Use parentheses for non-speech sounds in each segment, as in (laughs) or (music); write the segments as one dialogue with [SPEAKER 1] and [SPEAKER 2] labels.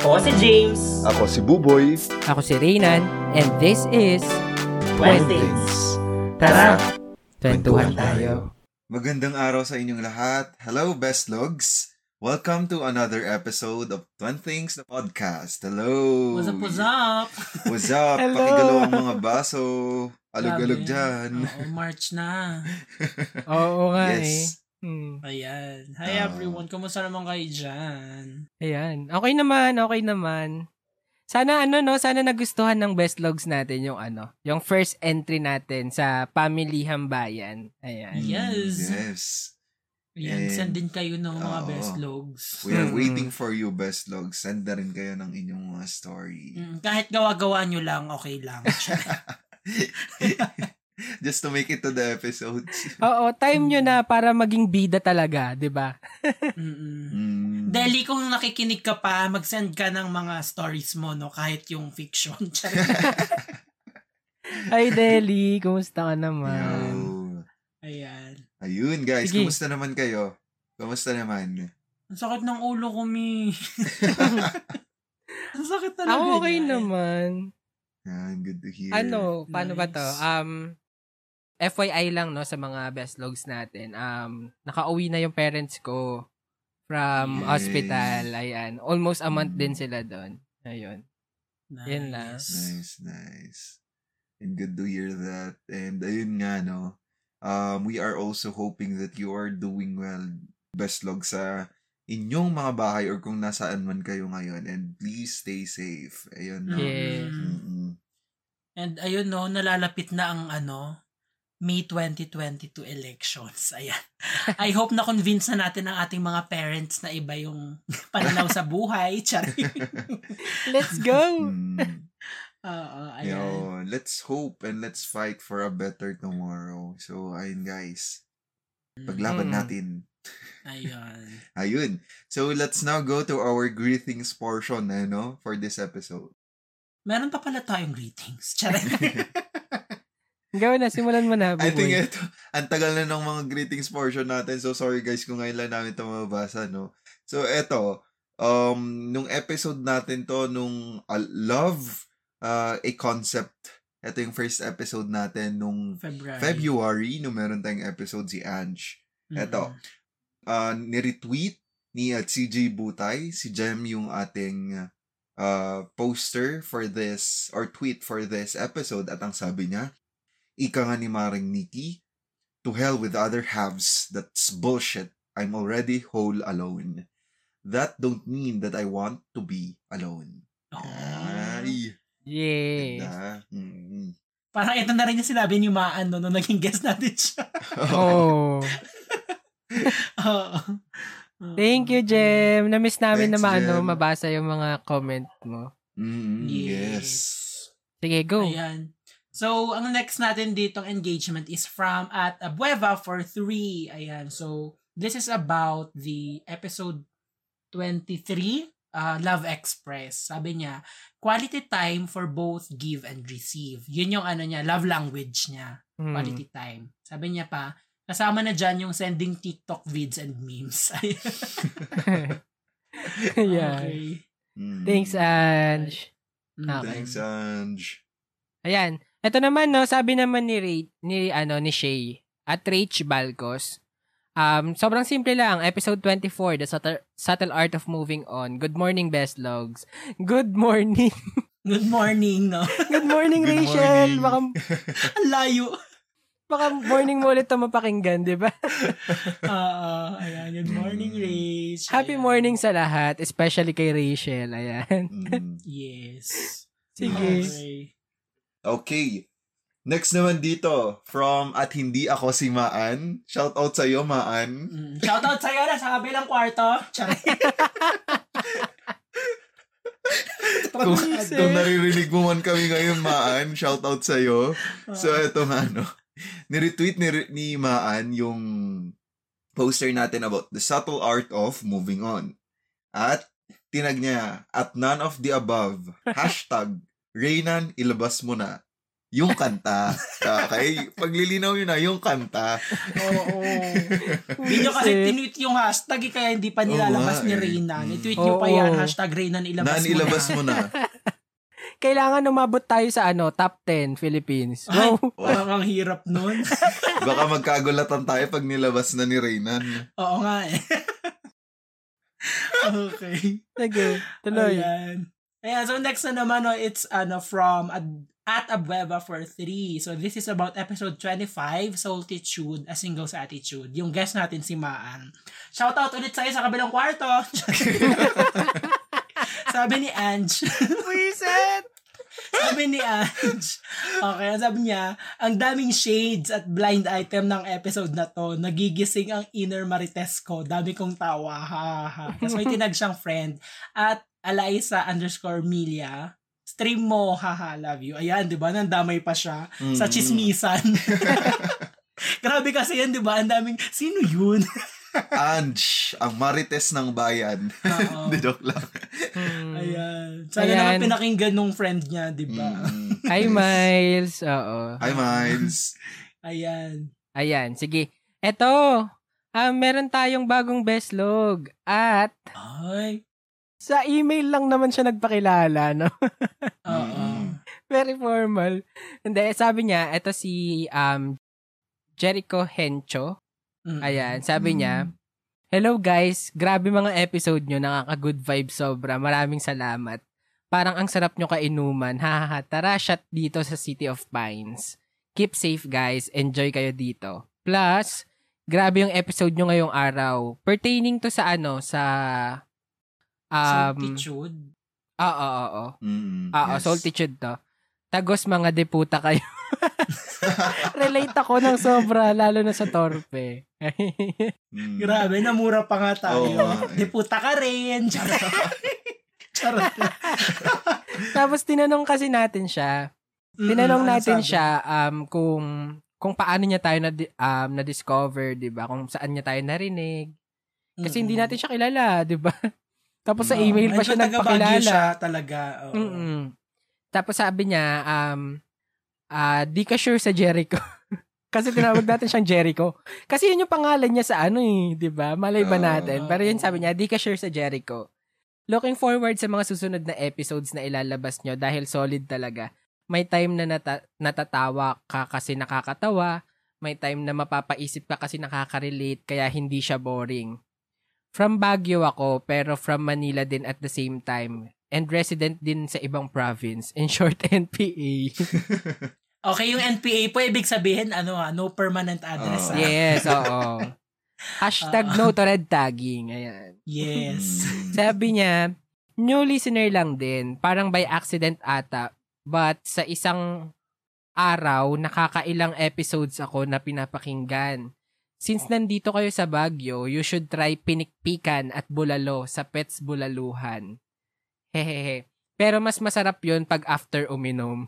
[SPEAKER 1] Ako si James.
[SPEAKER 2] Ako si Buboy,
[SPEAKER 3] Ako si Reynan, and this is...
[SPEAKER 1] Wednesdays. Tara!
[SPEAKER 3] Kwentuhan
[SPEAKER 2] Kwentuhan tayo.
[SPEAKER 3] tayo.
[SPEAKER 4] Magandang araw sa inyong lahat. Hello, best logs. Welcome to another episode of Twin Things the podcast. Hello.
[SPEAKER 5] What's up, what's up?
[SPEAKER 4] What's up?
[SPEAKER 3] Hello.
[SPEAKER 4] Pakigalaw ang mga baso. Alog-alog
[SPEAKER 5] Grabe.
[SPEAKER 4] dyan.
[SPEAKER 5] Oo, March na.
[SPEAKER 3] Oo
[SPEAKER 5] Oh.
[SPEAKER 3] nga
[SPEAKER 4] (laughs) yes.
[SPEAKER 3] eh. Hmm.
[SPEAKER 5] Ayan. Hi
[SPEAKER 4] Ah.
[SPEAKER 5] everyone, kumusta naman kayo dyan?
[SPEAKER 3] Ayan. Okay naman, okay naman. Sana ano no, sana nagustuhan ng best logs natin yung ano, yung first entry natin sa Family Hambayan.
[SPEAKER 4] Hmm.
[SPEAKER 3] Ayan.
[SPEAKER 5] Yes.
[SPEAKER 4] Yes.
[SPEAKER 5] Ayan,
[SPEAKER 4] And-
[SPEAKER 5] send din kayo ng mga
[SPEAKER 4] Oo.
[SPEAKER 5] best logs.
[SPEAKER 4] We are
[SPEAKER 3] Mm.
[SPEAKER 4] waiting for you, best logs. Send na rin kayo ng inyong mga story.
[SPEAKER 5] Mm, kahit gawa-gawa nyo lang, okay lang. (laughs)
[SPEAKER 4] (laughs) Just to make it to the episode.
[SPEAKER 3] (laughs) Oo, time nyo na para maging bida talaga, 'di ba?
[SPEAKER 5] Mm-mm.
[SPEAKER 4] Mm.
[SPEAKER 5] Deli kung nakikinig ka pa, mag-send ka ng mga stories mo, no? Kahit yung fiction. (laughs)
[SPEAKER 3] Hi Deli, kumusta ka naman?
[SPEAKER 4] Yo.
[SPEAKER 5] Ayan.
[SPEAKER 4] Ayun, guys.
[SPEAKER 3] Sige.
[SPEAKER 4] Kumusta naman kayo? Kumusta naman?
[SPEAKER 5] Ang sakit ng ulo ko, Mi. Ang sakit talaga.
[SPEAKER 3] Ako okay
[SPEAKER 5] niya.
[SPEAKER 3] naman.
[SPEAKER 4] Yan, good to hear.
[SPEAKER 3] Ano, paano ba to?
[SPEAKER 5] Nice.
[SPEAKER 3] Um, FYI lang no sa mga best logs natin. Um, nakauwi na yung parents ko from
[SPEAKER 4] Yes.
[SPEAKER 3] hospital. Ayan. Almost a month
[SPEAKER 4] Mm.
[SPEAKER 3] din sila doon. Ayun.
[SPEAKER 5] Nice.
[SPEAKER 3] Yun lang.
[SPEAKER 4] Nice, nice. And good to hear that. And ayun nga, no? Um, we are also hoping that you are doing well. Best log sa inyong mga bahay or kung nasaan man kayo ngayon. And please stay safe. Ayun, no?
[SPEAKER 3] Yes. (laughs)
[SPEAKER 4] Mm-mm.
[SPEAKER 5] Mm.
[SPEAKER 4] (laughs)
[SPEAKER 5] And ayun no, nalalapit na ang ano, May 2022 elections.
[SPEAKER 3] (laughs)
[SPEAKER 5] Ayan. I hope na convince na natin ang ating mga parents na iba yung (laughs) pananaw sa buhay. Chari.
[SPEAKER 3] (laughs) Let's go!
[SPEAKER 4] Mm.
[SPEAKER 5] Oo, ayan.
[SPEAKER 4] Yo, let's hope and let's fight for a better tomorrow. So, ayun guys. Paglaban
[SPEAKER 3] Mm.
[SPEAKER 4] natin.
[SPEAKER 5] Ayun.
[SPEAKER 4] Ayun. So, let's now go to our greetings portion, ano, for this episode.
[SPEAKER 5] Meron pa pala tayong greetings. Chari.
[SPEAKER 3] Gawin na, simulan mo na.
[SPEAKER 4] I think
[SPEAKER 3] Buboy.
[SPEAKER 4] ito, ang tagal na ng mga greetings portion natin. So, sorry guys kung ngayon lang namin ito mababasa, no? So, eto, um, nung episode natin to, nung uh, Love, uh, a Concept, ito yung first episode natin nung
[SPEAKER 5] February.
[SPEAKER 4] February, nung meron tayong episode si Ange.
[SPEAKER 5] Mm.
[SPEAKER 4] Eto, uh, niretweet ni at CJ Butay, si Jem yung ating uh, poster for this, or tweet for this episode, at ang sabi niya, Ika nga ni Maring Nikki, to hell with other halves, that's bullshit. I'm already whole alone. That don't mean that I want to be alone.
[SPEAKER 5] Oo.
[SPEAKER 4] Ay,
[SPEAKER 3] Yay!
[SPEAKER 4] ganda. Mm.
[SPEAKER 5] Parang ito na rin yung sinabi ni Maan no, nung naging guest natin siya.
[SPEAKER 4] (laughs)
[SPEAKER 5] Oo.
[SPEAKER 3] Oh.
[SPEAKER 5] (laughs) Oo.
[SPEAKER 3] Thank you, Jem. Namiss namin
[SPEAKER 4] Thanks,
[SPEAKER 3] na maano,
[SPEAKER 4] Jem.
[SPEAKER 3] mabasa yung mga comment mo.
[SPEAKER 4] Mm, yes.
[SPEAKER 3] Sige, go.
[SPEAKER 5] Ayan. So, ang next natin ditong engagement is from at Abueva for 3. Ayan. So, this is about the episode 23, uh, Love Express. Sabi niya, quality time for both give and receive. Yun yung ano niya, love language niya.
[SPEAKER 3] Hmm.
[SPEAKER 5] Quality
[SPEAKER 4] Mm.
[SPEAKER 5] time. Sabi niya pa, kasama na dyan yung sending TikTok vids and memes. (laughs)
[SPEAKER 3] (laughs) Ayan.
[SPEAKER 5] Okay.
[SPEAKER 4] Mm.
[SPEAKER 3] Thanks, Ange.
[SPEAKER 5] Mm.
[SPEAKER 3] Okay.
[SPEAKER 4] Thanks, ah. Ange.
[SPEAKER 3] Ayan. Ito naman, no, sabi naman ni Ray, ni ano ni Shay at Rach Balcos. Um, sobrang simple lang. Episode 24, The Subtle, Subtle Art of Moving On. Good morning, best logs. Good morning. (laughs)
[SPEAKER 5] Good morning, no?
[SPEAKER 3] Good morning,
[SPEAKER 4] Good morning.
[SPEAKER 3] Rachel. Baka,
[SPEAKER 5] Ang layo.
[SPEAKER 3] baka morning mo ulit ito mapakinggan, di ba?
[SPEAKER 5] (laughs)
[SPEAKER 3] (laughs)
[SPEAKER 5] Oo, ayan. Good morning,
[SPEAKER 4] Mm.
[SPEAKER 5] Rach.
[SPEAKER 3] Happy
[SPEAKER 5] Ayan.
[SPEAKER 3] morning sa lahat, especially kay Rachel. Ayan.
[SPEAKER 4] Mm.
[SPEAKER 5] Yes.
[SPEAKER 3] Sige.
[SPEAKER 5] Okay.
[SPEAKER 4] Okay. Next naman dito, from at hindi ako si Maan. Shout out sa'yo, Maan.
[SPEAKER 5] Mm. Shoutout sa'yo na sa kabilang kwarto. Charot. Kung-
[SPEAKER 3] Kasi-
[SPEAKER 4] Kung naririnig mo man kami ngayon, Maan, shout out sa'yo. So,
[SPEAKER 5] Ah.
[SPEAKER 4] eto nga, no. (laughs) Niretweet ni, ni Maan yung poster natin about the subtle art of moving on. At tinag niya, at none of the
[SPEAKER 5] (laughs)
[SPEAKER 4] above, hashtag, Reynan, ilabas mo na. Yung kanta. Okay? Paglilinaw yun na, yung kanta.
[SPEAKER 5] Oo.
[SPEAKER 3] (laughs)
[SPEAKER 5] Hindi nyo kasi tinweet yung hashtag eh, kaya hindi pa nilalabas
[SPEAKER 4] Oo nga
[SPEAKER 5] ni
[SPEAKER 4] eh.
[SPEAKER 5] Reynan.
[SPEAKER 4] Mm.
[SPEAKER 5] Itweet nyo pa
[SPEAKER 3] Oo.
[SPEAKER 5] yan, hashtag Reynan ilabas
[SPEAKER 4] Nan,
[SPEAKER 5] mo na.
[SPEAKER 4] ilabas mo na.
[SPEAKER 3] Kailangan umabot tayo sa ano, top 10 Philippines.
[SPEAKER 5] Ay,
[SPEAKER 3] Wow.
[SPEAKER 5] parang ang hirap nun. (laughs)
[SPEAKER 4] Baka magkagulatan tayo pag nilabas na ni Reynan.
[SPEAKER 5] Oo nga eh. (laughs) okay.
[SPEAKER 3] Sige, tuloy.
[SPEAKER 5] Ayan. Ayan, so next na naman, no, it's ano, from Ad- at Abueva for 3. So this is about episode 25, Solitude, A Single's Attitude. Yung guest natin si Maan. Shoutout ulit sa'yo sa kabilang kwarto. (laughs) Sabi ni Ange.
[SPEAKER 3] Wiset!
[SPEAKER 5] Sabi ni Ange, okay, ang sabi niya, ang daming shades at blind item ng episode na to, nagigising ang inner marites ko, dami kong tawa, ha, ha. Tapos may tinag siyang friend, at Alaisa underscore Milia, stream mo, haha, love you. Ayan, di ba? Nandamay pa siya sa
[SPEAKER 4] Mm.
[SPEAKER 5] chismisan. (laughs) Grabe kasi yan, di ba? Ang daming, sino yun?
[SPEAKER 4] Ange, ang marites ng bayan.
[SPEAKER 5] Oo.
[SPEAKER 4] (laughs) Di joke lang.
[SPEAKER 5] (laughs)
[SPEAKER 3] Mm.
[SPEAKER 5] Ayan. Sana
[SPEAKER 3] Ayan.
[SPEAKER 5] naman pinakinggan nung friend niya, di ba?
[SPEAKER 4] Mm.
[SPEAKER 3] Hi, Miles. Oo.
[SPEAKER 4] Hi, Miles.
[SPEAKER 5] Ayan.
[SPEAKER 3] Ayan, sige. Eto, ah, meron tayong bagong best log. At
[SPEAKER 5] Ay.
[SPEAKER 3] sa email lang naman siya nagpakilala, no? (laughs)
[SPEAKER 5] Oo.
[SPEAKER 4] Mm.
[SPEAKER 3] Very formal. Hindi, sabi niya, eto si um, Jericho Hencho.
[SPEAKER 5] Mm.
[SPEAKER 3] Ayan, sabi niya, Hello guys, grabe mga episode nyo, nakaka-good vibe sobra, maraming salamat. Parang ang sarap nyo kainuman, (laughs) hahaha, tara shot dito sa City of Pines. Keep safe guys, enjoy kayo dito. Plus, grabe yung episode nyo ngayong araw, pertaining to sa ano, sa... Um,
[SPEAKER 5] Solitude.
[SPEAKER 3] oo, oo, oo. Ah,
[SPEAKER 4] Mm.
[SPEAKER 3] Oo,
[SPEAKER 4] Yes.
[SPEAKER 3] solitude to. Tagos mga deputa kayo. (laughs) Relate ako ng sobra, lalo na sa torpe. (laughs)
[SPEAKER 4] Mm.
[SPEAKER 5] Grabe, namura pa nga tayo.
[SPEAKER 4] Oo nga eh.
[SPEAKER 5] Deputa ka rin. Charot. Charot.
[SPEAKER 3] Tapos tinanong kasi natin siya,
[SPEAKER 5] Mm,
[SPEAKER 3] (laughs) Tinanong
[SPEAKER 5] ano
[SPEAKER 3] natin
[SPEAKER 5] sabi?
[SPEAKER 3] siya um, kung kung paano niya tayo na um, na discover, 'di ba? Kung saan niya tayo narinig. Kasi hindi natin siya kilala, (laughs) 'di ba? Tapos sa
[SPEAKER 4] Oo.
[SPEAKER 3] email pa
[SPEAKER 5] Medyo
[SPEAKER 3] siya
[SPEAKER 5] taga Baguio
[SPEAKER 3] nagpakilala.
[SPEAKER 5] siya talaga. oo.
[SPEAKER 3] Mm-mm. Tapos sabi niya, um, ah, di ka sure sa Jericho. Kasi tinawag natin siyang Jericho. Kasi yun yung pangalan niya sa ano eh, di ba? Malay ba
[SPEAKER 4] Oo.
[SPEAKER 3] natin? Pero yun sabi niya, di ka sure sa Jericho. Looking forward sa mga susunod na episodes na ilalabas nyo dahil solid talaga. May time na nata- natatawa ka kasi nakakatawa. May time na mapapaisip ka kasi nakaka-relate kaya hindi siya boring. From Baguio ako pero from Manila din at the same time and resident din sa ibang province. In short, (laughs) NPA.
[SPEAKER 5] Okay, yung NPA po, ibig sabihin, ano ha, no permanent address. ah. ha?
[SPEAKER 4] Oo.
[SPEAKER 3] Yes, oo. Ah. Hashtag no to red tagging. Ayan.
[SPEAKER 5] Yes.
[SPEAKER 4] Mm.
[SPEAKER 3] Sabi niya, new listener lang din. Parang by accident ata. But sa isang araw, nakakailang episodes ako na pinapakinggan. Since nandito kayo sa Baguio, you should try pinikpikan at bulalo sa Pets Bulaluhan. Hehehe. Pero mas masarap yon pag after uminom. (laughs)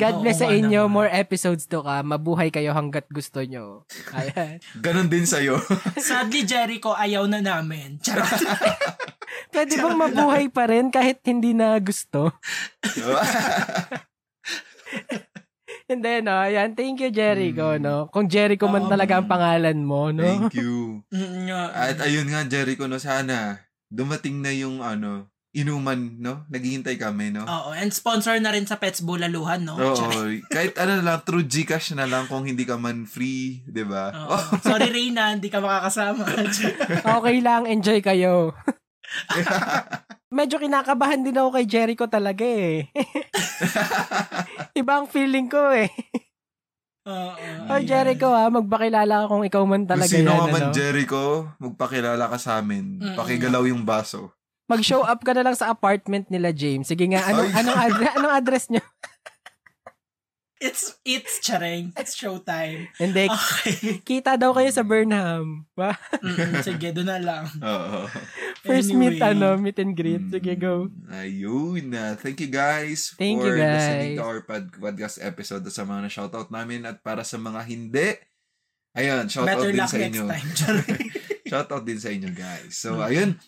[SPEAKER 3] God
[SPEAKER 5] Oo
[SPEAKER 3] bless sa
[SPEAKER 5] nga
[SPEAKER 3] inyo.
[SPEAKER 5] naman.
[SPEAKER 3] More episodes to ka. Mabuhay kayo hanggat
[SPEAKER 5] (laughs)
[SPEAKER 3] gusto nyo. Ayan.
[SPEAKER 4] Ganon din sa'yo. (laughs)
[SPEAKER 5] Sadly, Jericho, ayaw na namin. Charot.
[SPEAKER 3] Pwede bang mabuhay pa rin kahit hindi na gusto?
[SPEAKER 4] Diba?
[SPEAKER 3] Hindi, no? Ayan, thank you, Jericho,
[SPEAKER 4] Mm.
[SPEAKER 3] no? Kung Jericho man
[SPEAKER 5] Oo.
[SPEAKER 3] talaga ang pangalan mo, no?
[SPEAKER 4] Thank you.
[SPEAKER 5] Mm, nga.
[SPEAKER 4] At ayun nga, Jericho, no, sana dumating na yung ano, inuman, no? Naghihintay kami, no?
[SPEAKER 5] Oo, and sponsor na rin sa Pets Bulaluhan, no?
[SPEAKER 4] Oo.
[SPEAKER 5] Charot.
[SPEAKER 4] kahit ano lang, through Gcash na lang kung hindi ka man free, diba? Oh, di ba?
[SPEAKER 5] Oo.
[SPEAKER 4] (laughs)
[SPEAKER 5] Sorry, Reyna, hindi ka makakasama. (laughs) Charot.
[SPEAKER 3] (laughs) Okay lang, enjoy
[SPEAKER 4] (laughs)
[SPEAKER 3] kayo. Medyo kinakabahan din ako kay Jericho talaga,
[SPEAKER 4] (laughs)
[SPEAKER 3] eh. Iba ang feeling ko, eh.
[SPEAKER 5] Oo.
[SPEAKER 3] Oh, Jericho, ha? Magbakilala ka kung ikaw man
[SPEAKER 4] Kung
[SPEAKER 3] talaga
[SPEAKER 4] sino
[SPEAKER 3] yan,
[SPEAKER 4] ka man,
[SPEAKER 3] ano?
[SPEAKER 4] Jericho, magpakilala ka sa amin.
[SPEAKER 5] Mm.
[SPEAKER 4] Pakigalaw yung baso.
[SPEAKER 3] Mag-show up ka na lang sa apartment nila, James. Sige nga, anong,
[SPEAKER 4] Ay.
[SPEAKER 3] anong,
[SPEAKER 4] (laughs)
[SPEAKER 3] adre- anong address nyo?
[SPEAKER 5] It's, it's, charing. It's showtime.
[SPEAKER 3] Hindi,
[SPEAKER 5] Okay.
[SPEAKER 3] kita daw kayo sa Burnham. (laughs) Ba?
[SPEAKER 4] (laughs)
[SPEAKER 5] Mm, sige, doon na lang.
[SPEAKER 4] Oo.
[SPEAKER 3] First
[SPEAKER 5] Anyway.
[SPEAKER 3] meet, ano, meet and greet.
[SPEAKER 4] Mm,
[SPEAKER 3] Sige, go.
[SPEAKER 4] Ayun na. Thank you guys
[SPEAKER 3] Thank
[SPEAKER 4] for
[SPEAKER 3] you, guys.
[SPEAKER 4] listening to our pod- podcast episode at sa mga na-shoutout namin at para sa mga hindi, ayun, shoutout
[SPEAKER 5] Better
[SPEAKER 4] din
[SPEAKER 5] luck
[SPEAKER 4] sa
[SPEAKER 5] next
[SPEAKER 4] inyo.
[SPEAKER 5] time. (laughs) Mm. Charot.
[SPEAKER 4] (laughs) shoutout din sa inyo guys. So, ayun.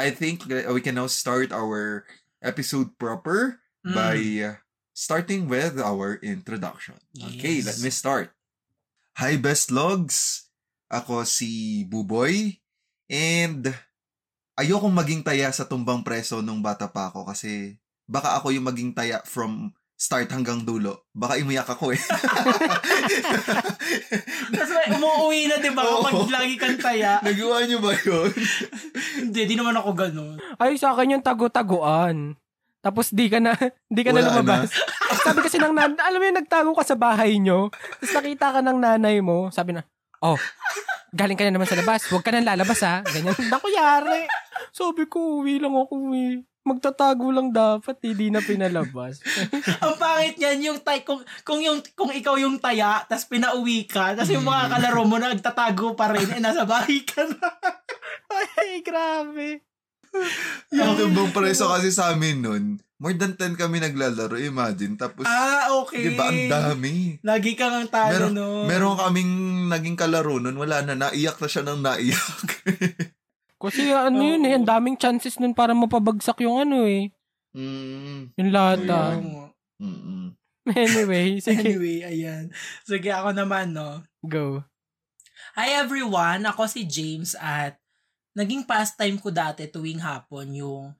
[SPEAKER 4] I think that we can now start our episode proper
[SPEAKER 5] Mm.
[SPEAKER 4] by uh, starting with our introduction. Okay, let
[SPEAKER 5] Yes.
[SPEAKER 4] me start. Hi, best logs! Ako si Buboy and ayokong maging taya sa tumbang preso nung bata pa ako kasi baka ako yung maging taya from start hanggang dulo. Baka imuyak ako eh. (laughs)
[SPEAKER 5] Tapos may umuwi na, di ba?
[SPEAKER 4] Oo.
[SPEAKER 5] Kapag lagi kang taya.
[SPEAKER 4] Nagawa niyo ba
[SPEAKER 5] (laughs)
[SPEAKER 4] yun?
[SPEAKER 5] Hindi, di naman ako ganun.
[SPEAKER 3] Ay, sa akin yung tago-taguan. Tapos di ka na, (laughs) di ka na
[SPEAKER 4] Wala
[SPEAKER 3] lumabas. sabi kasi ng nan, alam mo yung nagtago ka sa bahay nyo. Tapos nakita ka ng nanay mo. Sabi na, oh, galing ka na naman sa labas. Huwag ka nang lalabas ha. Ganyan. (laughs) Naku, yari. Sabi ko, uwi lang ako eh. Magtatago lang dapat, hindi na pinalabas.
[SPEAKER 5] Ang pangit niyan, yung tay, kung, kung, yung, kung ikaw yung taya, tapos pinauwi ka, tapos yung
[SPEAKER 4] Mm.
[SPEAKER 5] mga kalaro mo na nagtatago pa rin, eh, nasa bahay ka
[SPEAKER 4] (laughs)
[SPEAKER 5] na.
[SPEAKER 3] (laughs) Ay, grabe.
[SPEAKER 4] Yung tumbang preso kasi sa amin nun, more than 10 kami naglalaro, imagine. Tapos,
[SPEAKER 5] Ah, okay. Oh.
[SPEAKER 4] di ba, ang dami.
[SPEAKER 5] Lagi kang ang talo
[SPEAKER 4] Meron,
[SPEAKER 5] nun.
[SPEAKER 4] meron kaming naging kalaro nun, wala na, naiyak na siya ng naiyak.
[SPEAKER 3] Kasi ano yun eh, ang daming chances nun para mapabagsak yung ano eh,
[SPEAKER 4] mm,
[SPEAKER 3] yung
[SPEAKER 5] Oo
[SPEAKER 3] lata.
[SPEAKER 4] Ayun.
[SPEAKER 5] nga.
[SPEAKER 4] mm, mm.
[SPEAKER 3] (laughs) Anyway, sige,
[SPEAKER 5] Anyway, ayan. Sige, ako naman, no.
[SPEAKER 3] go.
[SPEAKER 5] Hi everyone, ako si James at naging pastime ko dati tuwing hapon yung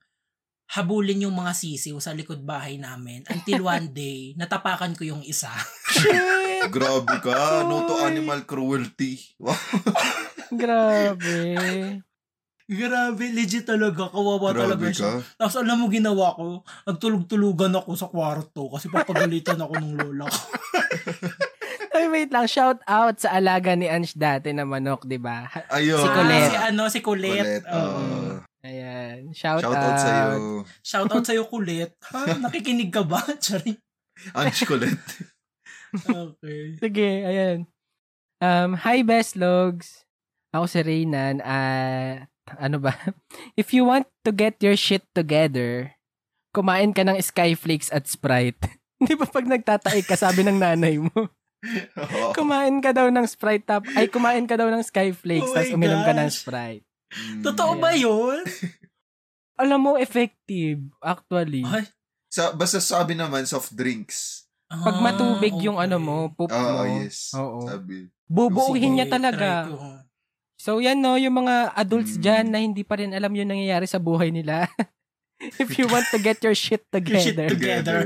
[SPEAKER 5] habulin yung mga sisiw sa likod bahay namin (laughs) until one day, natapakan ko yung isa.
[SPEAKER 4] Grabe ka, no to animal cruelty. (laughs) Wow,
[SPEAKER 3] (laughs) Grabe.
[SPEAKER 5] (laughs) Grabe, legit talaga. Kawawa talaga
[SPEAKER 4] grabe
[SPEAKER 5] siya.
[SPEAKER 4] ka.
[SPEAKER 5] Tapos alam mo ginawa ko, nagtulog-tulugan ako sa kwarto kasi papagalitan ako ng lola ko.
[SPEAKER 3] Ay, wait lang. Shout out sa alaga ni Ange dati na manok, di ba? Ha-
[SPEAKER 4] Ayun.
[SPEAKER 3] Si Colette.
[SPEAKER 5] Ah, si ano, si Colette. Oh.
[SPEAKER 4] Colette, ah.
[SPEAKER 5] Oo.
[SPEAKER 4] oo.
[SPEAKER 3] Ayan. Shout,
[SPEAKER 4] Shout
[SPEAKER 3] out.
[SPEAKER 4] out sa'yo.
[SPEAKER 5] Shout out sa'yo, Colette. Ha?
[SPEAKER 4] (laughs)
[SPEAKER 5] Nakikinig ka ba? (laughs) Charing.
[SPEAKER 4] Ange
[SPEAKER 3] (laughs)
[SPEAKER 4] Colette.
[SPEAKER 5] Okay.
[SPEAKER 3] Sige, ayan. Um, hi, best logs. Ako si Reynan. Ah, ano ba? (laughs) If you want to get your shit together, kumain ka ng Skyflakes at Sprite. (laughs) Di ba pag nagtataik ka, sabi ng nanay mo, (laughs)
[SPEAKER 4] Oo.
[SPEAKER 3] kumain ka daw ng Sprite tap, ay kumain ka daw ng Skyflakes,
[SPEAKER 5] Oh
[SPEAKER 3] tapos
[SPEAKER 5] my
[SPEAKER 3] uminom ka ng
[SPEAKER 5] gosh.
[SPEAKER 3] Sprite.
[SPEAKER 4] Mm.
[SPEAKER 5] Totoo ba yun?
[SPEAKER 3] Alam mo, effective, actually.
[SPEAKER 5] Ay,
[SPEAKER 4] Sa, basta sabi naman, soft drinks.
[SPEAKER 3] Pag
[SPEAKER 5] Ah,
[SPEAKER 3] matubig yung
[SPEAKER 5] okay.
[SPEAKER 3] ano mo, poop
[SPEAKER 4] Oo,
[SPEAKER 3] mo.
[SPEAKER 4] yes.
[SPEAKER 3] Oo.
[SPEAKER 4] Sabi.
[SPEAKER 3] Bubuuhin
[SPEAKER 5] Sige,
[SPEAKER 3] niya
[SPEAKER 5] try
[SPEAKER 3] talaga.
[SPEAKER 5] ko.
[SPEAKER 3] So yan no, yung mga adults
[SPEAKER 4] Mm.
[SPEAKER 3] dyan na hindi pa rin alam yung nangyayari sa buhay nila. (laughs) If you want to get your
[SPEAKER 4] (laughs)
[SPEAKER 3] shit
[SPEAKER 5] Your shit
[SPEAKER 3] together.
[SPEAKER 5] Together.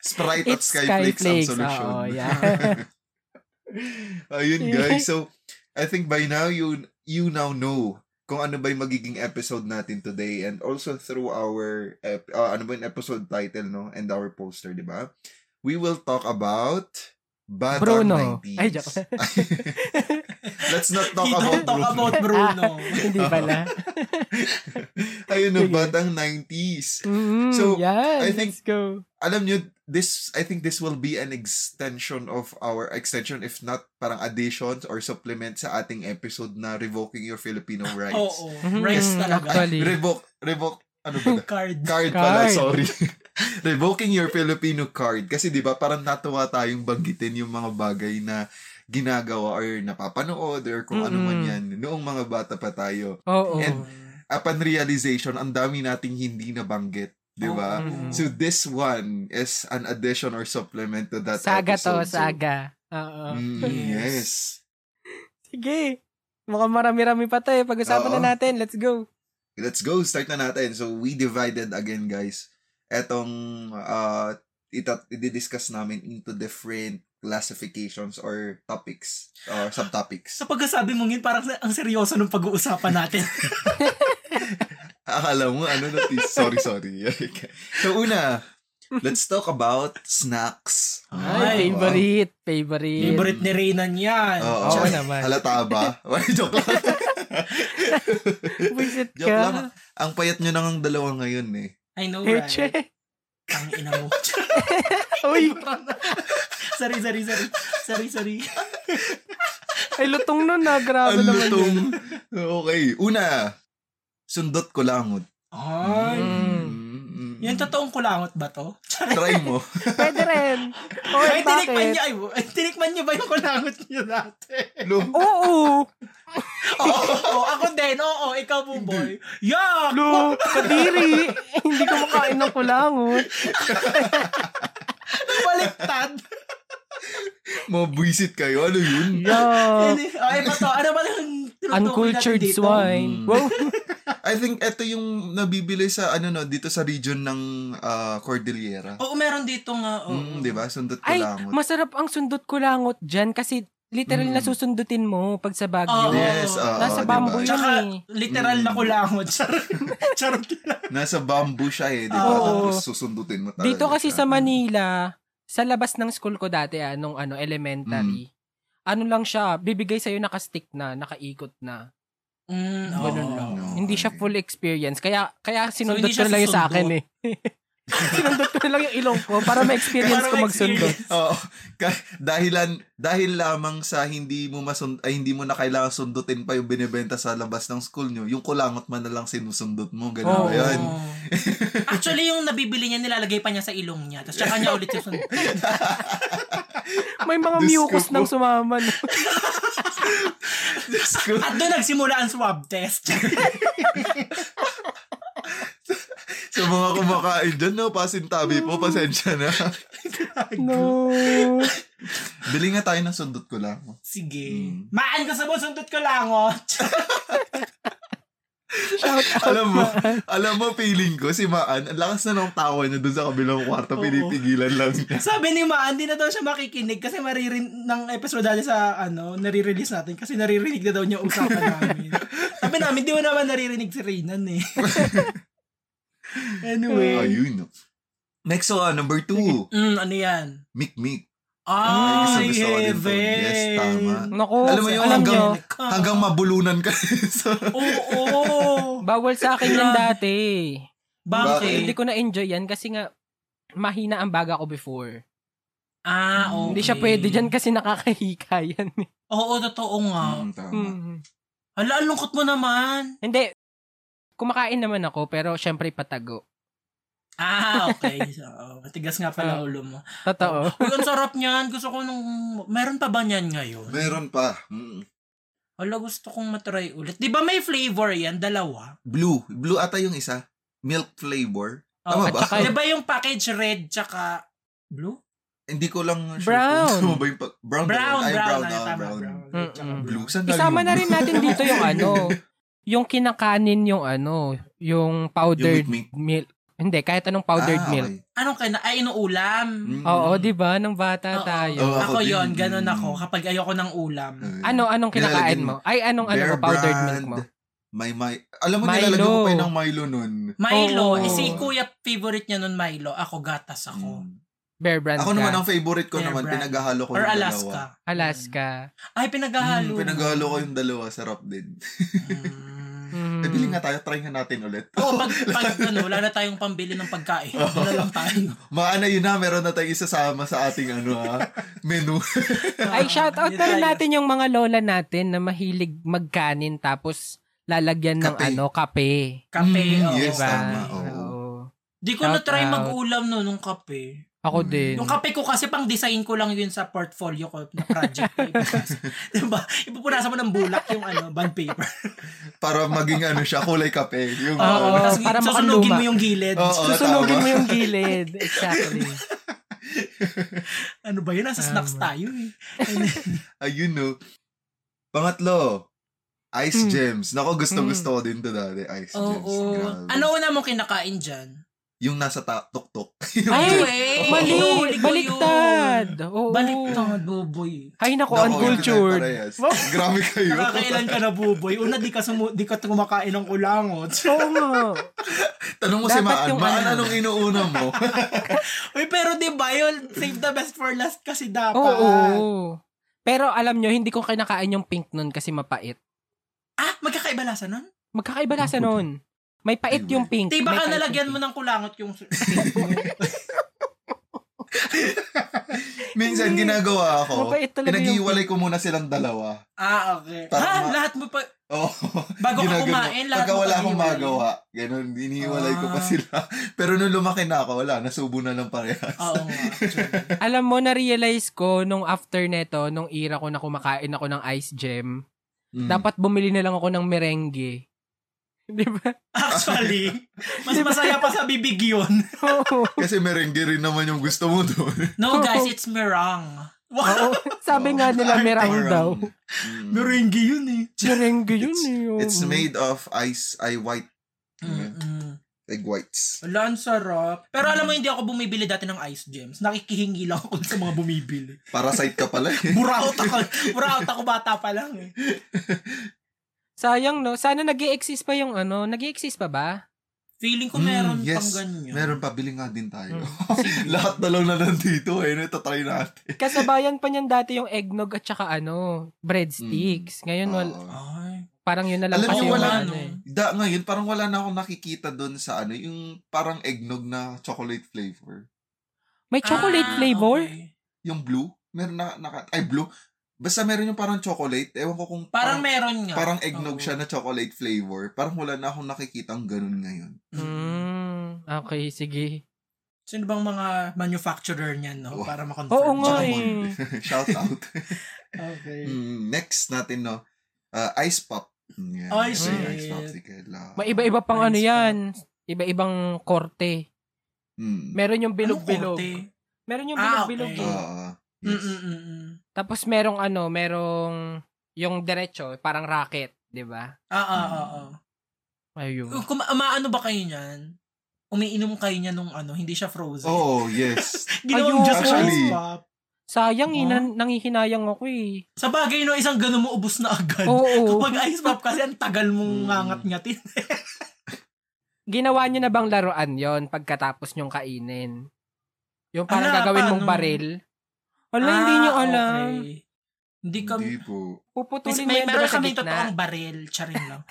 [SPEAKER 4] Sprite at
[SPEAKER 3] It's
[SPEAKER 4] Skyflakes ang
[SPEAKER 3] Skyflakes,
[SPEAKER 4] solusyon.
[SPEAKER 3] oo, yeah.
[SPEAKER 4] (laughs) Ayun
[SPEAKER 5] (laughs)
[SPEAKER 4] guys, so I think by now you you now know kung ano ba yung magiging episode natin today and also through our ep- ah, ano ba yung episode title no and our poster, di ba? We will talk about Bad
[SPEAKER 3] Bruno.
[SPEAKER 4] or 90s.
[SPEAKER 3] Ay, joke.
[SPEAKER 4] (laughs) Let's not
[SPEAKER 5] He
[SPEAKER 4] talk
[SPEAKER 5] don't
[SPEAKER 4] about
[SPEAKER 5] talk
[SPEAKER 4] Bruno.
[SPEAKER 5] about Bruno.
[SPEAKER 3] (laughs) hindi pala.
[SPEAKER 4] (laughs) Ayun no,
[SPEAKER 3] Sige.
[SPEAKER 4] batang 90s.
[SPEAKER 3] Mm,
[SPEAKER 4] So,
[SPEAKER 3] yan,
[SPEAKER 4] I think-
[SPEAKER 3] let's go.
[SPEAKER 4] alam nyo, this, I think this will be an extension of our extension, if not parang additions or supplement sa ating episode na Revoking Your Filipino Rights.
[SPEAKER 5] Oo.
[SPEAKER 3] Mhm.
[SPEAKER 5] Rice talaga.
[SPEAKER 3] Actually.
[SPEAKER 4] revoke, revoke, ano
[SPEAKER 3] (laughs)
[SPEAKER 4] ba na?
[SPEAKER 5] Card.
[SPEAKER 4] Card pala,
[SPEAKER 3] Card.
[SPEAKER 4] sorry. (laughs) Revoking Your Filipino Card. Kasi di ba parang natuwa tayong banggitin yung mga bagay na ginagawa or napapanood or kung ano man
[SPEAKER 3] Mm-mm.
[SPEAKER 4] yan noong mga bata pa tayo.
[SPEAKER 3] Oo.
[SPEAKER 4] And- Upon realization, ang dami nating hindi nabanggit. Di ba?
[SPEAKER 5] Oo.
[SPEAKER 3] Mm.
[SPEAKER 4] So this one is an addition or supplement to that
[SPEAKER 3] saga to,
[SPEAKER 4] episode. So-
[SPEAKER 3] saga. Oo.
[SPEAKER 4] Mm, yes.
[SPEAKER 3] Sige. Mukhang marami-rami pa to eh. Pag-usapan
[SPEAKER 4] Oo.
[SPEAKER 3] na natin. Let's go.
[SPEAKER 4] Let's go. Start na natin. So we divided again, guys. Etong uh, ita- i-discuss namin into different classifications or topics or subtopics.
[SPEAKER 5] Sa pagkasabi mong yun, parang ang seryoso ng pag-uusapan
[SPEAKER 3] (laughs)
[SPEAKER 5] natin.
[SPEAKER 4] Akala mo, ano na, tis- sorry, sorry. (laughs) so una, let's talk about snacks.
[SPEAKER 5] Ay,
[SPEAKER 3] Ay, favorite. Favorite.
[SPEAKER 5] Favorite ni Reynan yan.
[SPEAKER 4] Oo.
[SPEAKER 3] Oo
[SPEAKER 5] Tsaka-
[SPEAKER 3] naman.
[SPEAKER 4] Halata
[SPEAKER 3] (laughs)
[SPEAKER 4] ba? Wala, joke lang.
[SPEAKER 3] Visit
[SPEAKER 4] joke lang.
[SPEAKER 3] ka.
[SPEAKER 4] Ang payat nyo nang dalawa ngayon eh.
[SPEAKER 5] I know, right?
[SPEAKER 3] Eche.
[SPEAKER 5] Ang ina mo. (laughs)
[SPEAKER 3] Uy,
[SPEAKER 5] sorry, sorry, sorry. Sorry, sorry.
[SPEAKER 3] ay lutong nun na. Grabe
[SPEAKER 4] Ang
[SPEAKER 3] naman Ah, yun.
[SPEAKER 4] lutong. Okay. Una, Sundot kulangot.
[SPEAKER 5] Ay.
[SPEAKER 3] Mm.
[SPEAKER 4] Mm, mm,
[SPEAKER 5] Yung
[SPEAKER 4] mm.
[SPEAKER 5] totoong kulangot ba to?
[SPEAKER 4] Try
[SPEAKER 3] (laughs)
[SPEAKER 4] mo.
[SPEAKER 3] Pwede rin. Oh,
[SPEAKER 5] ay, tinikman
[SPEAKER 3] bakit?
[SPEAKER 5] niya, ay, ay, tinikman niya ba yung kulangot niya dati?
[SPEAKER 4] No.
[SPEAKER 3] Oo.
[SPEAKER 5] (laughs) oo, oo, ako din, oo, ikaw po, boy. Yuck!
[SPEAKER 3] Lo, kadiri. Hindi ko makain ng kulangot.
[SPEAKER 5] Baliktad!
[SPEAKER 4] Mabwisit kayo. Ano yun?
[SPEAKER 3] Yuck.
[SPEAKER 5] ay, pa to, ano ba yung tinutukoy natin
[SPEAKER 3] Oh. Uncultured
[SPEAKER 5] dito? Hmm.
[SPEAKER 4] Mm.
[SPEAKER 3] swine. Wow.
[SPEAKER 4] I think ito yung nabibili sa ano no dito sa region ng ah, Cordillera.
[SPEAKER 5] Oo, meron dito nga, oo.
[SPEAKER 4] Mm, 'di ba? Sundot
[SPEAKER 3] Ay,
[SPEAKER 4] kulangot.
[SPEAKER 3] masarap ang sundot kulangot dyan kasi literal
[SPEAKER 4] Mm.
[SPEAKER 5] Hmm.
[SPEAKER 3] na susundutin mo pag sa
[SPEAKER 5] Oo.
[SPEAKER 3] Baguio.
[SPEAKER 4] yes, oo,
[SPEAKER 3] Nasa
[SPEAKER 4] diba?
[SPEAKER 3] bamboo yun
[SPEAKER 5] Ah. Tsaka,
[SPEAKER 3] eh.
[SPEAKER 5] literal na
[SPEAKER 4] Mm.
[SPEAKER 5] kulangot. (laughs)
[SPEAKER 4] (laughs)
[SPEAKER 5] Charot. Charot lang.
[SPEAKER 4] Nasa bamboo siya eh, 'di ba?
[SPEAKER 5] Oo.
[SPEAKER 4] Tapos susundutin mo talaga.
[SPEAKER 3] Dito kasi
[SPEAKER 4] siya.
[SPEAKER 3] sa Manila, sa labas ng school ko dati, ah, nung ano, elementary, ano lang siya, bibigay sa'yo nakastick na, nakaikot na.
[SPEAKER 5] Mm, oo.
[SPEAKER 3] Ganun lang.
[SPEAKER 4] no.
[SPEAKER 3] Hindi siya full experience. Kaya kaya sinundot
[SPEAKER 5] hindi
[SPEAKER 3] ko
[SPEAKER 5] siya
[SPEAKER 3] na lang yun sa
[SPEAKER 5] susundot.
[SPEAKER 3] akin eh. (laughs) sinundot ko na lang yung ilong ko para ma-experience
[SPEAKER 5] Para
[SPEAKER 3] ko magsundot.
[SPEAKER 5] ma-experience.
[SPEAKER 4] Oo. Ka- dahilan dahil lamang sa hindi mo masund ay hindi mo na kailangan sundutin pa yung binebenta sa labas ng school nyo, yung kulangot man na lang sinusundot mo, ganun ba
[SPEAKER 3] Oo.
[SPEAKER 4] Oh, 'yun? (laughs)
[SPEAKER 5] Oo. Actually, yung nabibili niya, nilalagay pa niya sa ilong niya. Tapos tsaka niya ulit susunod.
[SPEAKER 3] May mga
[SPEAKER 4] Diyos ko
[SPEAKER 3] mucus
[SPEAKER 4] po.
[SPEAKER 3] nang sumama. No?
[SPEAKER 4] Diyos ko.
[SPEAKER 5] At doon nagsimula ang swab test. (laughs)
[SPEAKER 4] sa mga kumakain dyan, no, pasintabi po, pasensya na.
[SPEAKER 3] no.
[SPEAKER 4] Bili nga tayo ng sundot kulangot.
[SPEAKER 5] Sige.
[SPEAKER 4] Mm.
[SPEAKER 5] Maan ka sa buwan, sundot ko lang, oh.
[SPEAKER 3] Shout out.
[SPEAKER 4] Alam mo,
[SPEAKER 3] Maan.
[SPEAKER 4] alam mo, feeling ko, si Maan, ang lakas na ng tawa niya doon sa kabilang kwarto,
[SPEAKER 5] Oo.
[SPEAKER 4] pinipigilan lang niya.
[SPEAKER 5] Sabi ni Maan, di na daw siya makikinig kasi maririn ng episode dali sa ano, nare-release natin kasi naririnig na daw niya yung
[SPEAKER 4] (laughs)
[SPEAKER 5] usapan namin. Sabi namin, di mo naman naririnig si Reynan eh. anyway.
[SPEAKER 4] Ayun. no. Next one, number two,
[SPEAKER 5] Mm, ano yan?
[SPEAKER 4] Mikmik. gusto-
[SPEAKER 5] Ay,
[SPEAKER 4] gusto ko din to.
[SPEAKER 5] heaven.
[SPEAKER 4] Yes, tama.
[SPEAKER 3] Naku,
[SPEAKER 4] Alam mo yung
[SPEAKER 3] alam
[SPEAKER 4] hanggang-
[SPEAKER 3] nyo,
[SPEAKER 5] Ah.
[SPEAKER 4] Hanggang mabulunan ka (laughs) rin sa...
[SPEAKER 5] Oo.
[SPEAKER 3] bawal sa akin yan
[SPEAKER 5] Grabe.
[SPEAKER 3] dati.
[SPEAKER 4] Bakit?
[SPEAKER 3] Hindi
[SPEAKER 5] Bakit?
[SPEAKER 3] ko na-enjoy yan kasi nga, mahina ang baga ko before.
[SPEAKER 5] Ah, okay.
[SPEAKER 3] Hindi siya pwede dyan kasi nakakahika (laughs) yan. eh.
[SPEAKER 5] Oo, totoo nga.
[SPEAKER 4] Mm, tama.
[SPEAKER 3] Mm.
[SPEAKER 5] Hala, ang lungkot mo naman.
[SPEAKER 3] Hindi. Kumakain naman ako, pero syempre patago.
[SPEAKER 5] Ah,
[SPEAKER 4] (laughs)
[SPEAKER 5] okay. So, matigas nga
[SPEAKER 4] Ah.
[SPEAKER 5] pala ulo mo.
[SPEAKER 3] Totoo.
[SPEAKER 4] Oh,
[SPEAKER 5] Uy, ang sarap niyan. Gusto ko nung... Meron pa ba niyan ngayon?
[SPEAKER 4] Meron pa. Mm.
[SPEAKER 5] Hala, gusto kong matry ulit. Di ba may flavor yan? Dalawa?
[SPEAKER 4] Blue. Blue ata yung isa. Milk flavor.
[SPEAKER 5] Oh,
[SPEAKER 4] Tama
[SPEAKER 3] at
[SPEAKER 4] ba?
[SPEAKER 3] saka-
[SPEAKER 5] Di ba yung package red tsaka blue?
[SPEAKER 4] Hindi ko lang sure
[SPEAKER 3] Brown.
[SPEAKER 4] kung tama ba yung pag- brown.
[SPEAKER 5] Brown, brown.
[SPEAKER 4] Ay, brown.
[SPEAKER 5] ano,
[SPEAKER 4] ah,
[SPEAKER 5] tama,
[SPEAKER 4] brown.
[SPEAKER 5] red tsaka
[SPEAKER 3] Mm-mm.
[SPEAKER 4] Blue. Saan
[SPEAKER 3] Isama
[SPEAKER 4] galing yung
[SPEAKER 3] na rin
[SPEAKER 4] blue?
[SPEAKER 3] natin dito
[SPEAKER 4] (laughs)
[SPEAKER 3] yung ano, yung kinakanin yung ano, yung powdered
[SPEAKER 4] Yung wheat
[SPEAKER 3] milk. Hindi, kahit anong powdered
[SPEAKER 4] Ah,
[SPEAKER 3] milk.
[SPEAKER 4] okay.
[SPEAKER 5] Anong kaya na? Ay, inuulam.
[SPEAKER 4] Mm.
[SPEAKER 3] Oo, di ba? Nung
[SPEAKER 5] Oo.
[SPEAKER 3] bata tayo.
[SPEAKER 4] Oo,
[SPEAKER 5] Ako,
[SPEAKER 4] ako din.
[SPEAKER 5] yon Ganon ako.
[SPEAKER 4] Mm.
[SPEAKER 5] Kapag ayoko ng ulam.
[SPEAKER 4] Okay.
[SPEAKER 3] Ano, anong kinakain
[SPEAKER 4] Nilalagyan
[SPEAKER 3] mo? Ay, anong ano,
[SPEAKER 4] Mm. Bear
[SPEAKER 3] mo, powdered
[SPEAKER 4] brand.
[SPEAKER 3] milk mo?
[SPEAKER 4] May, may, alam mo,
[SPEAKER 3] Milo.
[SPEAKER 4] nilalagyan ko pa yun ng Milo nun.
[SPEAKER 5] Milo.
[SPEAKER 3] Oo.
[SPEAKER 5] Eh, si kuya favorite niya nun Milo. Ako gatas ako.
[SPEAKER 4] Mm.
[SPEAKER 3] Bear brand
[SPEAKER 4] Ako
[SPEAKER 3] ka.
[SPEAKER 4] naman, ang favorite ko
[SPEAKER 5] Bear
[SPEAKER 4] naman,
[SPEAKER 5] brand.
[SPEAKER 4] pinaghahalo ko
[SPEAKER 5] Or
[SPEAKER 4] yung dalawa.
[SPEAKER 5] Alaska.
[SPEAKER 3] Alaska.
[SPEAKER 5] Ay,
[SPEAKER 4] Mm,
[SPEAKER 5] pinaghahalo.
[SPEAKER 4] pinaghahalo ko yung dalawa, sarap din.
[SPEAKER 5] Mm.
[SPEAKER 3] Mm.
[SPEAKER 4] Eh, bili nga tayo, try nga natin ulit.
[SPEAKER 5] (laughs) Oo,
[SPEAKER 4] (laughs)
[SPEAKER 5] pag, pag ano, wala na tayong pambili ng pagkain. Wala lang tayo.
[SPEAKER 4] Maana yun na, meron na tayong isasama sa ating ano
[SPEAKER 5] (laughs)
[SPEAKER 4] ha, menu.
[SPEAKER 3] Ay, shoutout
[SPEAKER 5] Yun
[SPEAKER 3] na rin
[SPEAKER 5] tayo.
[SPEAKER 3] natin yung mga lola natin na mahilig magkanin tapos lalagyan ng
[SPEAKER 4] Kape.
[SPEAKER 3] ano, kape.
[SPEAKER 5] Kape,
[SPEAKER 4] Mm,
[SPEAKER 5] oo.
[SPEAKER 4] yes,
[SPEAKER 3] Diba?
[SPEAKER 4] tama, oo.
[SPEAKER 5] Di ko na-try
[SPEAKER 3] Shoutout.
[SPEAKER 5] mag-ulam no, nung kape.
[SPEAKER 3] Ako
[SPEAKER 4] Mm.
[SPEAKER 3] din.
[SPEAKER 5] Yung kape ko kasi pang design ko lang yun sa portfolio ko na project. ko ipupunasa. (laughs) diba? Ipupunasa mo ng bulak yung ano, bond paper.
[SPEAKER 4] Para maging ano siya, kulay kape. Yung,
[SPEAKER 3] Oo.
[SPEAKER 4] ano.
[SPEAKER 5] (laughs) Tapos
[SPEAKER 3] para
[SPEAKER 5] susunugin
[SPEAKER 3] makaluma.
[SPEAKER 5] mo yung gilid.
[SPEAKER 4] Oo.
[SPEAKER 3] Susunugin
[SPEAKER 4] tama.
[SPEAKER 3] mo yung
[SPEAKER 5] (laughs)
[SPEAKER 3] gilid. Exactly.
[SPEAKER 5] (laughs) Ano ba yun? Nasa
[SPEAKER 3] Tama.
[SPEAKER 5] snacks tayo eh.
[SPEAKER 4] ayun no. Pangatlo, Ice
[SPEAKER 3] Mm.
[SPEAKER 4] Gems. Nako,
[SPEAKER 3] Mm.
[SPEAKER 4] gusto-gusto ko din to dati, Ice Gems.
[SPEAKER 5] Oo.
[SPEAKER 4] Grabe.
[SPEAKER 5] Ano una mong kinakain dyan?
[SPEAKER 4] Yung nasa ta- tuktok.
[SPEAKER 3] Ay,
[SPEAKER 5] Anyway,
[SPEAKER 3] Mali.
[SPEAKER 5] huli ko
[SPEAKER 3] Baliktad.
[SPEAKER 5] yun.
[SPEAKER 3] Oo.
[SPEAKER 5] Baliktad, buboy.
[SPEAKER 3] Ay, naku,
[SPEAKER 4] Nako, yun
[SPEAKER 3] uncultured.
[SPEAKER 4] na tayo parehas. Grabe kayo.
[SPEAKER 5] Nakakailan ka na buboy. Una, di ka, sumu- di ka kumakain ng ulangot.
[SPEAKER 3] Oo
[SPEAKER 5] (laughs)
[SPEAKER 3] nga.
[SPEAKER 4] Tanong mo si
[SPEAKER 3] Dapat
[SPEAKER 4] Maan,
[SPEAKER 3] yung
[SPEAKER 4] Maan,
[SPEAKER 3] ano.
[SPEAKER 4] anong inuuna mo?
[SPEAKER 3] (laughs)
[SPEAKER 5] Uy, pero di ba yun? Save the best for last kasi dapat.
[SPEAKER 3] Oo. Pero alam nyo, hindi ko kinakain yung pink nun kasi mapait.
[SPEAKER 5] Ah, magkakaiba lasa nun?
[SPEAKER 3] Magkakaiba lasa nun. May pait yung pink.
[SPEAKER 5] Di ba Diba
[SPEAKER 3] may
[SPEAKER 5] ka
[SPEAKER 3] pait
[SPEAKER 5] nalagyan
[SPEAKER 3] yung
[SPEAKER 5] mo
[SPEAKER 3] pink.
[SPEAKER 5] ng kulangot yung...
[SPEAKER 4] Minsan ginagawa ako,
[SPEAKER 3] Mapait talaga yung
[SPEAKER 4] pinaghiwalay ko muna silang dalawa.
[SPEAKER 5] ah, okay.
[SPEAKER 4] Para
[SPEAKER 5] ha?
[SPEAKER 4] ma-
[SPEAKER 5] Lahat mo pa...
[SPEAKER 4] Oo.
[SPEAKER 5] Bago ka
[SPEAKER 4] Ginagano.
[SPEAKER 5] kumain, lahat
[SPEAKER 4] Pagka
[SPEAKER 5] mo
[SPEAKER 4] wala akong
[SPEAKER 5] paghiwalay.
[SPEAKER 4] magawa, ganun, inihiwalay ko pa
[SPEAKER 5] Ah.
[SPEAKER 4] sila. (laughs) Pero nung lumaki na ako, wala, nasubo na lang parehas.
[SPEAKER 5] Oo nga. actually.
[SPEAKER 3] Alam mo, na-realize ko nung after neto, nung era ko na kumakain ako ng ice gem,
[SPEAKER 5] Hmm.
[SPEAKER 4] Mm.
[SPEAKER 3] dapat bumili na lang ako ng merengue. (laughs) Di ba?
[SPEAKER 5] Actually, mas masaya pa sa bibig yun.
[SPEAKER 3] Oo.
[SPEAKER 4] Kasi merengue rin naman yung gusto mo doon.
[SPEAKER 5] No Oh, guys, (laughs) it's merang.
[SPEAKER 3] Oo.
[SPEAKER 5] Wow.
[SPEAKER 3] (laughs) Sabi nga nila,
[SPEAKER 4] Ay,
[SPEAKER 3] merang
[SPEAKER 4] parang-
[SPEAKER 3] daw.
[SPEAKER 4] Mm.
[SPEAKER 5] Meringue yun eh.
[SPEAKER 3] Merengue yun eh. oo.
[SPEAKER 4] It's made of ice, ay white,
[SPEAKER 5] oh.
[SPEAKER 3] Hmm.
[SPEAKER 5] Mm-mm.
[SPEAKER 4] egg whites.
[SPEAKER 5] Wala, ang sarap. Pero alam mo, hindi ako bumibili dati ng ice gems. Nakikihingi lang ako sa mga bumibili.
[SPEAKER 4] Parasite ka pala eh. (laughs)
[SPEAKER 5] Buraot ako. (laughs) Buraot ako bata pa lang eh.
[SPEAKER 3] Sayang no, sana nag exist pa yung ano, nag exist pa ba?
[SPEAKER 5] Feeling ko
[SPEAKER 4] Mm,
[SPEAKER 5] meron
[SPEAKER 4] yes.
[SPEAKER 5] pang Mm. ganyan.
[SPEAKER 4] Meron pa, bilhin nga din tayo.
[SPEAKER 5] Sige.
[SPEAKER 4] (laughs) Lahat na lang na nandito eh, ito try natin.
[SPEAKER 3] Kasabayan pa niyan dati yung eggnog at saka ano, breadsticks. Ngayon wal,
[SPEAKER 4] Oo.
[SPEAKER 5] Ay.
[SPEAKER 3] parang yun na lang
[SPEAKER 4] Alam
[SPEAKER 3] kasi
[SPEAKER 4] niyo,
[SPEAKER 3] yung
[SPEAKER 4] wala,
[SPEAKER 3] ano
[SPEAKER 5] no?
[SPEAKER 3] eh.
[SPEAKER 4] Ah. Da, ngayon, parang wala na akong nakikita doon sa ano, yung parang eggnog na chocolate flavor.
[SPEAKER 3] May chocolate
[SPEAKER 5] Ah,
[SPEAKER 3] flavor?
[SPEAKER 5] okay.
[SPEAKER 4] Yung blue, meron na, naka, ay blue, basta meron yung parang chocolate, ewan ko kung
[SPEAKER 5] Parang meron nga.
[SPEAKER 4] parang
[SPEAKER 5] Oo.
[SPEAKER 4] eggnog siya na chocolate flavor. Parang wala na akong nakikitang ganun ngayon.
[SPEAKER 5] Mm.
[SPEAKER 3] Mm, okay, sige.
[SPEAKER 5] Sino bang mga manufacturer niyan, no?
[SPEAKER 4] Oo.
[SPEAKER 5] Para makonfirm.
[SPEAKER 3] Oo nga
[SPEAKER 4] Tsaka
[SPEAKER 3] eh.
[SPEAKER 4] mold. (laughs) Shout
[SPEAKER 5] (laughs)
[SPEAKER 4] out.
[SPEAKER 5] Okay.
[SPEAKER 4] Mm, next natin, no, uh, ice pop. Yeah,
[SPEAKER 5] Ice
[SPEAKER 3] pop.
[SPEAKER 4] ice pop si Kela.
[SPEAKER 3] May iba-iba pang ano
[SPEAKER 5] Nice pa.
[SPEAKER 3] yan. Iba-ibang korte.
[SPEAKER 4] Mm.
[SPEAKER 3] Meron yung bilog-bilog.
[SPEAKER 5] Anong
[SPEAKER 3] Meron yung
[SPEAKER 5] Ah,
[SPEAKER 3] bilog-bilog.
[SPEAKER 5] okay.
[SPEAKER 4] Ah,
[SPEAKER 3] eh.
[SPEAKER 4] ah,
[SPEAKER 5] konti?
[SPEAKER 4] yes.
[SPEAKER 5] Mm-mm-mm.
[SPEAKER 3] Tapos merong ano, merong yung derecho, parang racket, 'di ba?
[SPEAKER 5] Ah, ah, ah, ah.
[SPEAKER 3] Ayun.
[SPEAKER 5] Kung umaano ba kayo niyan? Umiinom kayo niya nung ano, hindi siya frozen.
[SPEAKER 4] Oh,
[SPEAKER 3] (laughs)
[SPEAKER 4] yes.
[SPEAKER 5] Ginawang
[SPEAKER 3] Ayun.
[SPEAKER 5] just
[SPEAKER 4] Actually.
[SPEAKER 5] ice pop.
[SPEAKER 3] Sayang, eh,
[SPEAKER 5] Ah.
[SPEAKER 3] nan- nangihinayang ako eh.
[SPEAKER 5] Sa bagay, no, isang ganun mo ubus na agad. (laughs)
[SPEAKER 3] Oo.
[SPEAKER 5] Kapag ice pop kasi, ang tagal mong
[SPEAKER 4] Mm.
[SPEAKER 5] ngangat-ngatin.
[SPEAKER 3] ginawa niyo na bang laruan yon pagkatapos niyong kainin? Yung parang
[SPEAKER 5] Ala,
[SPEAKER 3] gagawin mong
[SPEAKER 5] paano?
[SPEAKER 3] baril? Wala, hindi niyo alam.
[SPEAKER 5] Ah, okay. Hindi kami...
[SPEAKER 4] Hindi po.
[SPEAKER 5] May,
[SPEAKER 3] Puputulin mo
[SPEAKER 5] may,
[SPEAKER 3] yan diba,
[SPEAKER 5] meron
[SPEAKER 3] sa
[SPEAKER 5] kami
[SPEAKER 3] gitna.
[SPEAKER 5] totoong baril. Charing lang.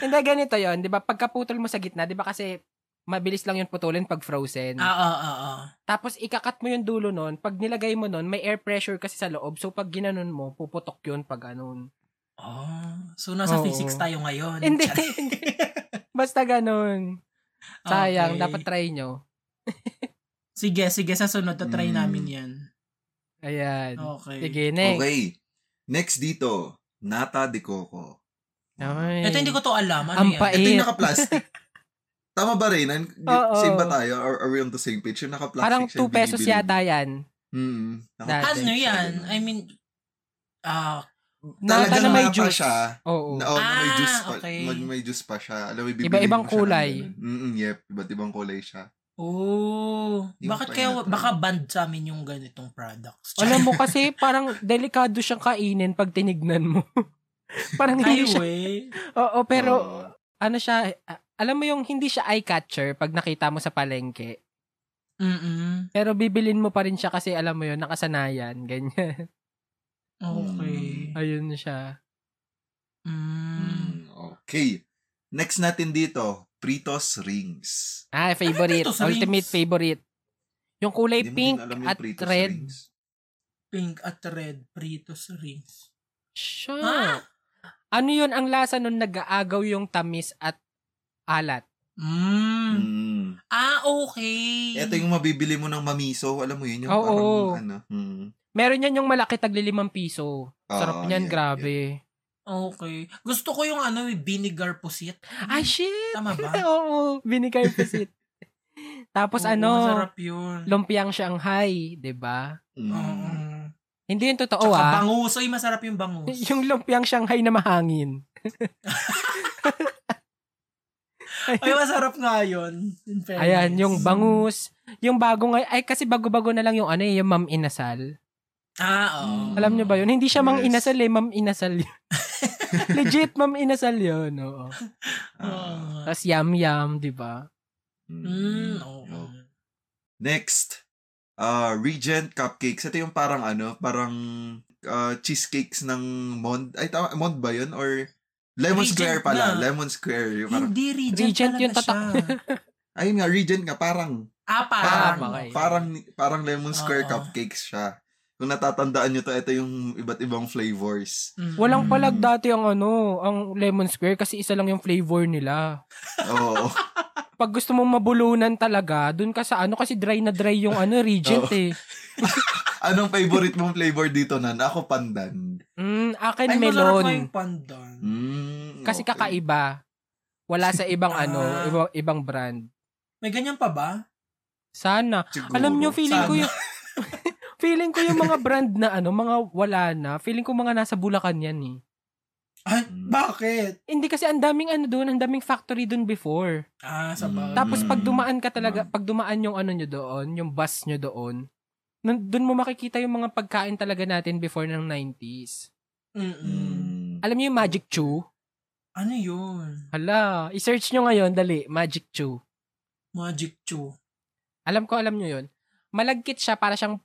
[SPEAKER 3] Hindi, ganito yon Di ba, pagkaputol mo sa gitna, di ba kasi mabilis lang yun putulin pag frozen.
[SPEAKER 5] Ah, ah, ah, ah.
[SPEAKER 3] Tapos ikakat mo yung dulo nun, pag nilagay mo nun, may air pressure kasi sa loob. So pag ginanon mo, puputok yun pag
[SPEAKER 5] (laughs)
[SPEAKER 3] anon.
[SPEAKER 5] Ah, so nasa
[SPEAKER 3] Oo.
[SPEAKER 5] physics tayo ngayon.
[SPEAKER 3] Hindi,
[SPEAKER 5] Charing.
[SPEAKER 3] hindi. Basta ganun. Sayang,
[SPEAKER 5] Okay.
[SPEAKER 3] dapat try nyo.
[SPEAKER 5] Sige, sige, sa sunod na try
[SPEAKER 4] Mm.
[SPEAKER 5] namin yan.
[SPEAKER 3] Ayan.
[SPEAKER 5] Okay.
[SPEAKER 3] Hmm. Sige, next.
[SPEAKER 4] Okay. Next dito, nata de coco.
[SPEAKER 3] Ay.
[SPEAKER 5] Ito hindi ko to alam. Ano
[SPEAKER 3] Ang
[SPEAKER 5] yan?
[SPEAKER 3] pait.
[SPEAKER 4] Ito yung
[SPEAKER 3] (laughs)
[SPEAKER 4] naka-plastic. Tama ba rin? Ang-
[SPEAKER 3] Oo.
[SPEAKER 4] Same ba tayo? Are, are we on the same page? Yung naka-plastic
[SPEAKER 3] Parang
[SPEAKER 4] siya,
[SPEAKER 3] 2 pesos
[SPEAKER 4] binibili.
[SPEAKER 3] yata yan.
[SPEAKER 4] Mm-hmm.
[SPEAKER 3] Dati.
[SPEAKER 5] Ano yan? I mean, ah,
[SPEAKER 3] Nata
[SPEAKER 4] Talagang
[SPEAKER 3] na may
[SPEAKER 4] nata
[SPEAKER 3] juice.
[SPEAKER 4] siya. Oo,
[SPEAKER 3] Oo.
[SPEAKER 4] na may
[SPEAKER 5] Ah,
[SPEAKER 4] juice pa.
[SPEAKER 5] okay.
[SPEAKER 4] Mag, may juice pa siya. Alam mo, bibili
[SPEAKER 3] Iba-ibang
[SPEAKER 4] mo siya ng
[SPEAKER 3] kulay.
[SPEAKER 4] ganun. Mm-mm, yep. Iba't ibang kulay siya.
[SPEAKER 5] oh,
[SPEAKER 4] Yung
[SPEAKER 5] bakit kaya,
[SPEAKER 4] pineapple.
[SPEAKER 5] baka banned sa amin yung ganitong products.
[SPEAKER 3] Alam mo kasi parang delikado siyang kainin pag tinignan mo. (laughs) parang hindi siya.
[SPEAKER 5] Anyway.
[SPEAKER 3] Oo, pero
[SPEAKER 4] Oo.
[SPEAKER 3] ano siya, ah, alam mo yung hindi siya eye catcher pag nakita mo sa palengke.
[SPEAKER 5] Mm-mm.
[SPEAKER 3] Pero bibilin mo pa rin siya kasi alam mo yun, nakasanayan, ganyan. (laughs)
[SPEAKER 5] Okay.
[SPEAKER 3] Ayun siya. Hmm.
[SPEAKER 5] Mm.
[SPEAKER 4] Mm, okay. Next natin dito, Pritos Rings.
[SPEAKER 3] Ah, favorite.
[SPEAKER 5] Ano ba ito sa
[SPEAKER 3] ultimate
[SPEAKER 5] rings?
[SPEAKER 3] favorite. Yung kulay
[SPEAKER 4] Hindi mo
[SPEAKER 3] pink
[SPEAKER 4] din alam yung
[SPEAKER 3] at
[SPEAKER 4] Pritos
[SPEAKER 3] red.
[SPEAKER 4] Rings.
[SPEAKER 5] Pink at red, Pritos rings.
[SPEAKER 3] Siya.
[SPEAKER 5] Ah!
[SPEAKER 3] Ano yun ang lasa nun nag-aagaw yung tamis at alat? Hmm.
[SPEAKER 5] Mm.
[SPEAKER 4] Mm.
[SPEAKER 5] Ah, okay.
[SPEAKER 4] Ito yung mabibili mo ng mamiso. Alam mo yun, yung
[SPEAKER 3] Oo.
[SPEAKER 4] parang ano. Mm.
[SPEAKER 3] Meron yan yung malaki taglilimang piso.
[SPEAKER 5] Ah,
[SPEAKER 3] Sarap
[SPEAKER 4] Oo,
[SPEAKER 3] niyan,
[SPEAKER 4] yep,
[SPEAKER 3] grabe.
[SPEAKER 5] Okay. Gusto ko yung ano, yung vinegar pusit.
[SPEAKER 3] Ay, shit!
[SPEAKER 5] Tama ba?
[SPEAKER 3] (laughs) Oo, vinegar visit. Tapos
[SPEAKER 5] Oo,
[SPEAKER 3] ano,
[SPEAKER 5] Masarap yun.
[SPEAKER 3] lumpiang Shanghai, 'di ba?
[SPEAKER 4] yep. Mm.
[SPEAKER 5] Oo.
[SPEAKER 3] Hindi yung totoo
[SPEAKER 5] Tsaka
[SPEAKER 3] ah.
[SPEAKER 5] bangus. Uy, masarap yung bangus.
[SPEAKER 3] (laughs) Yung lumpiang Shanghai na mahangin.
[SPEAKER 5] Ay, masarap nga yun. In fairness.
[SPEAKER 3] Ayan, yung bangus. Yung bago nga, ay kasi bago-bago na lang yung ano eh, yung Ma'am Inasal.
[SPEAKER 5] Ah, oo.
[SPEAKER 4] Mm.
[SPEAKER 3] Alam niyo ba yun? Hindi siya Mang
[SPEAKER 4] Yes.
[SPEAKER 3] Inasal eh, Ma'am Inasal
[SPEAKER 5] (laughs)
[SPEAKER 3] yun. (laughs) Legit Ma'am Inasal yun,
[SPEAKER 5] Oo
[SPEAKER 3] oo.
[SPEAKER 5] nga.
[SPEAKER 4] Ah,
[SPEAKER 3] Tapos yam-yam, di ba?
[SPEAKER 4] mm,
[SPEAKER 5] Mm, oo.
[SPEAKER 4] yep. Next, uh, Regent Cupcakes. Ito yung parang ano, parang uh, cheesecakes ng Mond. Ay, tama, Mond ba yun? Or Lemon
[SPEAKER 5] Regent
[SPEAKER 4] Square pala.
[SPEAKER 5] na.
[SPEAKER 4] Lemon Square. Yung parang,
[SPEAKER 5] Hindi, Regent,
[SPEAKER 3] Regent
[SPEAKER 5] talaga
[SPEAKER 3] yung tatak.
[SPEAKER 5] siya. Hmm.
[SPEAKER 4] ayun nga, Regent nga. Parang,
[SPEAKER 5] ah, parang.
[SPEAKER 4] parang,
[SPEAKER 3] Ah, okay.
[SPEAKER 4] parang, parang Lemon Square
[SPEAKER 5] Oo.
[SPEAKER 4] Cupcakes siya. Kung natatandaan nyo to, ito yung iba't ibang flavors.
[SPEAKER 5] Mm.
[SPEAKER 3] Walang
[SPEAKER 4] Mm.
[SPEAKER 3] palag dati ang ano, ang lemon square kasi isa lang yung flavor nila.
[SPEAKER 4] Oo. (laughs)
[SPEAKER 3] Pag gusto mong mabulunan talaga, dun ka sa ano kasi dry na dry yung ano, regent eh.
[SPEAKER 4] Anong favorite mong flavor dito, Nan? Ako, pandan.
[SPEAKER 3] Mm, akin
[SPEAKER 5] Ay, masarap nga
[SPEAKER 3] melon.
[SPEAKER 5] yung pandan.
[SPEAKER 4] Mm,
[SPEAKER 3] Kasi
[SPEAKER 4] okay.
[SPEAKER 3] kakaiba. Wala sa ibang ano,
[SPEAKER 5] Ah.
[SPEAKER 3] ibang, ibang brand.
[SPEAKER 5] May ganyan pa ba?
[SPEAKER 3] Sana.
[SPEAKER 4] Siguro.
[SPEAKER 3] Alam nyo, feeling ko
[SPEAKER 5] Sana.
[SPEAKER 3] yung... (laughs) feeling ko yung mga brand na ano, mga wala na, feeling ko mga nasa Bulacan yan eh.
[SPEAKER 5] Ay,
[SPEAKER 4] Mm.
[SPEAKER 5] bakit?
[SPEAKER 3] Hindi kasi ang daming ano doon, ang daming factory doon before.
[SPEAKER 5] Ah, sa
[SPEAKER 4] Mm.
[SPEAKER 5] bagay.
[SPEAKER 3] Tapos
[SPEAKER 4] Mm.
[SPEAKER 3] pag dumaan ka talaga,
[SPEAKER 4] Mm.
[SPEAKER 3] pag dumaan yung ano nyo doon, yung bus nyo doon, nun- doon mo makikita yung mga pagkain talaga natin before ng 90s.
[SPEAKER 5] Mm-mm.
[SPEAKER 4] Mm.
[SPEAKER 3] Alam nyo yung Magic Chew?
[SPEAKER 5] Ano yun?
[SPEAKER 3] Hala, isearch nyo ngayon, dali, Magic Chew.
[SPEAKER 5] Magic Chew.
[SPEAKER 3] Alam ko, alam nyo yun. Malagkit siya, para siyang,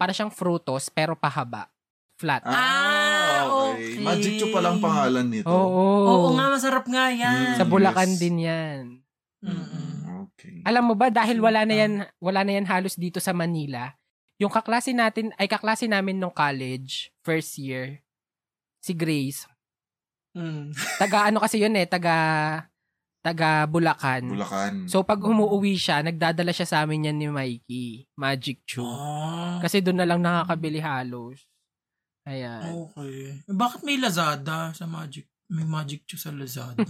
[SPEAKER 3] para siyang frutos, pero pahaba. Flat.
[SPEAKER 5] Ah, okay.
[SPEAKER 4] Magic Chew palang pangalan nito.
[SPEAKER 3] Oo.
[SPEAKER 5] Oo nga, masarap nga yan.
[SPEAKER 4] Mm.
[SPEAKER 3] Sa Bulacan
[SPEAKER 4] Yes.
[SPEAKER 3] din yan.
[SPEAKER 5] Mm-mm.
[SPEAKER 4] Mm, Okay.
[SPEAKER 3] Alam mo ba, dahil wala na yan, wala na yan halos dito sa Manila, yung kaklase natin, ay kaklase namin nung college, first year, si Grace,
[SPEAKER 5] Mm.
[SPEAKER 3] taga ano kasi yun eh, taga, taga Bulacan.
[SPEAKER 4] Bulacan.
[SPEAKER 3] So pag umuwi siya, nagdadala siya sa amin yan ni Mikey, Magic Chew.
[SPEAKER 5] Ah,
[SPEAKER 3] Kasi doon na lang nakakabili halos.
[SPEAKER 5] Oh.
[SPEAKER 3] Ayan.
[SPEAKER 5] okay. Bakit may Lazada sa Magic? May Magic Chew sa (laughs) Lazada?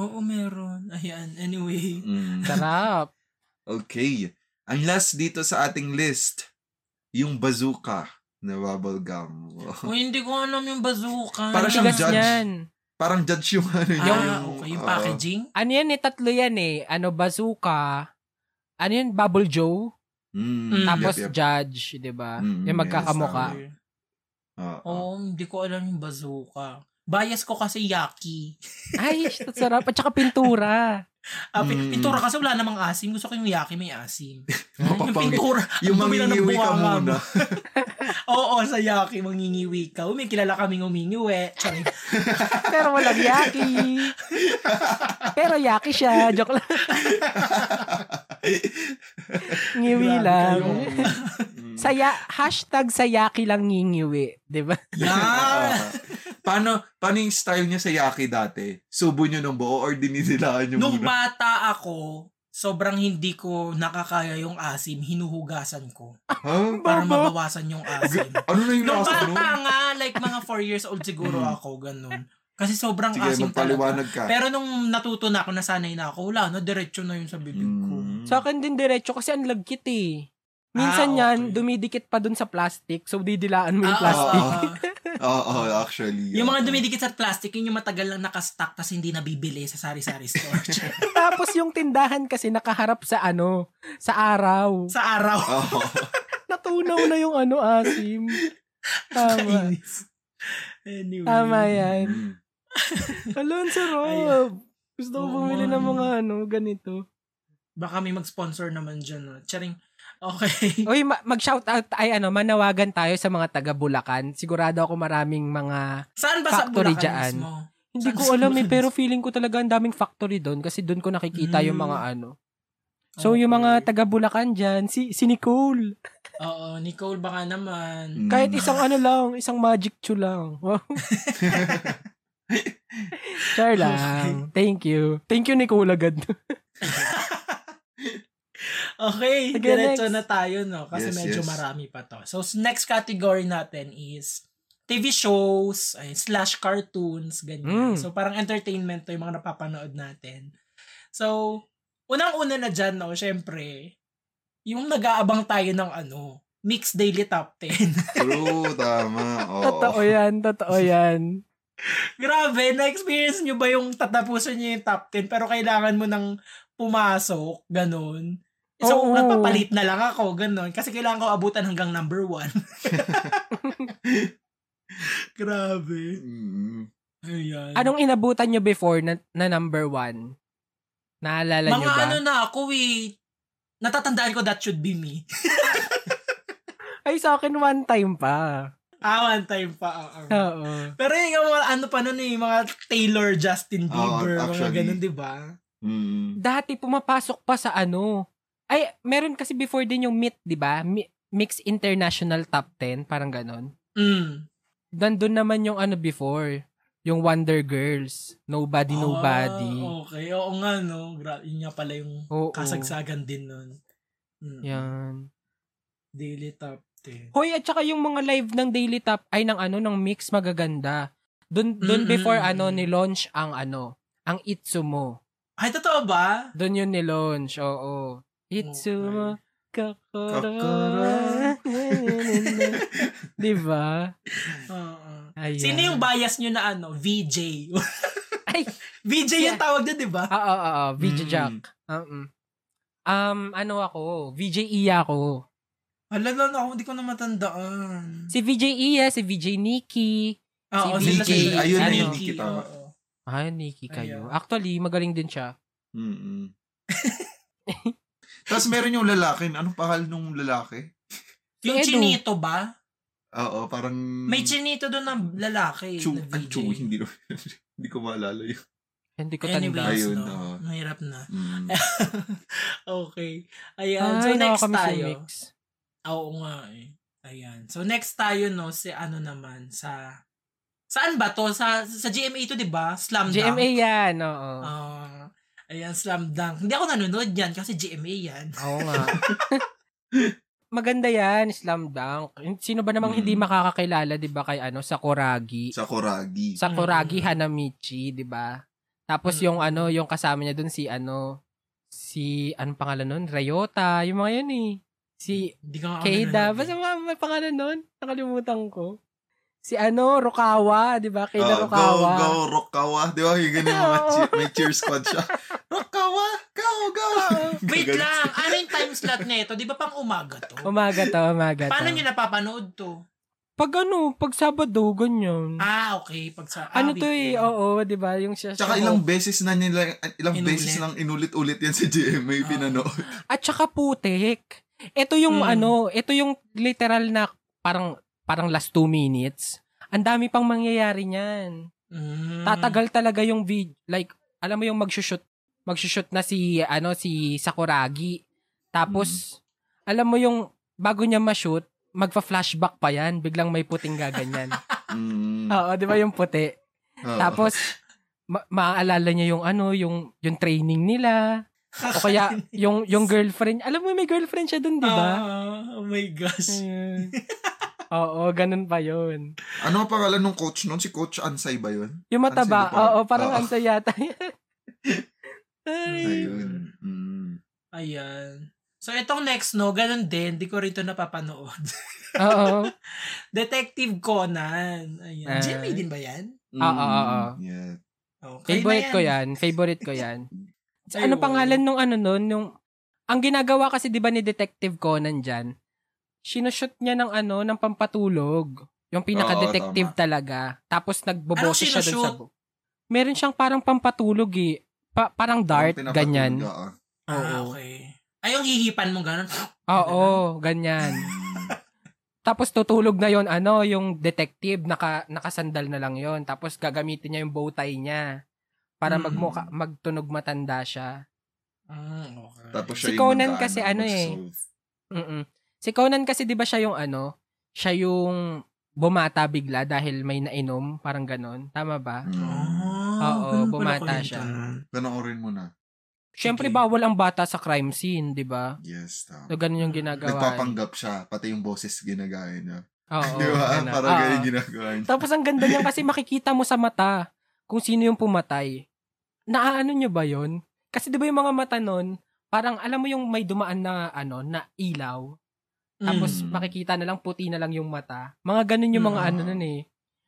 [SPEAKER 5] Oo, meron. Ayan,
[SPEAKER 3] (laughs)
[SPEAKER 5] anyway.
[SPEAKER 4] Mm.
[SPEAKER 3] Sarap.
[SPEAKER 4] Okay. Ang last dito sa ating list, yung bazooka na bubble gum.
[SPEAKER 5] Uy, hindi ko alam yung bazooka.
[SPEAKER 4] Para siyang
[SPEAKER 3] Tigas
[SPEAKER 4] judge.
[SPEAKER 3] niyan.
[SPEAKER 4] Parang judge yung
[SPEAKER 5] Ah,
[SPEAKER 4] ano yung,
[SPEAKER 5] okay. Yung
[SPEAKER 4] oo.
[SPEAKER 5] packaging?
[SPEAKER 3] Ano yan eh, tatlo yan eh. Ano, bazooka, ano yun, Bubble Joe,
[SPEAKER 4] Mm,
[SPEAKER 5] Mm.
[SPEAKER 4] yep,
[SPEAKER 3] tapos
[SPEAKER 4] yep.
[SPEAKER 3] Judge, di ba?
[SPEAKER 5] Mm-hmm,
[SPEAKER 4] Mm,
[SPEAKER 3] yung
[SPEAKER 4] yes,
[SPEAKER 3] magkakamuka.
[SPEAKER 4] tama. Oo. (laughs)
[SPEAKER 5] Oo, Oh, hindi ko alam yung bazooka. Bias ko kasi yaki.
[SPEAKER 3] Ay, shit, sarap. At saka pintura.
[SPEAKER 5] Ah, pin-
[SPEAKER 4] Mm.
[SPEAKER 5] Pintura kasi wala namang asim. Gusto ko yung yaki may asim. yung
[SPEAKER 4] Mapapangit.
[SPEAKER 5] pintura. (laughs)
[SPEAKER 4] Yung
[SPEAKER 5] Ang dumi na ng
[SPEAKER 4] mangingiwi ka
[SPEAKER 5] bunga nga
[SPEAKER 4] muna.
[SPEAKER 5] Oo, sa yaki mangingiwi ka. Uy, may kilala kaming umingiwi. Charing.
[SPEAKER 3] Pero walang
[SPEAKER 5] (laughs)
[SPEAKER 3] yaki. Pero yaki siya. Joke lang. Ngiwi
[SPEAKER 5] Grabe
[SPEAKER 3] lang.
[SPEAKER 5] kayo.
[SPEAKER 4] Mm.
[SPEAKER 3] Saya, hashtag sayaki lang ngingiwi. Di ba?
[SPEAKER 4] (laughs)
[SPEAKER 5] Yan!
[SPEAKER 4] (laughs) Ah. paano, paano yung style niya sa yaki dati? Subo niyo ng buo or dinidilaan niyo
[SPEAKER 5] Nung
[SPEAKER 4] muna?
[SPEAKER 5] bata ako, sobrang hindi ko nakakaya yung asim, hinuhugasan ko.
[SPEAKER 4] Huh?
[SPEAKER 5] Para
[SPEAKER 3] Baba.
[SPEAKER 5] mabawasan yung asim.
[SPEAKER 4] Ano na yung
[SPEAKER 5] Nung
[SPEAKER 4] lasa ko
[SPEAKER 5] bata
[SPEAKER 4] nun?
[SPEAKER 5] nga, like mga 4 years old siguro
[SPEAKER 4] Mm.
[SPEAKER 5] ako, ganun. Kasi sobrang
[SPEAKER 4] Sige,
[SPEAKER 5] asim talaga.
[SPEAKER 4] magpaliwanag ka.
[SPEAKER 5] Pero nung natuto na ako, nasanay na ako, wala, no, diretso na yun sa bibig ko.
[SPEAKER 4] Mm.
[SPEAKER 3] Sa akin din diretso kasi ang lagkit eh. Minsan
[SPEAKER 5] Ah,
[SPEAKER 3] yan,
[SPEAKER 5] okay.
[SPEAKER 3] dumidikit pa dun sa plastic. So, didilaan mo yung
[SPEAKER 5] Ah,
[SPEAKER 3] plastic.
[SPEAKER 5] ah,
[SPEAKER 4] (laughs)
[SPEAKER 5] ah.
[SPEAKER 4] Oo, oo, actually.
[SPEAKER 5] yung mga
[SPEAKER 4] oo.
[SPEAKER 5] dumidikit sa plastic, yun yung matagal lang nakastock tas hindi nabibili sa sari-sari
[SPEAKER 4] (laughs)
[SPEAKER 5] store.
[SPEAKER 3] Tapos yung tindahan kasi nakaharap sa ano, sa araw.
[SPEAKER 5] sa araw. (laughs)
[SPEAKER 4] Oo.
[SPEAKER 3] Natunaw na yung ano, asim. Tama.
[SPEAKER 5] Kainis. anyway.
[SPEAKER 3] Tama yan.
[SPEAKER 4] Mm.
[SPEAKER 3] Alon, sarap.
[SPEAKER 5] Ayan.
[SPEAKER 3] Gusto ko
[SPEAKER 5] Oo.
[SPEAKER 3] bumili ng mga ano, ganito.
[SPEAKER 5] Baka may mag-sponsor naman dyan. No? Charing. Okay.
[SPEAKER 3] Uy, ma- mag-shoutout, ay ano, manawagan tayo sa mga taga Bulacan. Sigurado ako maraming mga,
[SPEAKER 5] Saan ba sa
[SPEAKER 3] Factory
[SPEAKER 5] Bulacan
[SPEAKER 3] dyan.
[SPEAKER 5] mismo?
[SPEAKER 3] hindi
[SPEAKER 5] Saan
[SPEAKER 3] ko
[SPEAKER 5] sa
[SPEAKER 3] alam eh,
[SPEAKER 5] Bulacan?
[SPEAKER 3] pero feeling ko talaga ang daming factory doon kasi doon ko nakikita yung
[SPEAKER 5] Mm.
[SPEAKER 3] mga ano. So, yung
[SPEAKER 5] Okay.
[SPEAKER 3] mga taga Bulacan dyan, si, si Nicole,
[SPEAKER 5] Oo, Nicole baka naman.
[SPEAKER 4] Mm.
[SPEAKER 3] kahit isang ano lang, isang magic chew lang. Wow. (laughs) Char lang. Thank you. Thank you, Nicole, agad.
[SPEAKER 5] Okay,
[SPEAKER 3] Sige,
[SPEAKER 5] diretso
[SPEAKER 3] next.
[SPEAKER 5] na tayo, no? Kasi
[SPEAKER 4] Yes,
[SPEAKER 5] medyo
[SPEAKER 4] yes.
[SPEAKER 5] marami pa to. So, s- next category natin is TV shows, ay, slash cartoons, ganyan.
[SPEAKER 3] Mm.
[SPEAKER 5] So, parang entertainment to yung mga napapanood natin. So, unang-una na dyan, no? Siyempre, yung nag-aabang tayo ng ano, Mixed Daily Top 10.
[SPEAKER 4] True, tama. Oo.
[SPEAKER 3] totoo yan, totoo yan.
[SPEAKER 5] Grabe, na-experience nyo ba yung tatapusin nyo yung top 10 pero kailangan mo nang pumasok, ganun. So,
[SPEAKER 3] Oo.
[SPEAKER 5] nagpapalit na lang ako, ganun. Kasi kailangan ko abutan hanggang number
[SPEAKER 3] (laughs)
[SPEAKER 5] one. (laughs) Grabe.
[SPEAKER 4] Mm.
[SPEAKER 5] Ayan.
[SPEAKER 3] Anong inabutan nyo before na, na number one? Naalala nyo
[SPEAKER 5] Mga
[SPEAKER 3] ba?
[SPEAKER 5] ano na ako eh. Natatandaan ko that should be me.
[SPEAKER 3] Ay, sa akin one time pa.
[SPEAKER 5] (laughs) ah, one time pa. oo.
[SPEAKER 3] Oo.
[SPEAKER 5] Pero yung mga ano pa nun eh, mga Taylor, Justin
[SPEAKER 4] Oo,
[SPEAKER 5] Bieber, mga
[SPEAKER 4] actually.
[SPEAKER 5] ganun, di ba?
[SPEAKER 4] Mm.
[SPEAKER 3] Dati pumapasok pa sa ano. Ay, meron kasi before din yung meet, di ba? Mi- Meet, Mix International Top 10, parang ganon.
[SPEAKER 6] Mm.
[SPEAKER 3] Nandun naman yung ano before, yung Wonder Girls, Nobody Nobody.
[SPEAKER 6] Ah, okay. Oo nga, no. Gra- yun nga pala yung
[SPEAKER 3] Oo.
[SPEAKER 6] kasagsagan din nun. Mm.
[SPEAKER 3] Yan.
[SPEAKER 6] Daily top 10.
[SPEAKER 3] Hoy, at saka yung mga live ng Daily Top ay ng ano, ng mix magaganda. Doon doon
[SPEAKER 6] Mm-mm.
[SPEAKER 3] before ano ni launch ang ano, ang Itsumo.
[SPEAKER 6] Ay, totoo ba?
[SPEAKER 3] Doon yun ni launch. Oo. Itsumo
[SPEAKER 4] Kokoro.
[SPEAKER 3] kokoro.
[SPEAKER 6] (laughs)
[SPEAKER 3] Di ba?
[SPEAKER 5] Mm.
[SPEAKER 6] Oo.
[SPEAKER 3] Diba? Ayan.
[SPEAKER 6] Sino yung bias nyo na ano? VJ. (laughs)
[SPEAKER 3] Ay,
[SPEAKER 6] VJ
[SPEAKER 3] Yeah.
[SPEAKER 6] yung tawag na, di ba?
[SPEAKER 3] oo, oo, oo,
[SPEAKER 4] Mm.
[SPEAKER 3] VJ ah, Jack. Um, um, ano ako? VJ Iya ako.
[SPEAKER 6] Wala lang ako, hindi ko na matandaan.
[SPEAKER 3] Si VJ Iya, eh, si VJ Nikki.
[SPEAKER 6] Oo,
[SPEAKER 3] si
[SPEAKER 6] sila
[SPEAKER 3] VJ.
[SPEAKER 6] sila.
[SPEAKER 3] Ayun na
[SPEAKER 4] yun,
[SPEAKER 6] Nikki,
[SPEAKER 4] Nikki, tama.
[SPEAKER 6] oo.
[SPEAKER 3] Ah, Nikki kayo.
[SPEAKER 6] Ayan.
[SPEAKER 3] Actually, magaling din siya.
[SPEAKER 4] Mm-mm. Tapos meron yung lalaki. Anong pahal nung lalaki?
[SPEAKER 6] Yung
[SPEAKER 3] Edo.
[SPEAKER 6] Chinito ba?
[SPEAKER 4] Oo, parang...
[SPEAKER 6] May Chinito doon na
[SPEAKER 4] Mm.
[SPEAKER 6] lalaki.
[SPEAKER 4] Chu,
[SPEAKER 6] na
[SPEAKER 4] ay,
[SPEAKER 6] VJ.
[SPEAKER 4] chu, hindi, na- (laughs) hindi ko maalala yun.
[SPEAKER 3] Hindi ko tanda.
[SPEAKER 6] Anyways,
[SPEAKER 4] Ayun,
[SPEAKER 6] no.
[SPEAKER 4] oo.
[SPEAKER 6] Mahirap na.
[SPEAKER 4] Mm.
[SPEAKER 6] okay. Ayan. so, next
[SPEAKER 3] nakakamiss yung
[SPEAKER 6] tayo.
[SPEAKER 3] mix.
[SPEAKER 6] Oo nga eh. Ayan. So, next tayo, no, si ano naman, sa... Saan ba to? Sa, sa GMA to, di ba? Slam Dunk.
[SPEAKER 3] GMA yan, oo.
[SPEAKER 6] Ah, ayan, Slam Dunk. Hindi ako nanonood yan kasi GMA yan.
[SPEAKER 3] Oo nga.
[SPEAKER 6] (laughs)
[SPEAKER 3] Maganda yan, Slam Dunk. Sino ba namang
[SPEAKER 4] Mm.
[SPEAKER 3] hindi makakakilala, di ba, kay ano, Sakuragi.
[SPEAKER 4] (laughs) Sa Koragi.
[SPEAKER 3] Sakuragi
[SPEAKER 6] Mm.
[SPEAKER 3] Hanamichi, di ba? Tapos yung
[SPEAKER 6] Mm.
[SPEAKER 3] ano, yung kasama niya dun si ano, si, anong pangalan nun? Rayota, yung mga yun eh. Si
[SPEAKER 6] Hindi ka nga ako
[SPEAKER 3] Keida,
[SPEAKER 6] nanonood
[SPEAKER 3] basta
[SPEAKER 6] eh.
[SPEAKER 3] mga, mga pangalan nun, nakalimutan ko. Si ano, Rukawa, di ba?
[SPEAKER 6] Oh,
[SPEAKER 3] Keida
[SPEAKER 4] Oo,
[SPEAKER 3] Rukawa.
[SPEAKER 4] Ah, Go, go, Rokawa. Di ba? Yung ganyan mga
[SPEAKER 3] Oo.
[SPEAKER 4] cheer, may cheer squad siya. Rokawa, go, go.
[SPEAKER 3] (laughs)
[SPEAKER 6] Wait
[SPEAKER 4] Ganun.
[SPEAKER 6] lang, ano yung time slot na ito? Di ba pang umaga to?
[SPEAKER 3] (laughs) Umaga to, Oh, umaga to.
[SPEAKER 6] Paano nyo napapanood to?
[SPEAKER 3] Pag ano, pag Sabado, ganyan.
[SPEAKER 6] Ah, okay. Pag sa, ah,
[SPEAKER 3] ano to eh,
[SPEAKER 6] weekend.
[SPEAKER 3] oo, di ba? Yung siya.
[SPEAKER 4] Tsaka ilang beses na nila, ilang
[SPEAKER 6] Inulit.
[SPEAKER 4] beses lang inulit-ulit yan si GMA
[SPEAKER 6] Oo.
[SPEAKER 4] pinanood.
[SPEAKER 3] At saka putik. Ito yung
[SPEAKER 6] Mm.
[SPEAKER 3] ano, ito yung literal na parang parang last two minutes. Ang dami pang mangyayari niyan.
[SPEAKER 6] Mm.
[SPEAKER 3] Tatagal talaga yung video. Like, alam mo yung magsushoot, magsushoot na si, ano, si Sakuragi.
[SPEAKER 6] Mm.
[SPEAKER 3] Tapos, alam mo yung bago niya ma-shoot, magpa-flashback pa yan. Biglang may puting
[SPEAKER 6] (laughs)
[SPEAKER 3] gaganyan.
[SPEAKER 4] Mm.
[SPEAKER 3] Oo, di ba yung puti?
[SPEAKER 4] Oo.
[SPEAKER 3] Tapos, ma- maaalala niya yung ano, yung, yung training nila. O kaya, yung, yung girlfriend. Alam mo, may girlfriend siya dun, di ba? Hmm.
[SPEAKER 6] Ah, oh my gosh.
[SPEAKER 3] Ayun. Oo, ganun pa yun.
[SPEAKER 4] Ano ang pangalan ng coach noon? Si Coach Ansay ba yun?
[SPEAKER 3] Yung
[SPEAKER 4] Ang
[SPEAKER 3] mataba,
[SPEAKER 4] sino pa?
[SPEAKER 3] oo, parang
[SPEAKER 4] Oo.
[SPEAKER 3] ansay yata yan. Ay.
[SPEAKER 4] Ayun. Mm.
[SPEAKER 6] Ayan. So, itong next, no, ganun din. Di ko rito napapanood. (laughs)
[SPEAKER 3] Oo.
[SPEAKER 6] Detective Conan. Ayan.
[SPEAKER 3] Ah.
[SPEAKER 6] Jimmy din ba yan?
[SPEAKER 4] Mm.
[SPEAKER 3] Oo, oo, oo.
[SPEAKER 4] Yeah.
[SPEAKER 6] Okay
[SPEAKER 3] Favorite ko yan. Favorite ko yan. ano pangalan nung ano nun? Nung, ang ginagawa kasi di ba ni Detective Conan dyan, sinushoot niya ng ano, ng pampatulog. Yung pinaka-detective talaga. Tapos nagbobose
[SPEAKER 6] Anong
[SPEAKER 3] siya dun sa
[SPEAKER 6] sinushoot?
[SPEAKER 3] bu- Meron siyang parang pampatulog eh. Pa-
[SPEAKER 4] Parang
[SPEAKER 3] parang dart,
[SPEAKER 4] pinapatulog,
[SPEAKER 3] ganyan.
[SPEAKER 4] oo.
[SPEAKER 6] Ah,
[SPEAKER 3] Oo.
[SPEAKER 6] okay. Ay, yung hihipan mo ganun.
[SPEAKER 3] Oo, ganyan.
[SPEAKER 4] Mm.
[SPEAKER 3] Tapos tutulog na yon ano, yung detective, naka, nakasandal na lang yon Tapos gagamitin niya yung bowtie niya para
[SPEAKER 6] Mm.
[SPEAKER 3] magmuka, magtunog matanda siya.
[SPEAKER 6] Ah, okay.
[SPEAKER 4] (laughs) Tapos
[SPEAKER 3] Si
[SPEAKER 4] siya yung
[SPEAKER 3] Conan
[SPEAKER 4] nag-aano,
[SPEAKER 3] kasi ano eh.
[SPEAKER 4] nagsasolve.
[SPEAKER 3] Mm-mm. Si Conan kasi 'di ba siya yung ano, siya yung bumata bigla dahil may nainom, parang ganon. Tama ba?
[SPEAKER 4] Mm.
[SPEAKER 3] Oo,
[SPEAKER 6] Ah, ganun pala
[SPEAKER 3] bumata
[SPEAKER 6] kwento
[SPEAKER 3] siya.
[SPEAKER 6] nun.
[SPEAKER 4] Panoorin mo na.
[SPEAKER 3] Siyempre
[SPEAKER 6] Sige.
[SPEAKER 3] bawal ang bata sa crime scene, 'di ba?
[SPEAKER 4] Yes, tama.
[SPEAKER 3] So ganun yung ginagawa.
[SPEAKER 4] Nagpapanggap siya, pati yung boses ginagaya niya.
[SPEAKER 3] Oo,
[SPEAKER 4] (laughs) Di ba?
[SPEAKER 3] ganun.
[SPEAKER 4] Parang
[SPEAKER 3] Oo.
[SPEAKER 4] ganyan ginagawa niya.
[SPEAKER 3] Tapos ang ganda niyan kasi makikita mo sa mata kung sino yung pumatay. Naaano nyo ba yon? Kasi di ba yung mga mata nun, parang alam mo yung may dumaan na ano na ilaw. Tapos
[SPEAKER 4] Mm.
[SPEAKER 3] makikita na lang puti na lang yung mata. Mga ganun yung mga
[SPEAKER 6] Mm.
[SPEAKER 3] ano nun eh.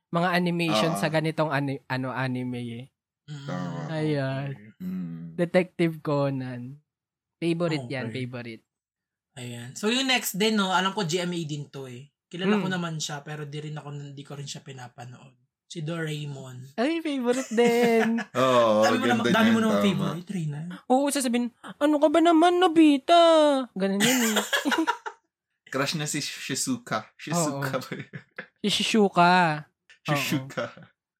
[SPEAKER 3] Mga animation
[SPEAKER 4] Ah.
[SPEAKER 3] sa ganitong ani- ano anime eh.
[SPEAKER 6] Mm.
[SPEAKER 4] Tama.
[SPEAKER 3] Ayan.
[SPEAKER 4] Mm.
[SPEAKER 3] Detective Conan. Favorite yan,
[SPEAKER 6] Okay.
[SPEAKER 3] favorite.
[SPEAKER 6] Ayan. So, yung next din, no, alam ko GMA din to eh. Kilala
[SPEAKER 3] Mm.
[SPEAKER 6] ko naman siya, pero di rin ako, hindi ko rin siya pinapanood. Si Doraemon.
[SPEAKER 3] Ay, favorite din.
[SPEAKER 4] Oo,
[SPEAKER 6] dami mo naman,
[SPEAKER 4] Oh, ganda
[SPEAKER 6] dami mo
[SPEAKER 4] niyan,
[SPEAKER 6] naman
[SPEAKER 4] tama.
[SPEAKER 6] favorite, Rina.
[SPEAKER 3] Oo, sasabihin, ano ka ba naman, Nobita? Ganun yun eh.
[SPEAKER 4] Crush na si Shizuka. Shizuka ba yun?
[SPEAKER 3] Si Shizuka.
[SPEAKER 4] Shizuka.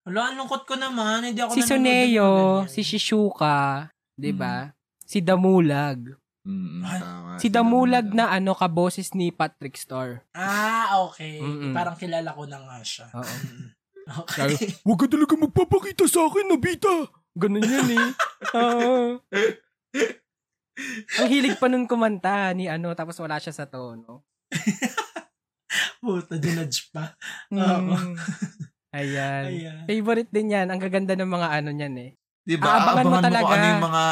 [SPEAKER 6] Wala, ang lungkot ko naman. Hindi ako
[SPEAKER 3] si
[SPEAKER 6] nanonood ng mga
[SPEAKER 3] Suneo,
[SPEAKER 6] ganyan.
[SPEAKER 3] si Shishuka, 'di ba? Si Damulag.
[SPEAKER 4] Mm,
[SPEAKER 6] Ay,
[SPEAKER 4] tama.
[SPEAKER 3] Si Damulag na ano, kaboses ni Patrick Star.
[SPEAKER 6] Ah, okay.
[SPEAKER 3] Mm-mm.
[SPEAKER 6] Parang kilala ko na nga siya. (laughs)
[SPEAKER 3] Oo. (laughs) Sabi,
[SPEAKER 6] Okay.
[SPEAKER 3] Huwag ka talaga magpapakita sa akin, Nobita! Ganun yun (laughs) eh. Ah. ang hilig pa nun kumanta ni ano, tapos wala siya sa tono.
[SPEAKER 6] Puta, dinudge pa.
[SPEAKER 3] Mm.
[SPEAKER 6] Oo.
[SPEAKER 3] (laughs) Ayan.
[SPEAKER 6] Ayan.
[SPEAKER 3] Favorite din yan. Ang gaganda ng mga ano niyan eh.
[SPEAKER 4] Diba? Abangan
[SPEAKER 3] Aabangan mo
[SPEAKER 4] mo,
[SPEAKER 3] talaga.
[SPEAKER 4] kung ano yung mga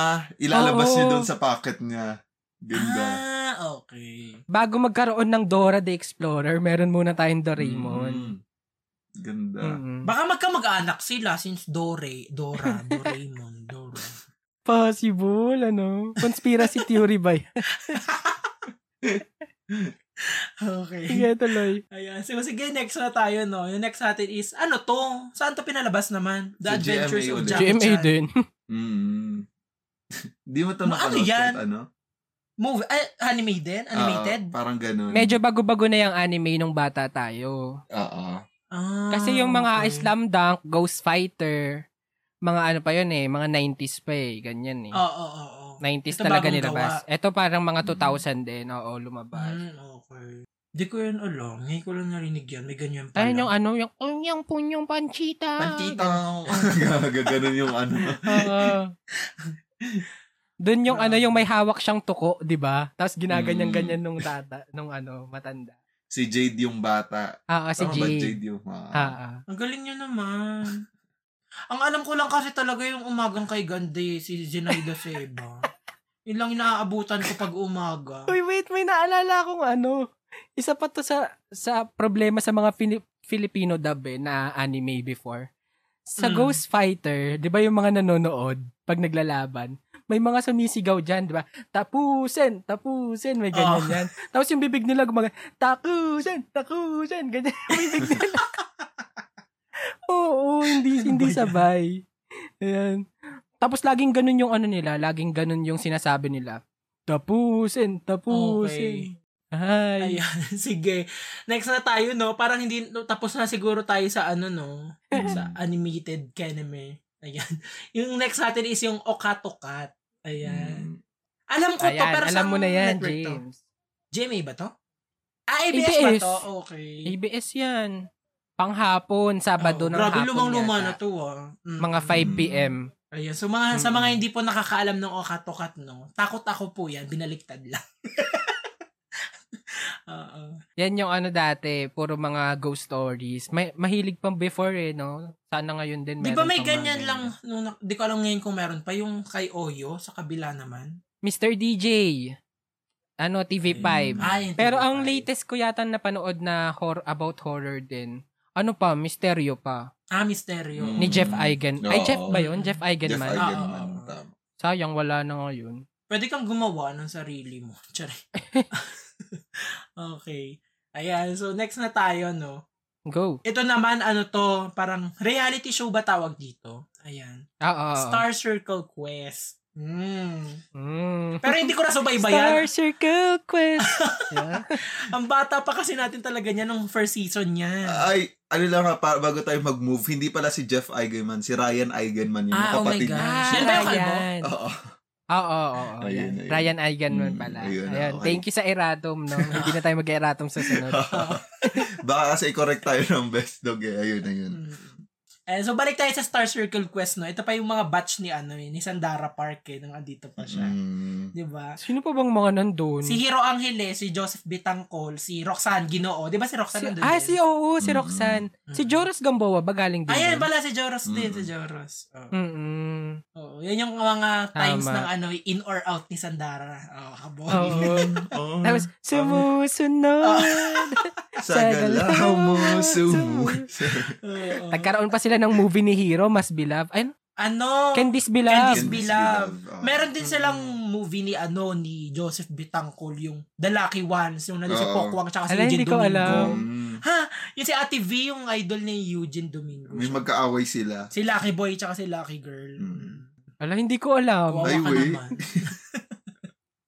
[SPEAKER 4] ilalabas
[SPEAKER 3] Oo.
[SPEAKER 4] niya doon sa packet niya. Ganda.
[SPEAKER 6] Ah, okay.
[SPEAKER 3] Bago magkaroon ng Dora the Explorer, meron muna tayong Doraemon.
[SPEAKER 4] Mm. Ganda.
[SPEAKER 3] Mm-mm.
[SPEAKER 6] Baka magkamag-anak sila since
[SPEAKER 3] (laughs)
[SPEAKER 6] Dore, Dora, Doraemon, Dora.
[SPEAKER 3] Possible, ano? Conspiracy theory ba yan?
[SPEAKER 6] Okay.
[SPEAKER 3] Sige, tuloy.
[SPEAKER 6] Ayan. So, sige, next na tayo, no? Yung next natin is, ano to? Saan to pinalabas naman?
[SPEAKER 4] Sa
[SPEAKER 6] The Adventures
[SPEAKER 4] GMA
[SPEAKER 6] of
[SPEAKER 4] ulit.
[SPEAKER 6] Jackie
[SPEAKER 3] GMA
[SPEAKER 6] Chan.
[SPEAKER 3] din.
[SPEAKER 4] Mm. (laughs) Di mo to
[SPEAKER 6] Ma, ano
[SPEAKER 4] napanood
[SPEAKER 6] yan?
[SPEAKER 4] kahit ano?
[SPEAKER 6] Movie, ah, anime din? Animated?
[SPEAKER 4] Ah, parang ganun.
[SPEAKER 3] Medyo bago-bago na yung anime nung bata tayo.
[SPEAKER 4] Oo.
[SPEAKER 6] Ah,
[SPEAKER 3] Kasi yung mga
[SPEAKER 6] okay.
[SPEAKER 3] Slam Dunk, Ghost Fighter, mga ano pa yun eh, mga 90s pa eh, ganyan eh.
[SPEAKER 6] Oo, oo, oo.
[SPEAKER 3] 90s
[SPEAKER 6] Oh, Ito
[SPEAKER 3] talaga
[SPEAKER 6] bagong
[SPEAKER 3] nilabas. Ito parang mga 2000 din, oo, lumabas.
[SPEAKER 6] Mm, okay. Di ko yun alam. Ngayon ko lang narinig yan. May ganyan pala.
[SPEAKER 3] Ayun yung ano, yung unyang punyong panchita.
[SPEAKER 4] (laughs) Pantitaw. ganun yung ano.
[SPEAKER 3] Oo. Doon yung ano, yung may hawak siyang tuko, di ba? Tapos
[SPEAKER 6] Mm.
[SPEAKER 3] ginaganyan-ganyan nung tata, nung ano, matanda.
[SPEAKER 4] Si Jade yung bata.
[SPEAKER 3] Ah, ah, si
[SPEAKER 4] Tama ba
[SPEAKER 3] Jade.
[SPEAKER 4] Jade yung ah,
[SPEAKER 3] Ah, ah.
[SPEAKER 6] Ang galing nyo
[SPEAKER 3] (laughs)
[SPEAKER 6] naman. Ang alam ko lang kasi talaga yung umagang kay Gandhi, si Zenaida
[SPEAKER 3] (laughs)
[SPEAKER 6] Seba. Yun lang yung naaabutan ko pag umaga.
[SPEAKER 3] Uy, wait, may naalala akong ano. Isa pa to sa, sa problema sa mga Fili- Filipino dub eh, na anime before. Sa
[SPEAKER 6] Mm.
[SPEAKER 3] Ghost Fighter, di ba yung mga nanonood pag naglalaban, may mga sumisigaw dyan, di ba? Tapusin, tapusin, may ganyan
[SPEAKER 6] Oh.
[SPEAKER 3] yan. Tapos yung bibig nila gumaga, takusin, takusin, ganyan (laughs) yung bibig nila. Oo, hindi,
[SPEAKER 6] Ano
[SPEAKER 3] hindi
[SPEAKER 6] ba yan?
[SPEAKER 3] sabay. Ayan. Tapos laging ganun yung ano nila, laging ganun yung sinasabi nila. Tapusin, tapusin. Ay.
[SPEAKER 6] Ayan, (laughs) sige. Next na tayo, no? Parang hindi, no, tapos na siguro tayo sa ano, no?
[SPEAKER 4] Mm.
[SPEAKER 6] Sa animated anime. Ayan. (laughs) Yung next natin is yung Okatokat. Ayan.
[SPEAKER 4] mm,
[SPEAKER 6] Alam ko to,
[SPEAKER 3] Ayan,
[SPEAKER 6] pero
[SPEAKER 3] alam
[SPEAKER 6] saan
[SPEAKER 3] mo na yan,
[SPEAKER 6] network to?
[SPEAKER 3] James.
[SPEAKER 6] GMA ba to? Ah, ABS, ba
[SPEAKER 3] ABS.
[SPEAKER 6] to? Okay.
[SPEAKER 3] ABS yan. Panghapon, Sabado
[SPEAKER 6] Oh,
[SPEAKER 3] ng
[SPEAKER 6] grabe
[SPEAKER 3] hapon
[SPEAKER 6] lumang-luma
[SPEAKER 3] yata.
[SPEAKER 6] na to, ah. Mm.
[SPEAKER 3] Mga 5 p.m.
[SPEAKER 6] Ayan, so mga, sa
[SPEAKER 3] Mm.
[SPEAKER 6] mga hindi po nakakaalam ng Okatokat, no? Takot ako po yan, binaliktad lang. (laughs) Oo.
[SPEAKER 3] Yan yung ano dati, puro mga ghost stories. May, mahilig pang before eh, no? Sana ngayon din
[SPEAKER 6] Di ba
[SPEAKER 3] meron
[SPEAKER 6] may
[SPEAKER 3] pang mga
[SPEAKER 6] ganyan lang, nung, na- di ko alam ngayon kung meron pa, yung kay Oyo, sa kabila naman.
[SPEAKER 3] Mr. DJ. Ano, TV5.
[SPEAKER 6] Ah, yung
[SPEAKER 3] Pero
[SPEAKER 6] TV5.
[SPEAKER 3] ang latest ko yata napanood na hor- about horror din. Ano pa, misteryo pa.
[SPEAKER 6] Ah, Misteryo.
[SPEAKER 4] Mm.
[SPEAKER 3] Ni Jeff Eigen. Ay,
[SPEAKER 4] Oo.
[SPEAKER 3] Jeff ba yun? Jeff
[SPEAKER 4] Jeff
[SPEAKER 3] Eigenman.
[SPEAKER 6] Eigen.
[SPEAKER 4] Eigenman.
[SPEAKER 6] Oo.
[SPEAKER 4] Tama.
[SPEAKER 3] Sayang, wala na ngayon.
[SPEAKER 6] Pwede kang gumawa ng sarili mo.
[SPEAKER 3] (laughs)
[SPEAKER 6] (laughs) Tsari. okay. Ayan, so next na tayo, no?
[SPEAKER 3] Go.
[SPEAKER 6] Ito naman, ano to, parang reality show ba tawag dito? Ayan.
[SPEAKER 3] Oo. oo, oo.
[SPEAKER 6] Star Circle Quest. Mm.
[SPEAKER 3] Mm.
[SPEAKER 6] Pero hindi ko
[SPEAKER 3] (laughs)
[SPEAKER 6] na
[SPEAKER 3] Star
[SPEAKER 6] subaybayan.
[SPEAKER 3] Circle
[SPEAKER 6] (laughs)
[SPEAKER 3] Quest. yeah.
[SPEAKER 6] Ang bata pa kasi natin talaga niya nung first season niya.
[SPEAKER 4] Ay, ano lang ha, pa, bago tayo mag-move, hindi pala si Jeff Eigenman, si Ryan Eigenman yung
[SPEAKER 6] ah, oh my
[SPEAKER 4] kapatid. niya.
[SPEAKER 6] gosh.
[SPEAKER 3] Ah,
[SPEAKER 6] Yan ba yung kalbo?
[SPEAKER 3] Ryan. Oo,
[SPEAKER 4] Oo.
[SPEAKER 3] oo,
[SPEAKER 4] Ayun,
[SPEAKER 3] oo. yan.
[SPEAKER 4] ayun.
[SPEAKER 3] Ryan Eigenman
[SPEAKER 4] Mm,
[SPEAKER 3] pala.
[SPEAKER 4] ayun,
[SPEAKER 3] Ayun.
[SPEAKER 4] okay.
[SPEAKER 3] Thank you sa erratum,
[SPEAKER 6] (laughs)
[SPEAKER 3] no? Hindi na tayo mag-erratum sa sunod.
[SPEAKER 4] (laughs) Baka kasi i-correct tayo ng best dog eh. Ayun, ayun.
[SPEAKER 6] Mm. Eh, so balik tayo sa Star Circle Quest, no? Ito pa yung mga batch ni ano, eh, ni Sandara Park, eh, nung andito pa siya.
[SPEAKER 4] Mm.
[SPEAKER 6] 'Di ba?
[SPEAKER 3] Sino pa bang mga nandun?
[SPEAKER 6] Si Hiro Angeles, si Joseph Bitangkol, si Roxanne Ginoo. 'Di ba si Roxanne
[SPEAKER 3] Si-
[SPEAKER 6] nandun
[SPEAKER 3] ah,
[SPEAKER 6] din?
[SPEAKER 3] si oo, si
[SPEAKER 4] Mm-mm.
[SPEAKER 3] Roxanne. Si
[SPEAKER 6] Mm-mm.
[SPEAKER 3] Joros Gamboa ba galing din? Mm-hmm.
[SPEAKER 6] Ayan
[SPEAKER 3] doon?
[SPEAKER 6] pala si Joros din,
[SPEAKER 4] Mm.
[SPEAKER 6] si Joros. Oo.
[SPEAKER 3] Mm-mm.
[SPEAKER 6] Oo, yan yung mga times
[SPEAKER 3] Tama.
[SPEAKER 6] ng ano, in or out ni Sandara. Oh, kabon. (laughs)
[SPEAKER 3] Oo.
[SPEAKER 4] Oh,
[SPEAKER 3] Tapos, sumusunod.
[SPEAKER 4] sa galaw mo, sumu.
[SPEAKER 6] Oo.
[SPEAKER 3] Nagkaroon pa sila ng movie ni Hero, Mas Beloved. Ayun,
[SPEAKER 6] ano?
[SPEAKER 3] Can This Be
[SPEAKER 6] Can
[SPEAKER 3] Love?
[SPEAKER 6] This Be
[SPEAKER 4] Candice
[SPEAKER 6] Love.
[SPEAKER 4] Vilove, ah.
[SPEAKER 6] Meron din silang movie ni ano ni Joseph Bitangkol yung The Lucky Ones yung nandun si
[SPEAKER 4] Oo.
[SPEAKER 6] Pokwang tsaka si
[SPEAKER 3] Ala,
[SPEAKER 6] Eugene
[SPEAKER 3] hindi ko
[SPEAKER 6] Domingo.
[SPEAKER 3] alam.
[SPEAKER 4] Mm.
[SPEAKER 6] Ha? Yung si Ate V yung idol ni Eugene Domingo.
[SPEAKER 4] May magkaaway sila.
[SPEAKER 6] si Lucky Boy tsaka si Lucky Girl.
[SPEAKER 4] Mm.
[SPEAKER 3] Ala, hindi ko alam.
[SPEAKER 6] Kawawa
[SPEAKER 4] Ay,
[SPEAKER 6] ka
[SPEAKER 4] wey.
[SPEAKER 6] naman.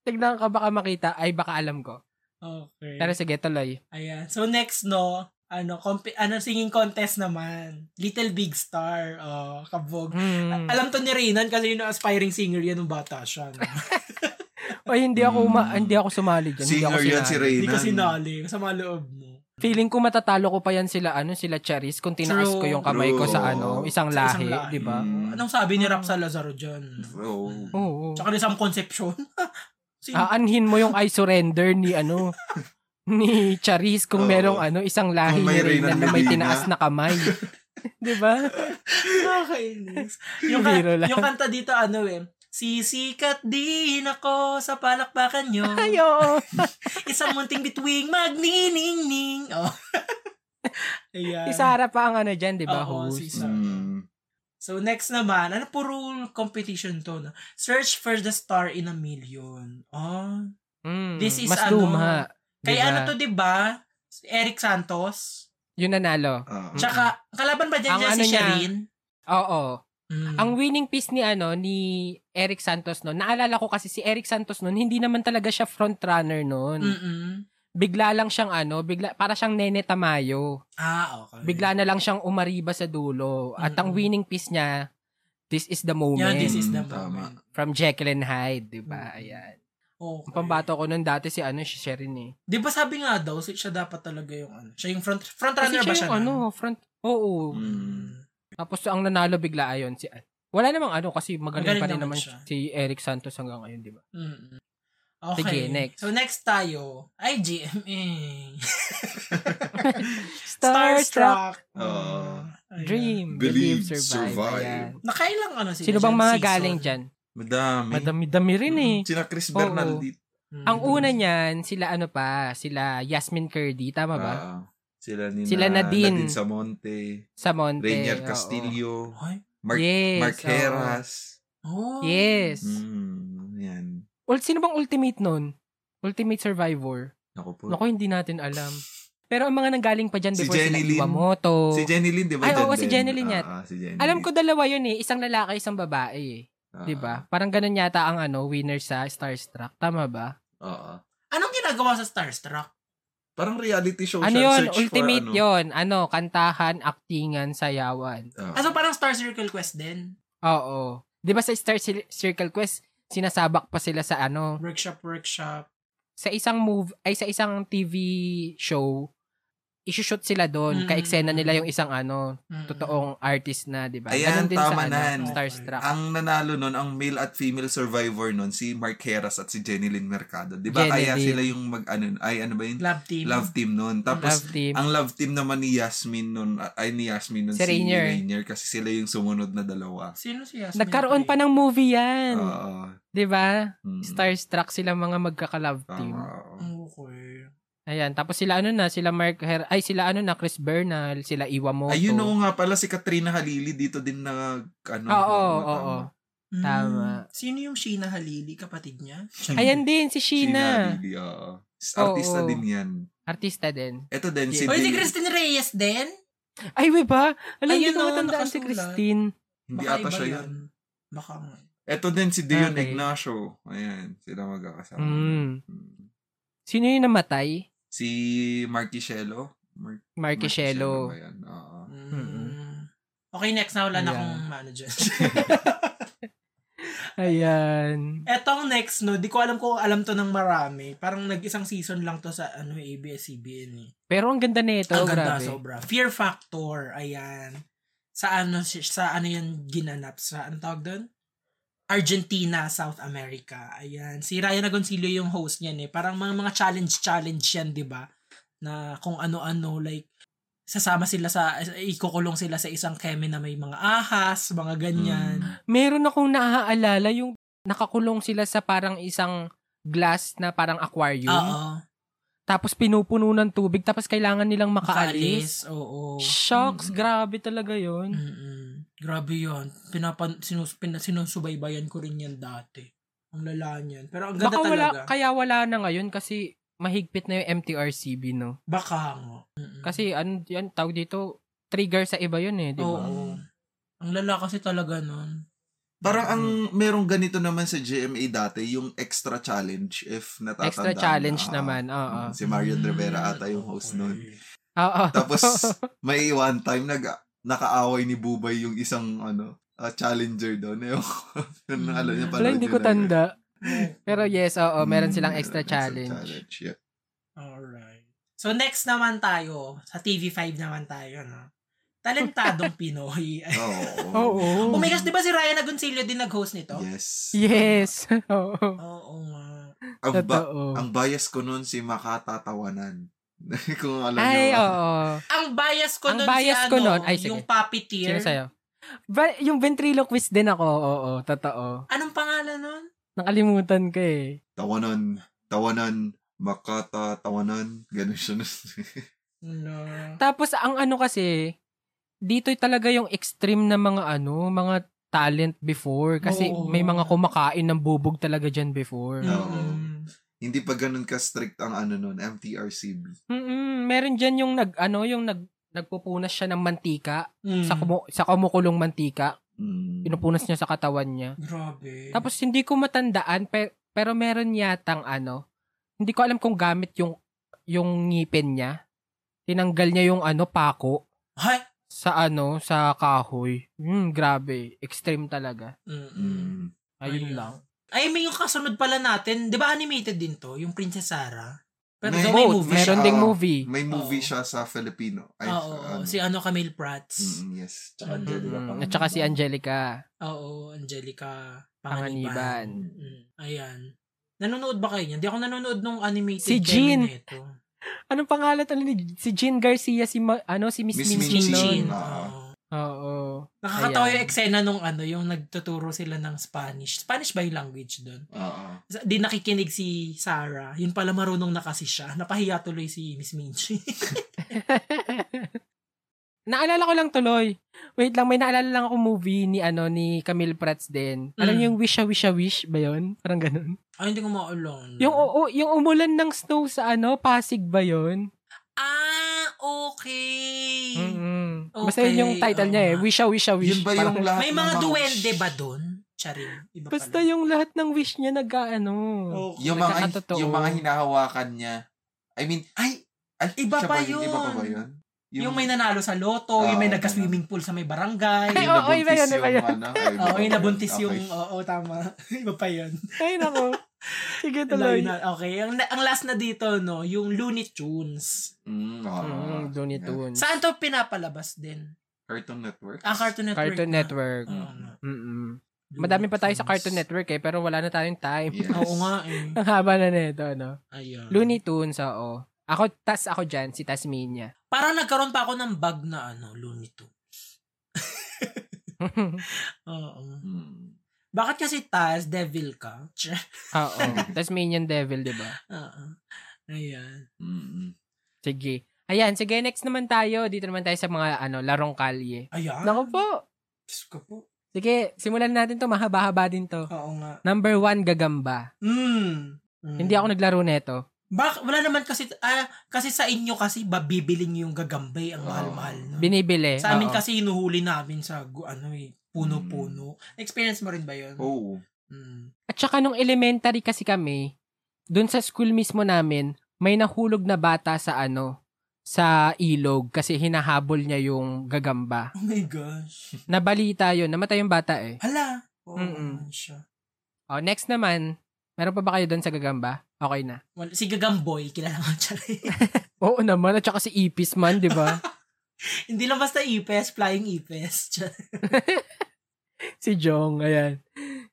[SPEAKER 3] Tignan ka baka makita. Ay, baka alam ko.
[SPEAKER 6] Okay.
[SPEAKER 3] Pero sige, tuloy.
[SPEAKER 6] Ayan. So next no, ano, comp- ano singing contest naman. Little Big Star. Oh, kabog.
[SPEAKER 3] Mm.
[SPEAKER 6] Alam to ni Reynan kasi yun ang aspiring singer yan nung bata siya. No?
[SPEAKER 3] Ay, hindi ako, ma- hindi ako sumali dyan. Hindi ako
[SPEAKER 4] Senior Hmm. yan si
[SPEAKER 3] sinali.
[SPEAKER 6] Hindi
[SPEAKER 4] Reyna.
[SPEAKER 6] ko sinali. Kasama loob mo.
[SPEAKER 3] Feeling ko matatalo ko pa yan sila, ano, sila Charis kung tinaas
[SPEAKER 6] True.
[SPEAKER 3] ko yung kamay ko sa,
[SPEAKER 4] True.
[SPEAKER 3] ano, isang
[SPEAKER 6] Sa isang
[SPEAKER 3] lahi,
[SPEAKER 6] lahi.
[SPEAKER 3] di ba?
[SPEAKER 4] Mm.
[SPEAKER 6] Anong sabi ni Rap sa Lazaro dyan?
[SPEAKER 4] Oo.
[SPEAKER 3] Oo.
[SPEAKER 6] Tsaka ni Sam Concepcion. (laughs) Sino?
[SPEAKER 3] Aanhin mo yung I surrender ni, ano, (laughs) ni Charis kung
[SPEAKER 4] Oo.
[SPEAKER 3] merong, ano, isang lahi
[SPEAKER 4] Kung
[SPEAKER 3] ni
[SPEAKER 4] may
[SPEAKER 3] Reyna
[SPEAKER 4] Reyna
[SPEAKER 3] na may
[SPEAKER 4] Medina.
[SPEAKER 3] tinaas na
[SPEAKER 4] (laughs)
[SPEAKER 3] kamay. di ba?
[SPEAKER 6] Nakakainis. Yung, ka-
[SPEAKER 3] Biro lang.
[SPEAKER 6] yung kanta dito, ano eh, Sisikat din ako sa palakpakan nyo.
[SPEAKER 3] (laughs) Ay, oo.
[SPEAKER 6] (laughs) Isang munting bituing magniningning. (laughs) Oh. Ayan.
[SPEAKER 3] Si Sarah pa ang, ano, dyan, di ba,
[SPEAKER 6] Oo,
[SPEAKER 3] host?
[SPEAKER 6] si Sarah.
[SPEAKER 4] Mm.
[SPEAKER 6] So next naman, ano puro competition to? No? Search for the star in a million. Oh.
[SPEAKER 3] Mm,
[SPEAKER 6] This is
[SPEAKER 3] mas
[SPEAKER 6] ano,
[SPEAKER 3] luma.
[SPEAKER 6] Kaya
[SPEAKER 3] diba?
[SPEAKER 6] ano to, di ba? Eric Santos.
[SPEAKER 3] Yung nanalo.
[SPEAKER 4] Ah.
[SPEAKER 6] Tsaka, kalaban ba dyan
[SPEAKER 3] Ang
[SPEAKER 6] dyan
[SPEAKER 3] ano
[SPEAKER 6] si
[SPEAKER 3] niya,
[SPEAKER 6] Sherin?
[SPEAKER 3] Oo.
[SPEAKER 6] Mm.
[SPEAKER 3] Ang winning piece ni ano ni Eric Santos noon. Naalala ko kasi si Eric Santos noon hindi naman talaga siya front runner noon.
[SPEAKER 6] Mm. Mm-mm.
[SPEAKER 3] Bigla lang siyang ano, bigla para siyang Nene Tamayo.
[SPEAKER 6] Ah, okay.
[SPEAKER 3] Bigla na lang siyang umariba sa dulo. At ang
[SPEAKER 6] Mm-mm.
[SPEAKER 3] winning piece niya This is the
[SPEAKER 6] Mm. Yeah,
[SPEAKER 3] moment
[SPEAKER 6] this is the
[SPEAKER 4] Mm, tama.
[SPEAKER 6] moment.
[SPEAKER 3] from Jekyll and Hyde, 'di ba?
[SPEAKER 6] Mm.
[SPEAKER 3] Ayan.
[SPEAKER 6] Okay.
[SPEAKER 3] Ang pambato ko noon dati si ano si Sherin eh.
[SPEAKER 6] Di ba sabi nga daw, si- siya dapat talaga yung ano. Siya yung front, front
[SPEAKER 3] Kasi
[SPEAKER 6] runner ba
[SPEAKER 3] siya
[SPEAKER 6] siya?
[SPEAKER 3] yung ano,
[SPEAKER 6] nun?
[SPEAKER 3] front Oo.
[SPEAKER 4] Mm.
[SPEAKER 3] Tapos ang nanalo bigla ayon si Wala namang ano kasi magaling,
[SPEAKER 6] Magaling
[SPEAKER 3] pa rin
[SPEAKER 6] naman
[SPEAKER 3] naman
[SPEAKER 6] siya.
[SPEAKER 3] si Eric Santos hanggang ngayon, 'di ba?
[SPEAKER 6] Mm-mm. Okay.
[SPEAKER 3] Sige, next.
[SPEAKER 6] So next tayo, ay GMA.
[SPEAKER 3] (laughs) Starstruck
[SPEAKER 4] Oo.
[SPEAKER 6] Ayan.
[SPEAKER 3] Dream,
[SPEAKER 4] Believe,
[SPEAKER 3] believe, survive.
[SPEAKER 4] survive.
[SPEAKER 3] Ayan.
[SPEAKER 6] Nakailang ano sila?
[SPEAKER 3] Sino bang
[SPEAKER 6] dyan?
[SPEAKER 3] mga
[SPEAKER 6] Season?
[SPEAKER 3] galing dyan?
[SPEAKER 4] Madami.
[SPEAKER 3] Madami-dami rin eh.
[SPEAKER 4] Sina Chris
[SPEAKER 3] Oo.
[SPEAKER 4] Bernal dito.
[SPEAKER 6] Mm.
[SPEAKER 3] Ang una niyan, sila ano pa, sila Yasmin Curdy, tama ba?
[SPEAKER 4] Ah, sila ni
[SPEAKER 3] Diba? Sila Nadine.
[SPEAKER 4] Nadine Samonte,
[SPEAKER 3] Sa Monte.
[SPEAKER 4] Rainier
[SPEAKER 3] oo.
[SPEAKER 4] Castillo,
[SPEAKER 6] Ay.
[SPEAKER 4] Mark,
[SPEAKER 3] yes,
[SPEAKER 4] Mark
[SPEAKER 3] oo.
[SPEAKER 4] Heras.
[SPEAKER 6] Oh.
[SPEAKER 3] Yes.
[SPEAKER 4] Mm, yan.
[SPEAKER 3] Ul- sino bang ultimate nun? Ultimate Survivor.
[SPEAKER 4] Ako po.
[SPEAKER 3] Naku, hindi natin alam. Pero ang mga nanggaling pa dyan
[SPEAKER 4] Si
[SPEAKER 3] before
[SPEAKER 4] Jenny
[SPEAKER 3] sila
[SPEAKER 4] Lin.
[SPEAKER 3] Iwamoto.
[SPEAKER 4] Si Jenny Lynn, di ba?
[SPEAKER 3] Ay,
[SPEAKER 4] dyan
[SPEAKER 3] oo, si
[SPEAKER 4] din?
[SPEAKER 3] Jenny Lynn yan.
[SPEAKER 4] Ah, ah, si Jenny
[SPEAKER 3] alam ko dalawa yun eh. Isang lalaki, isang babae eh. Di ba?
[SPEAKER 4] Ah.
[SPEAKER 3] Parang ganun yata ang ano, winner sa Starstruck. Tama ba?
[SPEAKER 4] Oo.
[SPEAKER 6] Anong ginagawa sa Starstruck?
[SPEAKER 4] Ah, Parang reality show Oh,
[SPEAKER 3] Ano
[SPEAKER 4] siya.
[SPEAKER 3] yun?
[SPEAKER 4] Search
[SPEAKER 3] Ultimate
[SPEAKER 4] for, ano.
[SPEAKER 3] yun. Ano, kantahan, actingan, sayawan.
[SPEAKER 4] Ah.
[SPEAKER 6] Ah, so parang Star Circle Quest din?
[SPEAKER 3] Oo. Di ba sa Star Cir- Circle Quest, sinasabak pa sila sa ano,
[SPEAKER 6] Workshop, workshop.
[SPEAKER 3] sa isang move, ay sa isang TV show, isushoot sila doon,
[SPEAKER 6] Mm.
[SPEAKER 3] ka-eksena nila yung isang ano,
[SPEAKER 6] Mm-mm.
[SPEAKER 3] totoong artist na, di ba?
[SPEAKER 4] Ayan,
[SPEAKER 3] Ganun din
[SPEAKER 4] tama
[SPEAKER 3] sa,
[SPEAKER 4] na.
[SPEAKER 3] Ano, Starstruck.
[SPEAKER 4] ang nanalo nun, ang male at female survivor nun, si Mark Heras at si Jenny Lynn Mercado. Di ba?
[SPEAKER 3] Jenny
[SPEAKER 4] Kaya
[SPEAKER 3] Lynn.
[SPEAKER 4] sila yung mag, ano, ay, ano ba yun?
[SPEAKER 6] Love team.
[SPEAKER 4] Love team nun. Tapos, ah,
[SPEAKER 3] Love team.
[SPEAKER 4] ang love team naman ni Yasmin nun, ay ni Yasmin nun,
[SPEAKER 3] Si
[SPEAKER 4] si,
[SPEAKER 3] Rainier.
[SPEAKER 4] Rainier, kasi sila yung sumunod na dalawa.
[SPEAKER 6] Sino si Yasmin?
[SPEAKER 3] Nagkaroon pa ng movie yan.
[SPEAKER 4] Oo.
[SPEAKER 3] di ba?
[SPEAKER 4] Mm.
[SPEAKER 3] Starstruck sila mga magkaka-love team.
[SPEAKER 4] Tama, oo.
[SPEAKER 6] Okay.
[SPEAKER 3] Ayan, tapos sila ano na, sila Mark Her- ay sila ano na, Chris Bernal, sila Iwamoto.
[SPEAKER 4] Ayun oh. oo nga pala si Katrina Halili dito din na ano.
[SPEAKER 3] Ah, Oo, oo,
[SPEAKER 4] tama.
[SPEAKER 3] oo.
[SPEAKER 6] Mm.
[SPEAKER 3] Tama.
[SPEAKER 6] Sino yung Sheena Halili, kapatid niya?
[SPEAKER 3] Ayan din, si Sheena.
[SPEAKER 4] Halili, oo. Artista
[SPEAKER 3] Oo.
[SPEAKER 4] din yan.
[SPEAKER 3] Artista din.
[SPEAKER 4] Ito din si
[SPEAKER 3] Yes.
[SPEAKER 6] Oy, si
[SPEAKER 4] Dil-
[SPEAKER 6] Christine Reyes din?
[SPEAKER 3] Ay, we ba? Alam,
[SPEAKER 6] Ayun
[SPEAKER 3] hindi ko
[SPEAKER 6] na,
[SPEAKER 3] matandaan si
[SPEAKER 6] nakasulat.
[SPEAKER 3] Christine.
[SPEAKER 4] Hindi
[SPEAKER 6] Baka
[SPEAKER 4] ata
[SPEAKER 6] iba
[SPEAKER 4] siya yun.
[SPEAKER 6] yan. Baka nga.
[SPEAKER 4] Ito din si Dion
[SPEAKER 3] Okay.
[SPEAKER 4] Ignacio. Ayan, sila magkakasama.
[SPEAKER 3] Mm.
[SPEAKER 4] Mm.
[SPEAKER 3] Sino yung namatay?
[SPEAKER 4] Si Marquishello. Mar-
[SPEAKER 3] Marquishello.
[SPEAKER 4] ba yan? Oo.
[SPEAKER 3] Mm-mm.
[SPEAKER 6] Hmm. Okay, next na wala na
[SPEAKER 3] Ayan.
[SPEAKER 6] akong manager. (laughs)
[SPEAKER 3] Ayan.
[SPEAKER 6] Etong next, no, di ko alam kung alam to ng marami. Parang nag-isang season lang to sa ano ABS-CBN. Eh.
[SPEAKER 3] Pero ang ganda nito,
[SPEAKER 6] Ang ganda,
[SPEAKER 3] grabe.
[SPEAKER 6] sobra. Fear Factor, ayan. Sa ano, si- sa ano yan ginanap? Sa, ano tawag doon? Argentina, South America. Ayan. Si Ryan Agoncillo yung host niyan eh. Parang mga mga challenge-challenge yan, di ba? Na kung ano-ano, like, sasama sila sa, ikukulong sila sa isang keme na may mga ahas, mga ganyan.
[SPEAKER 4] Hmm.
[SPEAKER 3] Meron akong naaalala yung nakakulong sila sa parang isang glass na parang aquarium.
[SPEAKER 6] Oo.
[SPEAKER 3] Tapos pinupuno ng tubig tapos kailangan nilang makaalis.
[SPEAKER 6] Makaalis. Oh. Oo.
[SPEAKER 3] Shocks,
[SPEAKER 4] Mm.
[SPEAKER 3] grabe talaga yun.
[SPEAKER 6] Mm-mm. Grabe yun. Pinapan, sinus, pin, sinusubaybayan ko rin yan dati. Ang lala niyan. Pero ang ganda
[SPEAKER 3] Baka wala,
[SPEAKER 6] talaga.
[SPEAKER 3] kaya wala na ngayon kasi mahigpit na yung MTRCB, no?
[SPEAKER 6] Baka nga. Mm-mm.
[SPEAKER 3] Kasi ano, yan, tawag dito, trigger sa iba yun eh, di
[SPEAKER 6] Oo.
[SPEAKER 3] ba?
[SPEAKER 6] Ang lala kasi talaga nun.
[SPEAKER 4] Parang ang merong ganito naman sa GMA dati, yung extra challenge if natatandaan.
[SPEAKER 3] Extra challenge
[SPEAKER 4] Ah,
[SPEAKER 3] naman, (laughs) oo. Hmm.
[SPEAKER 4] mm, Si Marian Rivera ata yung host
[SPEAKER 6] Okay.
[SPEAKER 4] nun.
[SPEAKER 3] Oo. (laughs)
[SPEAKER 4] Tapos may one time nag nakaaway ni Bubay yung isang ano, ah, challenger doon. Ewan ko. Yun,
[SPEAKER 6] Mm.
[SPEAKER 4] alam niya,
[SPEAKER 3] Wala, hindi
[SPEAKER 4] panood
[SPEAKER 3] ko
[SPEAKER 4] niyo na yun.
[SPEAKER 3] tanda. (laughs) Pero yes, oo, meron silang
[SPEAKER 4] Mm,
[SPEAKER 3] extra
[SPEAKER 4] meron silang
[SPEAKER 3] challenge.
[SPEAKER 4] challenge, yeah.
[SPEAKER 6] Alright. So next naman tayo, sa TV5 naman tayo, no?
[SPEAKER 4] (laughs)
[SPEAKER 6] Talentadong Pinoy.
[SPEAKER 4] Oo.
[SPEAKER 3] (laughs) Oo.
[SPEAKER 6] oh my gosh, di ba si Ryan Agoncillo din nag-host nito?
[SPEAKER 4] Yes.
[SPEAKER 3] Yes. (laughs) Oo.
[SPEAKER 6] Oo nga.
[SPEAKER 4] Ang, ba-
[SPEAKER 3] Totoo.
[SPEAKER 4] ang bias ko nun si Makatatawanan. (laughs) Kung alam
[SPEAKER 3] Ay,
[SPEAKER 4] niyo.
[SPEAKER 3] oo.
[SPEAKER 6] Ang bias ko
[SPEAKER 3] Ang
[SPEAKER 6] nun
[SPEAKER 3] bias
[SPEAKER 6] si
[SPEAKER 3] ko
[SPEAKER 6] ano,
[SPEAKER 3] nun- ay, sige.
[SPEAKER 6] yung puppeteer.
[SPEAKER 3] Sino sa'yo? Ba, yung ventriloquist din ako. Oo, totoo.
[SPEAKER 6] Anong pangalan nun?
[SPEAKER 3] Nakalimutan ko eh.
[SPEAKER 4] Tawanan. Tawanan. Makatatawanan. Ganun siya. nun. (laughs)
[SPEAKER 6] No.
[SPEAKER 3] Tapos, ang ano kasi, dito talaga yung extreme na mga ano, mga talent before. Kasi
[SPEAKER 6] Oo.
[SPEAKER 3] may mga kumakain ng bubog talaga dyan before.
[SPEAKER 4] Mm.
[SPEAKER 6] Mm.
[SPEAKER 4] Hindi pa ganun ka-strict ang ano nun, MTRCB.
[SPEAKER 3] Mm-mm, meron dyan yung nag, ano, yung nag, nagpupunas siya ng mantika.
[SPEAKER 6] Mm.
[SPEAKER 3] Sa, kumu- sa kumukulong mantika.
[SPEAKER 4] Mm.
[SPEAKER 3] Pinupunas niya sa katawan niya.
[SPEAKER 6] Grabe.
[SPEAKER 3] Tapos hindi ko matandaan pe- pero meron yatang ano. Hindi ko alam kung gamit yung yung ngipin niya. Tinanggal niya yung ano pako
[SPEAKER 6] Hay!
[SPEAKER 3] sa ano sa kahoy. Hmm, grabe, extreme talaga.
[SPEAKER 6] Mm-mm.
[SPEAKER 4] Mm.
[SPEAKER 3] Ayun lang.
[SPEAKER 6] Ay, may yung kasunod pala natin. Di ba animated din to? Yung Princess Sarah? Pero
[SPEAKER 4] May
[SPEAKER 6] ito may
[SPEAKER 3] Both,
[SPEAKER 6] movie
[SPEAKER 3] meron
[SPEAKER 6] siya.
[SPEAKER 3] ding
[SPEAKER 4] Oo.
[SPEAKER 3] movie.
[SPEAKER 4] May movie
[SPEAKER 6] Oo.
[SPEAKER 4] siya sa Filipino. Ay,
[SPEAKER 6] Oo,
[SPEAKER 4] sa,
[SPEAKER 6] oo.
[SPEAKER 4] ano.
[SPEAKER 6] si ano Camille Prats.
[SPEAKER 4] Mm, yes. Tsaka Angelica
[SPEAKER 6] Mm.
[SPEAKER 3] Mm,
[SPEAKER 4] Panganiban.
[SPEAKER 3] At saka si Angelica
[SPEAKER 6] Oo, Angelica Panganiban.
[SPEAKER 3] Panganiban.
[SPEAKER 6] Mm, ayan. Nanonood ba kayo niyan? Hindi ako nanonood nung animated
[SPEAKER 3] Si
[SPEAKER 6] Jean.
[SPEAKER 3] Jean. Anong pangalan ano ni si Jean Garcia si ma- ano si Miss
[SPEAKER 4] Miss
[SPEAKER 3] Min
[SPEAKER 4] Min
[SPEAKER 3] Min
[SPEAKER 4] Chin.
[SPEAKER 3] nun.
[SPEAKER 6] Jean.
[SPEAKER 4] Oo.
[SPEAKER 6] oo.
[SPEAKER 3] Oo.
[SPEAKER 6] Nakakatawa
[SPEAKER 3] Ayan.
[SPEAKER 6] yung eksena nung ano, yung nagtuturo sila ng Spanish. Spanish ba yung language doon?
[SPEAKER 4] Oo.
[SPEAKER 6] Sa- Di nakikinig si Sarah. Yun pala marunong na kasi siya. Napahiya tuloy si Miss Minchi. (laughs)
[SPEAKER 3] Naalala ko lang tuloy. Wait lang, may naalala lang ako movie ni ano ni Camille Prats din. Alam
[SPEAKER 6] Mm.
[SPEAKER 3] niyo yung Wish a Wish a Wish ba 'yon? Parang ganun.
[SPEAKER 6] Ay, hindi ko maalala.
[SPEAKER 3] Yung oo, yung umulan ng snow sa ano, Pasig ba 'yon?
[SPEAKER 6] Ah, okay.
[SPEAKER 3] Mm.
[SPEAKER 6] Okay,
[SPEAKER 3] Basta yun yung title
[SPEAKER 6] oo
[SPEAKER 3] niya eh,
[SPEAKER 6] nga.
[SPEAKER 3] Wish a Wish a Wish.
[SPEAKER 4] Yun ba (laughs)
[SPEAKER 3] Parang-
[SPEAKER 4] yung lahat
[SPEAKER 6] May
[SPEAKER 4] ng
[SPEAKER 6] mga duwende ba doon? Charing. Iba
[SPEAKER 3] Basta
[SPEAKER 6] pala.
[SPEAKER 3] yung lahat ng wish niya nag-ano.
[SPEAKER 6] Okay.
[SPEAKER 4] Yung mga,
[SPEAKER 3] Nagkakatotoo.
[SPEAKER 4] yung mga hinahawakan niya. I mean, ay! ay
[SPEAKER 6] Iba
[SPEAKER 4] siya
[SPEAKER 6] pa
[SPEAKER 4] ba yun? Iba pa
[SPEAKER 6] yun.
[SPEAKER 4] ba yun?
[SPEAKER 6] yung, may nanalo sa loto, yung may
[SPEAKER 4] Ah,
[SPEAKER 6] nagka-swimming pool sa may barangay.
[SPEAKER 3] (laughs) Ay, oo, iba yun,
[SPEAKER 4] nabuntis
[SPEAKER 3] iba
[SPEAKER 4] yung
[SPEAKER 3] yun.
[SPEAKER 4] ano, ay, iba
[SPEAKER 6] (laughs) Oo,
[SPEAKER 4] pa
[SPEAKER 6] yung
[SPEAKER 4] yun.
[SPEAKER 6] nabuntis
[SPEAKER 4] Okay.
[SPEAKER 6] yung, oo, tama. (laughs) Iba pa yun.
[SPEAKER 3] Ay nako. Sige
[SPEAKER 6] Tuloy.
[SPEAKER 3] tuloy.
[SPEAKER 6] Okay, ang, ang last na dito, no, yung Looney Tunes.
[SPEAKER 4] Mm, oo.
[SPEAKER 3] Mm, Looney Tunes.
[SPEAKER 6] Saan to pinapalabas din?
[SPEAKER 4] Cartoon Network.
[SPEAKER 6] Ah, Cartoon Network.
[SPEAKER 3] Cartoon
[SPEAKER 6] na.
[SPEAKER 3] Network.
[SPEAKER 6] Oo nga.
[SPEAKER 3] Mm.
[SPEAKER 6] Looney
[SPEAKER 3] Madami pa tayo sa
[SPEAKER 6] Tunes.
[SPEAKER 3] Cartoon Network eh, pero wala na tayong time. (laughs)
[SPEAKER 4] Yes.
[SPEAKER 6] Oo nga eh.
[SPEAKER 3] Ang haba na nito, ano.
[SPEAKER 6] Ayun.
[SPEAKER 3] Looney Tunes, oo. Ako, tas ako dyan, si Tasmania. (laughs)
[SPEAKER 6] Parang nagkaroon pa ako ng bag na ano, Looney Tunes. Oo.
[SPEAKER 4] Mm.
[SPEAKER 6] Bakit kasi Taz, devil ka? (laughs)
[SPEAKER 3] oo. Tasmanian Devil, di ba?
[SPEAKER 6] Oo. Ayan.
[SPEAKER 4] mm, Mm-mm.
[SPEAKER 3] Sige. Ayan, sige, next naman tayo. Dito naman tayo sa mga, ano, larong kalye.
[SPEAKER 6] Ayan.
[SPEAKER 3] Naku po.
[SPEAKER 6] Diyos ko po.
[SPEAKER 3] Sige, simulan natin to. Mahaba-haba din to.
[SPEAKER 6] Oo nga.
[SPEAKER 3] Number one, gagamba.
[SPEAKER 6] Mm. Mm.
[SPEAKER 3] Hindi ako naglaro neto.
[SPEAKER 6] Bak, wala naman kasi, ah, kasi sa inyo kasi, babibili niyo yung gagambay, ang
[SPEAKER 4] Oo.
[SPEAKER 6] mahal-mahal. No?
[SPEAKER 3] Binibili.
[SPEAKER 6] sa amin
[SPEAKER 3] oo.
[SPEAKER 6] kasi, hinuhuli namin sa, gu- ano eh, puno-puno. Experience mo rin ba yun?
[SPEAKER 4] Hmm. Oh.
[SPEAKER 6] Mm.
[SPEAKER 3] At saka nung elementary kasi kami, dun sa school mismo namin, may nahulog na bata sa ano, sa ilog kasi hinahabol niya yung gagamba.
[SPEAKER 6] Oh my gosh.
[SPEAKER 3] Nabalita yun, namatay yung bata eh.
[SPEAKER 6] Hala. Oo
[SPEAKER 3] Mm-mm.
[SPEAKER 6] naman siya.
[SPEAKER 3] Oh, next naman, meron pa ba kayo doon sa gagamba? Okay na.
[SPEAKER 6] Well, si Gagamboy, kilala ko siya (laughs) rin.
[SPEAKER 3] Oo naman, at saka si Ipis man, di ba?
[SPEAKER 6] Hindi lang basta ipes, flying ipes. (laughs) Tiyan.
[SPEAKER 3] (laughs) si Jong, ayan.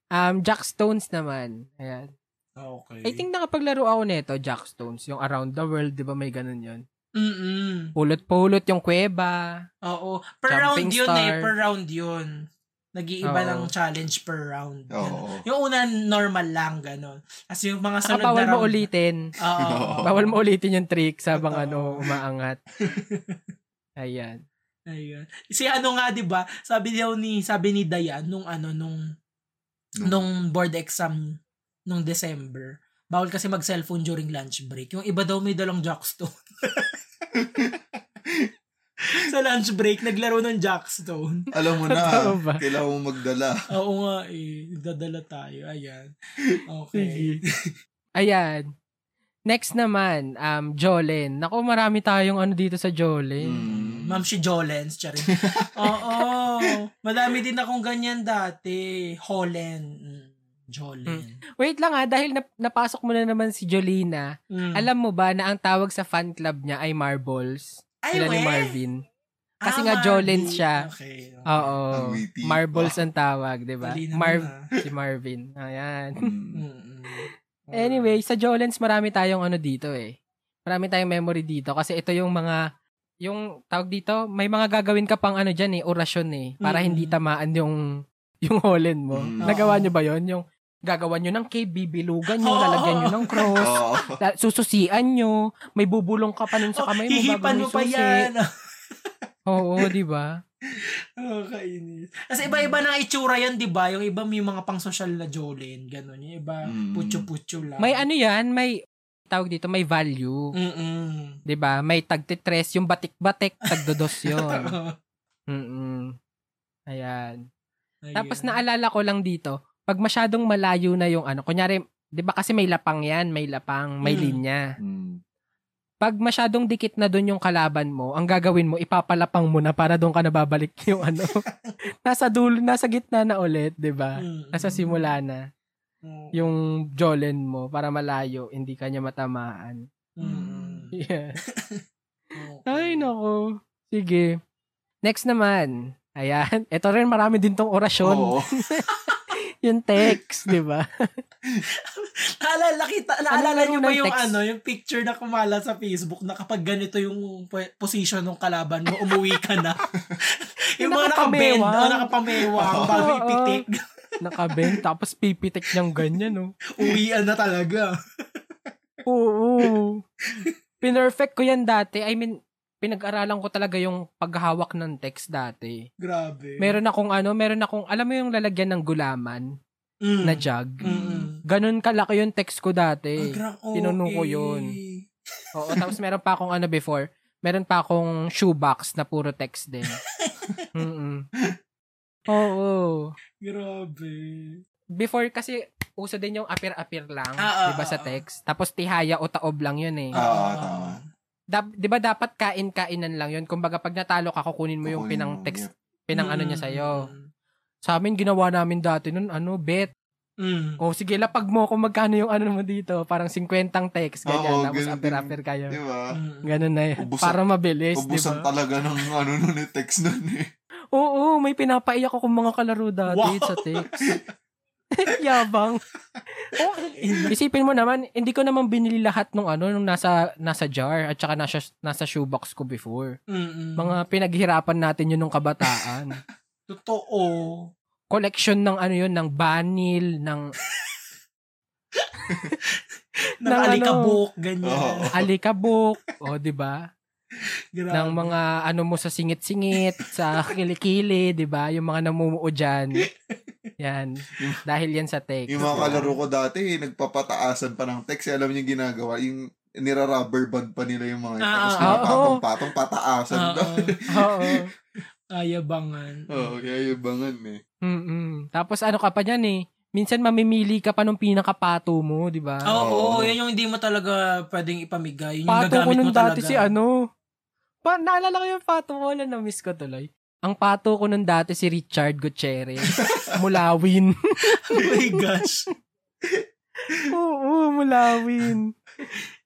[SPEAKER 3] Um, Jack Stones naman. Ayan.
[SPEAKER 4] Ah,
[SPEAKER 6] Okay.
[SPEAKER 3] I think nakapaglaro ako nito, Jack Stones. Yung Around the World, di ba may ganun yun?
[SPEAKER 6] Mm-mm.
[SPEAKER 3] Pulot-pulot yung kuweba.
[SPEAKER 6] Oo. Per round
[SPEAKER 3] Jumping
[SPEAKER 6] yun eh.
[SPEAKER 3] star.
[SPEAKER 6] Per round yun. Nag-iiba
[SPEAKER 3] Oo.
[SPEAKER 6] ng challenge per round.
[SPEAKER 3] Ah.
[SPEAKER 4] Oo.
[SPEAKER 6] Yung una, normal lang, gano'n. As yung mga
[SPEAKER 3] Saka
[SPEAKER 6] sunod
[SPEAKER 3] bawal
[SPEAKER 6] na
[SPEAKER 3] mo
[SPEAKER 6] round-
[SPEAKER 3] ulitin.
[SPEAKER 6] Oo.
[SPEAKER 4] (laughs)
[SPEAKER 3] (laughs)
[SPEAKER 4] Oo.
[SPEAKER 3] Bawal mo ulitin yung trick sabang ano,
[SPEAKER 6] Totoo.
[SPEAKER 3] (laughs) umaangat. Ayan.
[SPEAKER 6] Ayun. Si ano nga, di ba? Sabi daw ni, sabi ni Dayan, nung ano, nung, nung board exam, nung December, bawal kasi mag-cellphone during lunch break. Yung iba daw may dalang jackstone. Sa lunch break, naglaro ng jackstone.
[SPEAKER 4] Alam mo na,
[SPEAKER 3] Totoo ba?
[SPEAKER 4] kailangan mo magdala.
[SPEAKER 6] Oo nga eh. Dadala tayo. Ayan. Okay.
[SPEAKER 3] Sige. Ayan. Next naman, um, Jolene. Naku, marami tayong ano dito sa Jolene.
[SPEAKER 4] Mm.
[SPEAKER 6] Ma'am si Jolens, charin.
[SPEAKER 3] (laughs)
[SPEAKER 6] Oo. Madami din akong ganyan dati. Holland. Mm. Jolene.
[SPEAKER 3] Wait lang ha, dahil nap- napasok mo na naman si Jolina,
[SPEAKER 6] Mm.
[SPEAKER 3] alam mo ba na ang tawag sa fan club niya ay Marbles?
[SPEAKER 6] Ay,
[SPEAKER 3] Sila ni
[SPEAKER 6] weh!
[SPEAKER 3] Marvin.
[SPEAKER 6] Ah,
[SPEAKER 3] kasi nga Jolene
[SPEAKER 6] Marvin.
[SPEAKER 3] siya.
[SPEAKER 6] Okay.
[SPEAKER 3] Oo.
[SPEAKER 6] oh,
[SPEAKER 4] Ang witty.
[SPEAKER 3] Marbles ang tawag, di ba?
[SPEAKER 6] Mali naman,
[SPEAKER 3] Diba? Marv,
[SPEAKER 6] ah.
[SPEAKER 3] si Marvin. Ayan.
[SPEAKER 6] (laughs)
[SPEAKER 4] Mm.
[SPEAKER 6] Mm-mm.
[SPEAKER 3] Anyway, sa Jolens, marami tayong ano dito eh. Marami tayong memory dito kasi ito yung mga, yung tawag dito, may mga gagawin ka pang ano dyan eh, orasyon eh, para
[SPEAKER 6] Mm-mm.
[SPEAKER 3] hindi tamaan yung, (laughs) yung Holland mo.
[SPEAKER 4] Mm.
[SPEAKER 3] Nagawa
[SPEAKER 6] Oo.
[SPEAKER 3] nyo ba yon Yung gagawa nyo ng cave, bibilugan
[SPEAKER 6] (laughs)
[SPEAKER 3] nyo,
[SPEAKER 6] Oo.
[SPEAKER 3] lalagyan nyo ng cross,
[SPEAKER 4] Oo.
[SPEAKER 3] la- sususian nyo, may bubulong ka pa nun sa kamay mo bago
[SPEAKER 6] Oh, Hihipan
[SPEAKER 3] mo
[SPEAKER 6] mo pa
[SPEAKER 3] isusi.
[SPEAKER 6] yan. (laughs)
[SPEAKER 3] Oo, di ba?
[SPEAKER 6] Oh, kainis. Kasi iba-iba na itsura yan, di ba? Yung iba may mga pang social na Jolene, ganun. Yung iba,
[SPEAKER 4] Mm.
[SPEAKER 6] putyo-putyo lang.
[SPEAKER 3] May ano yan, may, tawag dito, may value.
[SPEAKER 6] Mm-mm.
[SPEAKER 3] 'di ba? May tagtitres yung batik-batik, tagdodos
[SPEAKER 6] (laughs)
[SPEAKER 3] 'yon.
[SPEAKER 6] Oo.
[SPEAKER 3] Mm. Ayan.
[SPEAKER 6] Ayun.
[SPEAKER 3] Tapos naalala ko lang dito, pag masyadong malayo na yung ano, kunyari, 'di ba kasi may lapang 'yan, may lapang, may
[SPEAKER 6] Mm.
[SPEAKER 3] linya.
[SPEAKER 4] Mm.
[SPEAKER 3] Pag masyadong dikit na doon yung kalaban mo, ang gagawin mo ipapalapang mo na para doon ka nababalik (laughs) yung ano. nasa dulo, nasa gitna na ulit, 'di ba?
[SPEAKER 6] Mm.
[SPEAKER 3] Nasa simula na
[SPEAKER 6] Mm.
[SPEAKER 3] yung jolen mo para malayo, hindi kanya matamaan. (laughs)
[SPEAKER 6] Mm.
[SPEAKER 3] Yeah.
[SPEAKER 6] Okay.
[SPEAKER 3] Ay, nako. Sige. Next naman. Ayan. Ito rin, marami din tong orasyon.
[SPEAKER 4] Oo.
[SPEAKER 3] Yung text, di ba?
[SPEAKER 6] Naalala kita,
[SPEAKER 3] Ano
[SPEAKER 6] naalala
[SPEAKER 3] laro
[SPEAKER 6] niyo ba
[SPEAKER 3] ng
[SPEAKER 6] yung
[SPEAKER 3] text?
[SPEAKER 6] ano, yung picture na kumala sa Facebook na kapag ganito yung pu- position ng kalaban mo, umuwi ka
[SPEAKER 3] (laughs)
[SPEAKER 6] na.
[SPEAKER 3] Yung
[SPEAKER 6] yung mga nakabend,
[SPEAKER 3] nakapamewang.
[SPEAKER 6] o nakapamewang,
[SPEAKER 4] Oo.
[SPEAKER 6] bago
[SPEAKER 3] Oo.
[SPEAKER 6] ipitik,
[SPEAKER 3] Nakabeng, tapos pipitik niyang ganyan, no?
[SPEAKER 6] (laughs) uwian na talaga.
[SPEAKER 3] Oo. Pinerfect ko yan dati. I mean, pinag-aralan ko talaga yung paghawak ng text dati.
[SPEAKER 6] Grabe.
[SPEAKER 3] Meron akong ano, meron akong, alam mo yung lalagyan ng gulaman
[SPEAKER 6] Mm.
[SPEAKER 3] na jug?
[SPEAKER 6] Mm-mm.
[SPEAKER 3] Ganun kalaki yung text ko dati.
[SPEAKER 6] Ang gra-
[SPEAKER 3] pinuno ko
[SPEAKER 6] okay.
[SPEAKER 3] yun. Oo, tapos meron pa akong ano before, meron pa akong shoebox na puro text din. Mm-mm. Oo.
[SPEAKER 6] Grabe.
[SPEAKER 3] Before kasi, uso din yung apir-apir lang,
[SPEAKER 6] Ah, ah,
[SPEAKER 3] di ba sa
[SPEAKER 6] ah, ah.
[SPEAKER 3] text? Tapos tihaya o taob lang yun eh.
[SPEAKER 4] Ah. Oo, tama.
[SPEAKER 3] Dap- di ba dapat kain-kainan lang yun? Kumbaga pag natalo ka, kukunin mo yung
[SPEAKER 4] Kukunin
[SPEAKER 3] pinang
[SPEAKER 4] mo,
[SPEAKER 3] text,
[SPEAKER 4] yep.
[SPEAKER 3] pinang ano niya
[SPEAKER 6] Mm.
[SPEAKER 3] sa'yo. Sa amin, ginawa namin dati nun, ano, bet.
[SPEAKER 6] Mm.
[SPEAKER 3] O sige, lapag mo kung magkano yung ano mo dito. Parang 50 text, ganyan.
[SPEAKER 4] Oo, ganun
[SPEAKER 3] tapos
[SPEAKER 4] din.
[SPEAKER 3] apir-apir kayo.
[SPEAKER 4] Di ba?
[SPEAKER 6] Mm.
[SPEAKER 3] Ganun na yan.
[SPEAKER 4] Ubusan-
[SPEAKER 3] Para mabilis, di
[SPEAKER 4] Ubusan
[SPEAKER 3] ba?
[SPEAKER 4] talaga ng ano nun eh, text nun eh.
[SPEAKER 3] Oo, may pinapaiyak ako mga kalaro dati
[SPEAKER 6] Wow.
[SPEAKER 3] sa
[SPEAKER 4] (laughs)
[SPEAKER 3] text. (laughs) Yabang. Oh, isipin mo naman, hindi ko naman binili lahat nung ano, nung nasa, nasa jar at saka nasa, nasa shoebox ko before.
[SPEAKER 6] Mm-mm.
[SPEAKER 3] Mga pinaghirapan natin yun nung
[SPEAKER 4] (laughs)
[SPEAKER 3] kabataan.
[SPEAKER 6] Totoo.
[SPEAKER 3] Collection ng ano yun, ng banil, ng
[SPEAKER 6] Ng
[SPEAKER 3] Ng ano.
[SPEAKER 6] alikabok, ganyan.
[SPEAKER 4] Oo.
[SPEAKER 3] alikabok, o di ba?
[SPEAKER 6] Grabe. Ah,
[SPEAKER 3] Ng mga ano mo sa singit-singit, sa
[SPEAKER 4] (laughs)
[SPEAKER 3] kilikili, di ba? Yung mga namumuo dyan. Yan. Dahil yan sa text.
[SPEAKER 4] Yung mga kalaro ko dati, eh, nagpapataasan pa ng text. Eh, Alam niyo yung ginagawa, yung nira-rubber band pa nila yung mga ito.
[SPEAKER 6] Ah,
[SPEAKER 4] Tapos
[SPEAKER 6] ah,
[SPEAKER 3] ah.
[SPEAKER 4] pinapatong-patong pataasan
[SPEAKER 6] Ah,
[SPEAKER 4] daw.
[SPEAKER 3] Oo.
[SPEAKER 6] Ayabangan.
[SPEAKER 4] (laughs) Oo, kaya yung bangan eh.
[SPEAKER 3] mm Tapos ano ka pa dyan eh, minsan mamimili ka pa nung pinakapato mo, di ba?
[SPEAKER 6] Ah, Oo,
[SPEAKER 4] Oo.
[SPEAKER 6] oo, yun yung hindi mo talaga pwedeng ipamigay. Yun yung
[SPEAKER 3] pato ko
[SPEAKER 6] gagamit
[SPEAKER 3] nung
[SPEAKER 6] mo talaga.
[SPEAKER 3] dati
[SPEAKER 6] (laughs)
[SPEAKER 3] si ano. Pa, naalala ko yung pato ko, wala na-miss ko tuloy. Ang pato ko nung dati si Richard Gutierrez. Mulawin.
[SPEAKER 6] oh my gosh.
[SPEAKER 3] Oo, mulawin.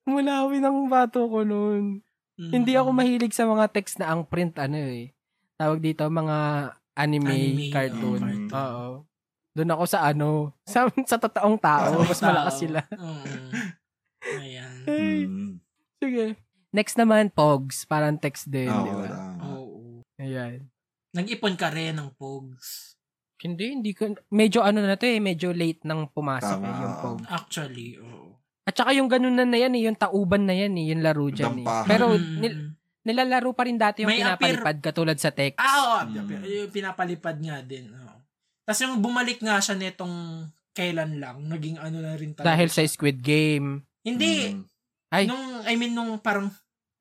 [SPEAKER 3] Mulawin ang pato ko nun.
[SPEAKER 6] Mm.
[SPEAKER 3] Hindi ako mahilig sa mga text na ang print ano eh. Tawag dito, mga anime,
[SPEAKER 6] Anime,
[SPEAKER 3] cartoon.
[SPEAKER 4] oo, cartoon.
[SPEAKER 3] Oo. Doon ako sa ano, (laughs) sa, sa totoong tao.
[SPEAKER 4] Totoong
[SPEAKER 3] Mas malakas
[SPEAKER 6] Tao.
[SPEAKER 3] sila.
[SPEAKER 6] Oo. Ayan.
[SPEAKER 3] Ay,
[SPEAKER 4] Mm.
[SPEAKER 3] Sige. Next naman, Pogs. Parang text din,
[SPEAKER 4] Oo,
[SPEAKER 3] di ba?
[SPEAKER 4] tama.
[SPEAKER 6] Oo.
[SPEAKER 3] Ayan.
[SPEAKER 6] Nag-ipon ka rin ng pogs.
[SPEAKER 3] Hindi, hindi ko. Medyo ano na to eh, medyo late nang pumasok
[SPEAKER 4] Tama.
[SPEAKER 3] eh, yung Pogs.
[SPEAKER 6] Actually, oo.
[SPEAKER 3] At saka yung ganunan na yan eh, yung tauban na yan eh, yung laro dyan eh.
[SPEAKER 4] Dampahan.
[SPEAKER 3] Pero
[SPEAKER 6] Mm.
[SPEAKER 3] nil- nilalaro pa rin dati yung
[SPEAKER 6] May
[SPEAKER 3] pinapalipad katulad sa text.
[SPEAKER 6] Ah, oo.
[SPEAKER 4] Mm.
[SPEAKER 6] Yung pinapalipad nga din. Oo. Tapos yung bumalik nga siya netong kailan lang, naging ano na rin talaga.
[SPEAKER 3] Dahil sa Squid Game.
[SPEAKER 6] Hindi.
[SPEAKER 4] Mm.
[SPEAKER 3] Ay.
[SPEAKER 6] Nung, I mean, nung parang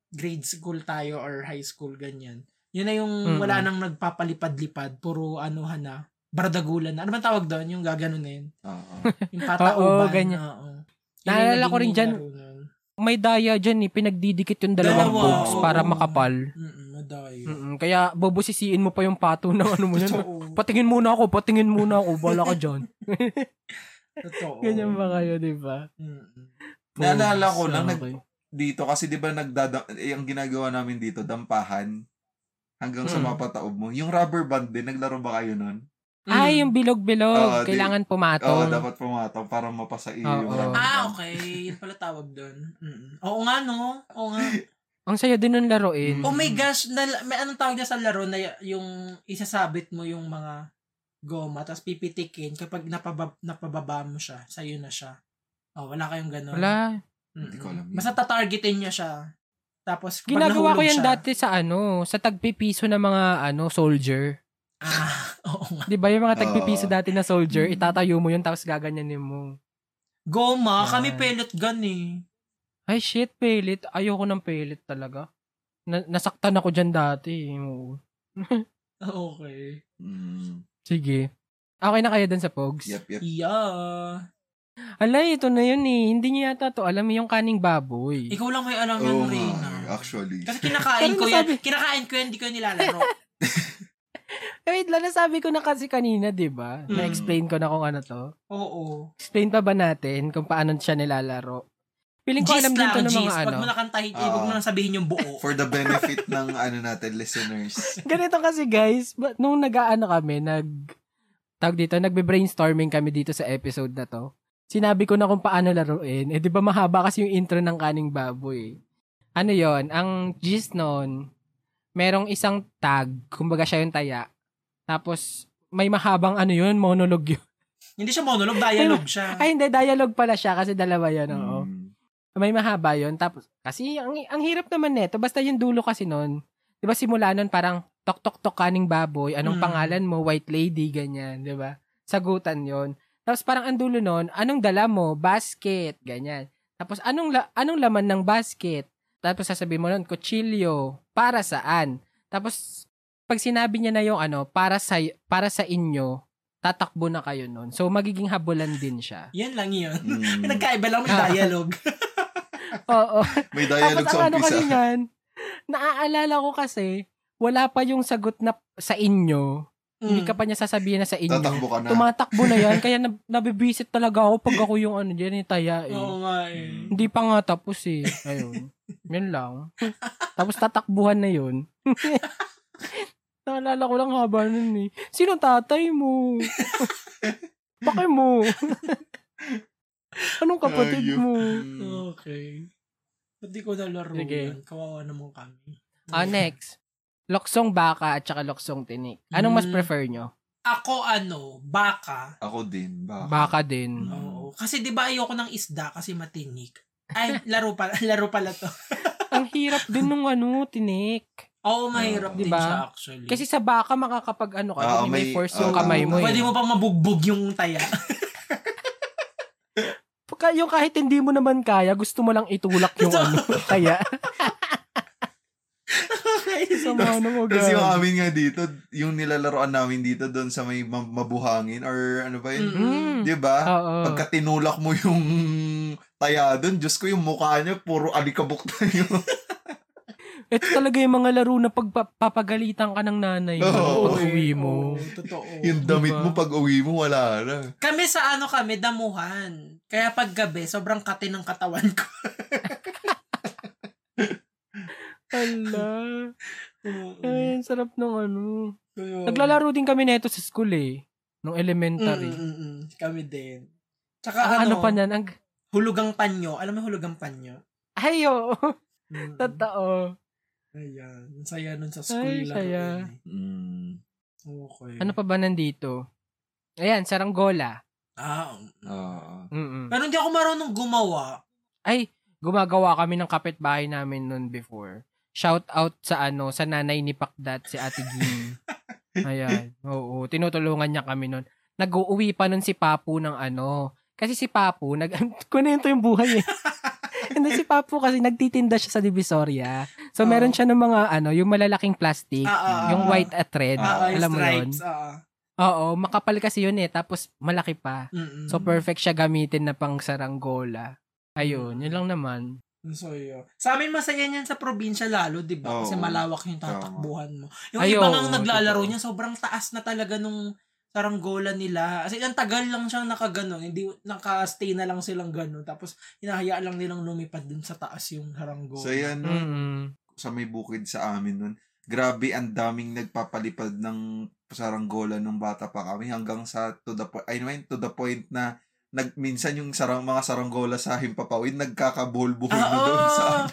[SPEAKER 6] grade school tayo or high school, ganyan. Yun na
[SPEAKER 3] Mm.
[SPEAKER 6] yung wala nang nagpapalipad-lipad. Puro ano na, bardagulan na. Ano bang tawag doon? Yung gagano na yun.
[SPEAKER 4] Oo.
[SPEAKER 6] Yung patauban.
[SPEAKER 3] (laughs) Oo, ganyan.
[SPEAKER 6] Oo. Yun
[SPEAKER 3] Naalala
[SPEAKER 6] yung naging
[SPEAKER 3] ko rin dyan.
[SPEAKER 6] laro nun.
[SPEAKER 3] May daya dyan eh, pinagdidikit yung dalawang
[SPEAKER 6] Dalawa,
[SPEAKER 3] Pogs
[SPEAKER 6] oo.
[SPEAKER 3] para makapal.
[SPEAKER 6] Mm-mm, madayo.
[SPEAKER 3] Mm-mm, Kaya bubusisiin mo pa
[SPEAKER 4] (laughs)
[SPEAKER 3] yung pato na ano mo yan.
[SPEAKER 6] Totoo.
[SPEAKER 3] Patingin muna ako, patingin muna ako, bala ka dyan.
[SPEAKER 6] Totoo.
[SPEAKER 3] (laughs) Ganyan ba kayo, di ba?
[SPEAKER 6] Mm-mm.
[SPEAKER 4] Naalala ko
[SPEAKER 3] Pusa,
[SPEAKER 4] lang, nag-
[SPEAKER 3] okay.
[SPEAKER 4] (laughs) dito kasi 'di ba nagdada eh, ang ginagawa namin dito dampahan hanggang sa
[SPEAKER 3] Mm.
[SPEAKER 4] mapataob mo. Yung rubber band din naglaro ba kayo nun?
[SPEAKER 3] Ay, Ah,
[SPEAKER 4] Oo,
[SPEAKER 3] yung bilog-bilog.
[SPEAKER 4] di-
[SPEAKER 3] Kailangan
[SPEAKER 4] Oo,
[SPEAKER 3] pumatong.
[SPEAKER 4] dapat pumataw para mapasa iyo yung
[SPEAKER 3] Oo.
[SPEAKER 4] rubber band.
[SPEAKER 6] Oh. Ah, okay. Yun pala tawag doon. Mm-mm. Oo nga, no? Oo nga.
[SPEAKER 3] Ang saya din ng laruin.
[SPEAKER 4] Mm.
[SPEAKER 6] Oh my gosh, nal- may anong tawag niya sa laro na y- yung isasabit mo yung mga goma tapos pipitikin kapag napabab- napababa mo siya, sa'yo na siya. Oh, wala kayong ganun.
[SPEAKER 3] Wala.
[SPEAKER 6] Mm-mm.
[SPEAKER 4] Hindi ko alam yun.
[SPEAKER 6] Basta tatargetin niya siya. Tapos kapag
[SPEAKER 3] Ginagawa ko
[SPEAKER 6] nahulog
[SPEAKER 3] yan
[SPEAKER 6] siya,
[SPEAKER 3] dati sa ano, sa tagpipiso ng mga ano soldier.
[SPEAKER 6] (laughs) Ah, oo nga.
[SPEAKER 3] Di ba yung mga tagpipiso
[SPEAKER 4] Oo.
[SPEAKER 3] dati na soldier,
[SPEAKER 6] Mm.
[SPEAKER 3] itatayo mo yun tapos gaganyanin mo.
[SPEAKER 6] Goma,
[SPEAKER 3] Ah.
[SPEAKER 6] kami pellet gun eh.
[SPEAKER 3] Ay shit, pellet. Ayoko ng pellet talaga. Na- nasaktan ako dyan dati. Oo.
[SPEAKER 6] Okay.
[SPEAKER 4] Mm.
[SPEAKER 3] Sige. Okay na kayo dun sa Pogs?
[SPEAKER 4] Yep, yep.
[SPEAKER 6] Yeah.
[SPEAKER 3] Alay, ito na yun eh. Hindi niya yata to alam eh, yung kaning baboy.
[SPEAKER 6] Ikaw lang may alam
[SPEAKER 4] Oo
[SPEAKER 6] yun,
[SPEAKER 4] nga,
[SPEAKER 6] Reyna.
[SPEAKER 4] actually.
[SPEAKER 6] Kasi kinakain
[SPEAKER 3] Pero
[SPEAKER 6] ko yan.
[SPEAKER 3] nasabi-
[SPEAKER 6] Kinakain ko yan, hindi ko yan
[SPEAKER 3] (laughs)
[SPEAKER 6] nilalaro.
[SPEAKER 3] Eh, wait lang, nasabi ko na kasi kanina, di ba?
[SPEAKER 6] Mm.
[SPEAKER 3] Na-explain ko na kung ano to.
[SPEAKER 6] Oo.
[SPEAKER 3] Explain pa ba natin kung paano siya nilalaro? Feeling ko
[SPEAKER 6] Gis
[SPEAKER 3] alam dito
[SPEAKER 6] lang,
[SPEAKER 3] ng mga
[SPEAKER 6] Gis.
[SPEAKER 3] ano.
[SPEAKER 6] Huwag mo na kantahin,
[SPEAKER 4] Oo.
[SPEAKER 6] huwag mo na sabihin yung
[SPEAKER 4] (laughs)
[SPEAKER 6] buo.
[SPEAKER 4] For the benefit ng ano natin
[SPEAKER 6] (laughs)
[SPEAKER 4] listeners.
[SPEAKER 3] Ganito kasi guys, ba- nung nag-aano kami, nag tag dito, nagbe-brainstorming kami dito sa episode na to. Sinabi ko na kung paano laruin. Eh di ba mahaba kasi yung intro ng kaning baboy. Ano 'yon? Ang gist noon, merong isang tag, kumbaga siya yung taya. Tapos may mahabang ano yun, monologue yun. (laughs)
[SPEAKER 6] Hindi siya monologue, dialogue siya.
[SPEAKER 3] Ay hindi, dialogue pala siya kasi dalawa yun. Oo.
[SPEAKER 4] Mm.
[SPEAKER 3] May mahaba yon Tapos, kasi ang, ang hirap naman neto. Basta yung dulo kasi nun. Di ba simula nun parang tok-tok-tok kaning baboy. Anong
[SPEAKER 6] Mm.
[SPEAKER 3] pangalan mo? White lady, ganyan. Di ba? Sagutan yon Tapos parang ang dulo nun, anong dala mo? Basket, ganyan. Tapos anong, la- anong laman ng basket? Tapos sasabihin mo nun, kutsilyo, para saan? Tapos pag sinabi niya na yung ano, para sa, para sa inyo, tatakbo na kayo nun. So magiging habulan din siya.
[SPEAKER 6] (laughs) Yan lang yun.
[SPEAKER 3] (laughs)
[SPEAKER 4] Mm.
[SPEAKER 6] Nagkaiba lang may
[SPEAKER 3] Ah.
[SPEAKER 6] dialogue.
[SPEAKER 3] Oo.
[SPEAKER 4] May
[SPEAKER 3] Tapos
[SPEAKER 4] dialogue
[SPEAKER 3] ang
[SPEAKER 4] sa
[SPEAKER 3] ano kasi
[SPEAKER 4] umpisa.
[SPEAKER 3] yan, naaalala ko kasi, wala pa yung sagot na sa inyo. (laughs) Hindi
[SPEAKER 6] Mm.
[SPEAKER 3] ka pa niya sasabihin na sa inyo.
[SPEAKER 4] Hmm. Tatakbo ka na.
[SPEAKER 3] Tumatakbo na
[SPEAKER 4] (laughs)
[SPEAKER 3] yan, kaya nab- nabibisit talaga ako pag ako yung ano dyan, yung taya eh.
[SPEAKER 6] Oo nga
[SPEAKER 4] Hmm.
[SPEAKER 6] eh.
[SPEAKER 3] Hindi pa nga tapos eh. Ayun. Yun lang. tapos tatakbuhan na yun. (laughs) Naalala ko lang haba nun eh. Sino tatay
[SPEAKER 4] (laughs)
[SPEAKER 3] mo? Pake mo. Anong kapatid
[SPEAKER 4] Ayup.
[SPEAKER 3] mo?
[SPEAKER 4] Mm.
[SPEAKER 6] Okay. Ba't di ko nalaro
[SPEAKER 3] Sige.
[SPEAKER 6] yan? Kawawa naman kami. Mm.
[SPEAKER 3] Ah, next. Loksong baka at saka loksong tinik. Anong mas
[SPEAKER 6] Mm.
[SPEAKER 3] prefer nyo?
[SPEAKER 6] Ako ano, baka.
[SPEAKER 4] Ako din. Baka.
[SPEAKER 3] Baka din.
[SPEAKER 4] Mm.
[SPEAKER 6] Oo. Kasi di ba ayoko ng isda kasi matinik.
[SPEAKER 3] (laughs)
[SPEAKER 6] Ay, laro pala, laro pala to.
[SPEAKER 3] Ang hirap din nung ano, tinik.
[SPEAKER 6] Oo, mahirap
[SPEAKER 3] Di
[SPEAKER 6] din
[SPEAKER 3] ba?
[SPEAKER 6] siya actually.
[SPEAKER 3] Kasi sa baka makakapag ano ka,
[SPEAKER 4] Ah,
[SPEAKER 3] hindi may
[SPEAKER 4] may-
[SPEAKER 3] force
[SPEAKER 4] ah,
[SPEAKER 3] yung kamay mo.
[SPEAKER 6] Pwede
[SPEAKER 3] eh.
[SPEAKER 6] mo pang mabugbog yung
[SPEAKER 3] (laughs)
[SPEAKER 6] taya.
[SPEAKER 3] Pagka- yung kahit hindi mo naman kaya, gusto mo lang itulak
[SPEAKER 4] (laughs)
[SPEAKER 3] yung
[SPEAKER 6] Ito.
[SPEAKER 3] ano, kaya. Sa
[SPEAKER 6] okay.
[SPEAKER 3] mga ano mo,
[SPEAKER 4] Kasi yung
[SPEAKER 3] girl.
[SPEAKER 4] amin nga dito, yung nilalaroan namin dito doon sa may ma- mabuhangin or ano ba yun?
[SPEAKER 3] Mm.
[SPEAKER 4] 'Di ba?
[SPEAKER 3] Oo.
[SPEAKER 4] Pagka tinulak mo yung taya doon, Diyos ko yung mukha niya, puro alikabok na yun.
[SPEAKER 3] (laughs) Ito talaga yung mga laro na pagpapagalitan ka ng nanay mo
[SPEAKER 4] Oo.
[SPEAKER 3] pag uwi mo.
[SPEAKER 6] Oo, totoo.
[SPEAKER 4] yung damit
[SPEAKER 3] Diba?
[SPEAKER 4] mo pag uwi mo, wala na.
[SPEAKER 6] Kami sa ano kami, damuhan. Kaya pag gabi, sobrang kate ng katawan ko.
[SPEAKER 3] Ala. Ay, ang sarap ng ano.
[SPEAKER 6] Ayun.
[SPEAKER 3] Naglalaro din kami nito sa school eh. Nung
[SPEAKER 6] Mm,
[SPEAKER 3] elementary.
[SPEAKER 6] mm, mm, mm. Kami din. Tsaka
[SPEAKER 3] Ah, ano
[SPEAKER 6] ano,
[SPEAKER 3] pa niyan? Ang,
[SPEAKER 6] hulugang panyo. Alam mo yung hulugang panyo?
[SPEAKER 3] ay, oo. (laughs)
[SPEAKER 6] Mm.
[SPEAKER 3] Totoo.
[SPEAKER 6] Ayan. Ang Saya nun sa school
[SPEAKER 3] Ay,
[SPEAKER 6] laruin
[SPEAKER 3] saya.
[SPEAKER 6] eh.
[SPEAKER 4] Mm.
[SPEAKER 6] Okay.
[SPEAKER 3] Ano pa ba nandito? Ayan, saranggola.
[SPEAKER 6] Ah, um.
[SPEAKER 4] Ah.
[SPEAKER 3] Mm-mm.
[SPEAKER 6] pero hindi ako marunong gumawa.
[SPEAKER 3] Ay, gumagawa kami ng kapitbahay namin noon before. Shout out sa ano, sa nanay ni Pakdat, si Ate Gin.
[SPEAKER 6] (laughs)
[SPEAKER 3] Ayan. Oo, tinutulungan niya kami noon. Nag-uuwi pa noon si Papu ng ano. Kasi si Papu, nag... (laughs) kunento yung
[SPEAKER 6] (laughs)
[SPEAKER 3] buhay eh. Hindi si Papu kasi nagtitinda siya sa Divisoria. So
[SPEAKER 6] Oo.
[SPEAKER 3] meron siya ng mga ano, yung malalaking plastic,
[SPEAKER 6] Ah, ah, ah,
[SPEAKER 3] yung
[SPEAKER 6] ah.
[SPEAKER 3] white at red.
[SPEAKER 6] Ah, ah, yung
[SPEAKER 3] alam mo yun?
[SPEAKER 6] stripes. Ah,
[SPEAKER 3] Oo, makapal kasi yun eh. Tapos malaki pa.
[SPEAKER 6] mm
[SPEAKER 3] So perfect siya gamitin na pang saranggola.
[SPEAKER 6] Mm.
[SPEAKER 3] Ayun, yun lang naman.
[SPEAKER 6] So, yun. Sa amin, masaya niyan sa probinsya lalo, di ba? Kasi
[SPEAKER 4] Oo.
[SPEAKER 6] malawak yung tatakbuhan mo. Yung
[SPEAKER 3] Ay,
[SPEAKER 6] ibang
[SPEAKER 3] oo,
[SPEAKER 6] ang naglalaro
[SPEAKER 3] totoo.
[SPEAKER 6] niya, sobrang taas na talaga nung saranggola nila. Kasi ang tagal lang siyang nakaganon. Hindi, naka-stay na lang silang ganon. Tapos, hinahayaan lang nilang lumipad dun sa taas yung saranggola.
[SPEAKER 4] So yan,
[SPEAKER 3] Mm.
[SPEAKER 4] no?
[SPEAKER 3] Mm-mm.
[SPEAKER 4] sa may bukid sa amin nun. Grabe, ang daming nagpapalipad ng saranggola nung bata pa kami hanggang sa to the point, I mean, to the point na nag, minsan yung sarang, mga saranggola sa himpapawid nagkakabuhol-buhol na
[SPEAKER 6] Ah,
[SPEAKER 4] doon sa ano.
[SPEAKER 6] oo.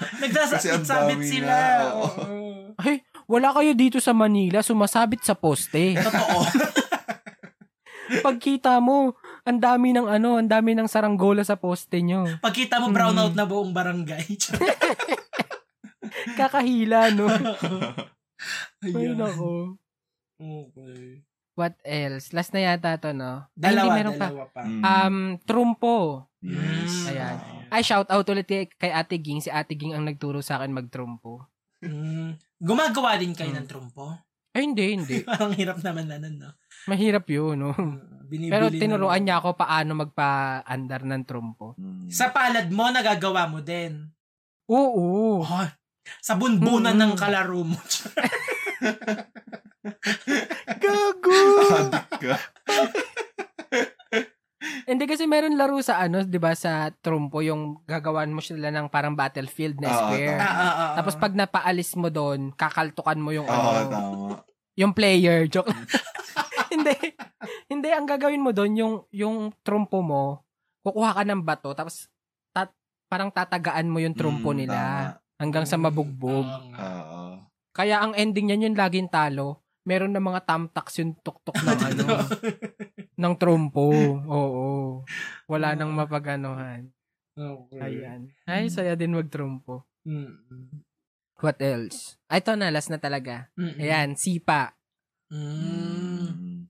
[SPEAKER 4] Kasi ang
[SPEAKER 6] Nagsasabit
[SPEAKER 4] dami
[SPEAKER 6] sila.
[SPEAKER 4] na, oo.
[SPEAKER 6] Oo.
[SPEAKER 3] Ay, wala kayo dito sa Manila, sumasabit sa
[SPEAKER 6] (laughs)
[SPEAKER 3] poste.
[SPEAKER 6] Totoo.
[SPEAKER 3] Pagkita mo, ang dami ng ano, ang dami ng saranggola sa poste nyo.
[SPEAKER 6] Pagkita
[SPEAKER 3] Mm.
[SPEAKER 6] mo brownout na buong barangay. (laughs)
[SPEAKER 3] Kakahila, no? Ay,
[SPEAKER 6] Ayan.
[SPEAKER 3] nako.
[SPEAKER 6] Okay.
[SPEAKER 3] What else? Last na yata to, no? Ay,
[SPEAKER 6] Dalawa,
[SPEAKER 3] hindi, meron
[SPEAKER 6] dalawa pa.
[SPEAKER 4] Mm.
[SPEAKER 3] Um, trumpo.
[SPEAKER 6] Um,
[SPEAKER 4] yes.
[SPEAKER 3] ayan.
[SPEAKER 4] Ah.
[SPEAKER 3] Ay, shout out ulit kay, kay Ate Ging. Si Ate Ging ang nagturo sa akin magtrumpo.
[SPEAKER 6] Mm. Gumagawa din kayo
[SPEAKER 3] Mm.
[SPEAKER 6] ng trumpo?
[SPEAKER 3] Ay, hindi, hindi.
[SPEAKER 6] (laughs) Parang hirap naman na nun, no?
[SPEAKER 3] Mahirap yun, no? Hmm.
[SPEAKER 6] Binibili
[SPEAKER 3] Pero
[SPEAKER 6] ng-
[SPEAKER 3] tinuruan niya ako paano magpa-andar ng trumpo.
[SPEAKER 4] Mm.
[SPEAKER 6] Sa palad mo, nagagawa mo din.
[SPEAKER 3] Oo.
[SPEAKER 6] Oh, sa bunbunan
[SPEAKER 3] Mm.
[SPEAKER 6] ng kalaro
[SPEAKER 3] (laughs)
[SPEAKER 6] mo.
[SPEAKER 3] (laughs) Gago!
[SPEAKER 4] Adik ka.
[SPEAKER 3] hindi kasi meron laro sa ano, di ba, sa trumpo, yung gagawan mo sila ng parang battlefield na
[SPEAKER 4] Oo,
[SPEAKER 3] square.
[SPEAKER 6] ah, ah, ah, ah.
[SPEAKER 3] Tapos pag napaalis mo doon, kakaltukan mo yung
[SPEAKER 4] Oo,
[SPEAKER 3] ano,
[SPEAKER 4] Ah, tama.
[SPEAKER 3] yung player. Joke lang. (laughs) hindi. Hindi, ang gagawin mo doon, yung, yung trumpo mo, kukuha ka ng bato, tapos tat, parang tatagaan mo yung trumpo
[SPEAKER 4] Mm,
[SPEAKER 3] nila
[SPEAKER 4] tama.
[SPEAKER 3] hanggang sa mabugbog.
[SPEAKER 6] Oo nga.
[SPEAKER 4] Oo.
[SPEAKER 3] Kaya ang ending niyan yun laging talo. Meron na mga tamtaks yung tuktok ng ano, ng trumpo. Oo. Wala nang mapaganohan.
[SPEAKER 6] Okay.
[SPEAKER 3] Ayan. Ay, saya din wag trumpo.
[SPEAKER 6] Mm-mm.
[SPEAKER 3] What else? Ay, Ito na, last na talaga.
[SPEAKER 6] Mm-mm.
[SPEAKER 3] Ayan, sipa.
[SPEAKER 6] Mm.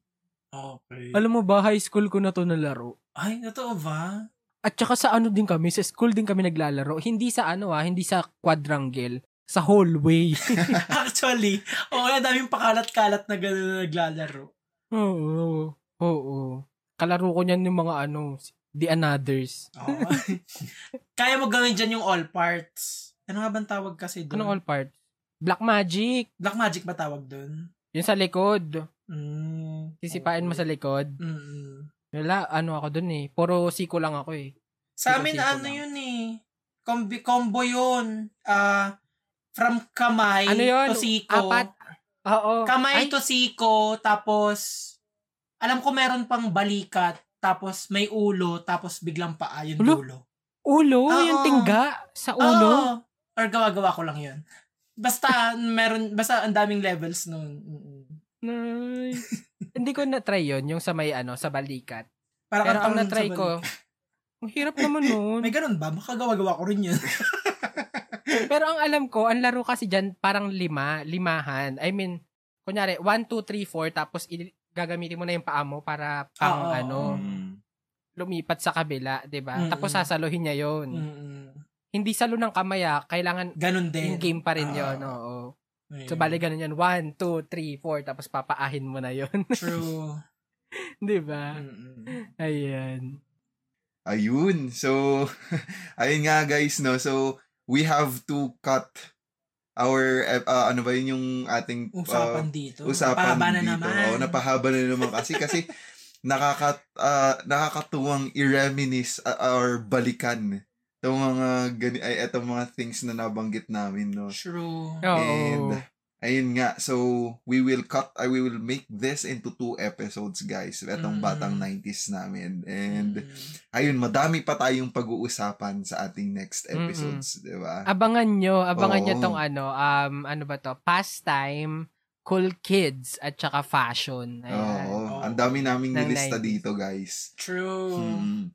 [SPEAKER 6] Okay.
[SPEAKER 3] Alam mo ba, high school ko na to nalaro.
[SPEAKER 6] Ay, totoo ba? (laughs)
[SPEAKER 3] At saka sa ano din kami, sa school din kami naglalaro. Hindi sa ano ah, hindi sa quadrangle. Sa hallway. (laughs)
[SPEAKER 6] Actually, oo, oh, daming pakalat-kalat na gano'n na naglalaro.
[SPEAKER 3] Oo. Oo. Kalaro ko niyan yung mga ano, the anothers. (laughs)
[SPEAKER 6] Oo. (laughs) Kaya mo gawin dyan yung all parts. Ano nga bang tawag kasi doon?
[SPEAKER 3] Anong all part? Black magic.
[SPEAKER 6] Black magic ba tawag doon?
[SPEAKER 3] Yung sa likod.
[SPEAKER 6] Mm.
[SPEAKER 3] Sisipain mo sa likod.
[SPEAKER 6] Mm-mm.
[SPEAKER 3] Wala, ano ako dun eh. Puro siko lang ako eh.
[SPEAKER 6] Sa
[SPEAKER 3] Siko-siko
[SPEAKER 6] amin, ano
[SPEAKER 3] lang.
[SPEAKER 6] yun eh. Combi, combo yun. Ah, from kamay
[SPEAKER 3] Ano yun?
[SPEAKER 6] to siko.
[SPEAKER 3] Apat. Oo.
[SPEAKER 6] Kamay
[SPEAKER 3] Ay,
[SPEAKER 6] to siko, tapos, alam ko meron pang balikat, tapos may ulo, tapos biglang paa yung
[SPEAKER 3] Ulo?
[SPEAKER 6] dulo.
[SPEAKER 3] Ulo?
[SPEAKER 6] Oo.
[SPEAKER 3] Yung tingga? Sa ulo?
[SPEAKER 6] Oo. Or gawa-gawa ko lang yun. Basta, meron, basta ang daming levels nun. Mm-mm.
[SPEAKER 3] Nice. (laughs) Hindi ko na-try yon yung sa may ano, sa balikat.
[SPEAKER 6] Para
[SPEAKER 3] Pero
[SPEAKER 6] kang
[SPEAKER 3] ang
[SPEAKER 6] tangan sa
[SPEAKER 3] na-try
[SPEAKER 6] balik.
[SPEAKER 3] ko, ang hirap naman nun.
[SPEAKER 6] May ganun ba? Baka gawa-gawa ko rin yun.
[SPEAKER 3] Pero ang alam ko, ang laro kasi dyan, parang lima, limahan. I mean, kunyari, one, two, three, four, tapos il- gagamitin mo na yung paa mo para pang
[SPEAKER 6] Oo.
[SPEAKER 3] ano,
[SPEAKER 4] Mm.
[SPEAKER 3] lumipat sa kabila, 'di ba?
[SPEAKER 6] Mm-mm. Mm.
[SPEAKER 3] Tapos sasaluhin niya 'yon.
[SPEAKER 6] Mm-mm.
[SPEAKER 3] Hindi salo ng kamay, ah. kailangan
[SPEAKER 6] ganun din.
[SPEAKER 3] in game pa rin
[SPEAKER 6] Ah.
[SPEAKER 3] 'yon, oo.
[SPEAKER 6] Ayun.
[SPEAKER 3] So bali ganun 'yan, one, two, three, four, tapos papaahin mo na 'yon,
[SPEAKER 6] True.
[SPEAKER 3] (laughs) 'di ba?
[SPEAKER 6] Mm-mm.
[SPEAKER 3] Ayan.
[SPEAKER 4] Ayun. So, (laughs) ayun nga guys, no. So, we have to cut our, ep- ah, ano ba yun yung ating ah,
[SPEAKER 6] Usapan dito.
[SPEAKER 4] usapan
[SPEAKER 6] Pahaba na
[SPEAKER 4] dito. Oh,
[SPEAKER 6] naman.
[SPEAKER 4] Oo, napahaba na naman kasi. kasi, nakaka, ah, nakakatuwang i-reminis ah, or balikan itong mga, gani, ay, itong mga things na nabanggit namin, no.
[SPEAKER 6] True.
[SPEAKER 3] Oo.
[SPEAKER 4] And ayun nga, so we will cut, I we will make this into two episodes guys, itong
[SPEAKER 6] Mm.
[SPEAKER 4] batang 90s namin. And
[SPEAKER 6] Mm.
[SPEAKER 4] ayun, madami pa tayong pag-uusapan sa ating next episodes, di ba?
[SPEAKER 3] Abangan nyo, abangan nyo
[SPEAKER 4] Oo.
[SPEAKER 3] tong ano, um, ano ba to, pastime, cool kids, at saka fashion. Ayan.
[SPEAKER 4] Oo,
[SPEAKER 6] Oo.
[SPEAKER 4] ang dami naming
[SPEAKER 3] Ng
[SPEAKER 4] nilista
[SPEAKER 3] 90s.
[SPEAKER 4] dito guys.
[SPEAKER 6] True.
[SPEAKER 4] Hmm.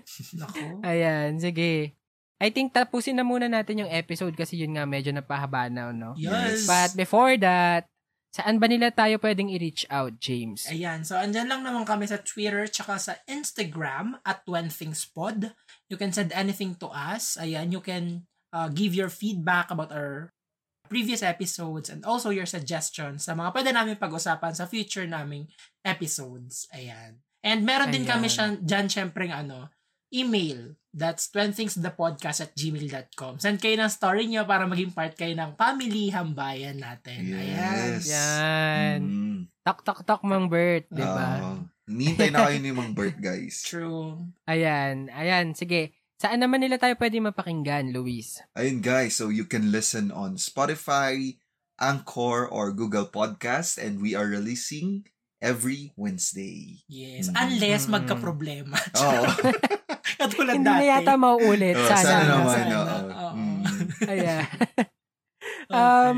[SPEAKER 3] (laughs)
[SPEAKER 6] Nako.
[SPEAKER 3] Ayan, sige. I think tapusin na muna natin yung episode kasi yun nga medyo napahaba na, no?
[SPEAKER 6] Yes.
[SPEAKER 3] But before that, saan ba nila tayo pwedeng i-reach out, James?
[SPEAKER 6] Ayan. So, andyan lang naman kami sa Twitter tsaka sa Instagram at When Things Pod. You can send anything to us. Ayan. You can uh, give your feedback about our previous episodes and also your suggestions sa mga pwede namin pag-usapan sa future naming episodes. Ayan. And meron din kami
[SPEAKER 3] Ayan.
[SPEAKER 6] siya, dyan syempre ano, email. That's twenthingthepodcast at gmail.com. Send kayo ng story nyo para maging part kayo ng family hambayan natin. Ayan.
[SPEAKER 4] Yes.
[SPEAKER 3] Yan.
[SPEAKER 4] Hmm.
[SPEAKER 3] Tak, tak, tak, Mang Bert. Di ba?
[SPEAKER 4] Ah, nihintay na kayo ni Mang Bert,
[SPEAKER 3] (laughs)
[SPEAKER 4] guys.
[SPEAKER 6] True.
[SPEAKER 3] Ayan, ayan. Sige. Saan naman nila tayo pwede mapakinggan, Luis?
[SPEAKER 4] Ayun guys, so you can listen on Spotify, Anchor, or Google Podcast and we are releasing every (laughs) Wednesday.
[SPEAKER 6] Yes.
[SPEAKER 3] Mm.
[SPEAKER 6] Unless magka-problema. (laughs)
[SPEAKER 4] Oh,
[SPEAKER 6] Katulad
[SPEAKER 3] Hindi
[SPEAKER 6] dati.
[SPEAKER 3] na yata mauulit.
[SPEAKER 4] sana,
[SPEAKER 3] sana.
[SPEAKER 4] naman.
[SPEAKER 6] sana.
[SPEAKER 4] oo.
[SPEAKER 6] Oo.
[SPEAKER 4] Mm.
[SPEAKER 3] (laughs) Ayan.
[SPEAKER 6] Okay.
[SPEAKER 3] Um,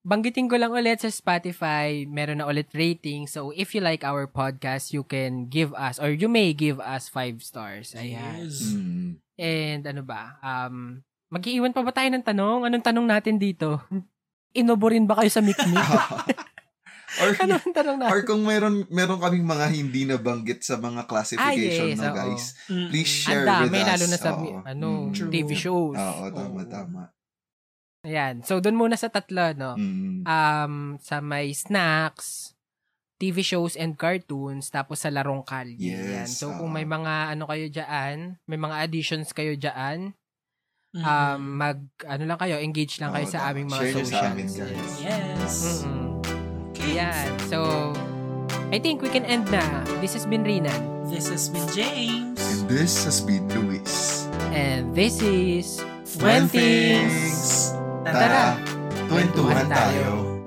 [SPEAKER 3] Banggitin ko lang ulit sa Spotify, meron na ulit rating. So, if you like our podcast, you can give us, or you may give us five stars. Ayan.
[SPEAKER 6] Yes.
[SPEAKER 4] Mm.
[SPEAKER 3] And ano ba? Um, mag-iiwan pa ba tayo ng tanong? Anong tanong natin dito? (laughs) Inoborin ba kayo sa
[SPEAKER 4] (laughs)
[SPEAKER 3] (laughs) mikmik?
[SPEAKER 4] or,
[SPEAKER 3] ano ang tanong natin?
[SPEAKER 4] or kung meron, meron kaming mga hindi nabanggit sa mga classification
[SPEAKER 3] Ah, yes,
[SPEAKER 4] no,
[SPEAKER 3] oo.
[SPEAKER 4] guys,
[SPEAKER 6] Mm.
[SPEAKER 4] please
[SPEAKER 3] Ang
[SPEAKER 4] share with
[SPEAKER 3] dami,
[SPEAKER 4] us.
[SPEAKER 3] lalo na sa
[SPEAKER 4] Oo.
[SPEAKER 3] ano,
[SPEAKER 4] Mm.
[SPEAKER 6] True.
[SPEAKER 3] TV shows.
[SPEAKER 4] Oo, tama,
[SPEAKER 6] Oo.
[SPEAKER 4] tama.
[SPEAKER 3] Ayan. So, doon muna sa tatlo, no?
[SPEAKER 4] Mm.
[SPEAKER 3] Um, sa may snacks, TV shows and cartoons, tapos sa larong kalye.
[SPEAKER 4] Yes,
[SPEAKER 3] Ayan. So, kung
[SPEAKER 4] oo.
[SPEAKER 3] may mga ano kayo dyan, may mga additions kayo dyan,
[SPEAKER 6] Mm.
[SPEAKER 3] um, mag, ano lang kayo, engage lang
[SPEAKER 4] Oo,
[SPEAKER 3] kayo sa
[SPEAKER 4] tama.
[SPEAKER 3] aming mga
[SPEAKER 4] Share nyo
[SPEAKER 3] socials.
[SPEAKER 4] sa amin, guys.
[SPEAKER 6] Yes.
[SPEAKER 3] Mm-mm.
[SPEAKER 6] Okay.
[SPEAKER 3] Ayan. So, I think we can end na. This has been Rinan.
[SPEAKER 6] This has been James.
[SPEAKER 4] And this has been Luis.
[SPEAKER 3] And this is...
[SPEAKER 4] When
[SPEAKER 3] Twenties!
[SPEAKER 4] things-
[SPEAKER 6] Tara!
[SPEAKER 4] Tara! Kwentuhan
[SPEAKER 3] Kwentuhan
[SPEAKER 4] tayo.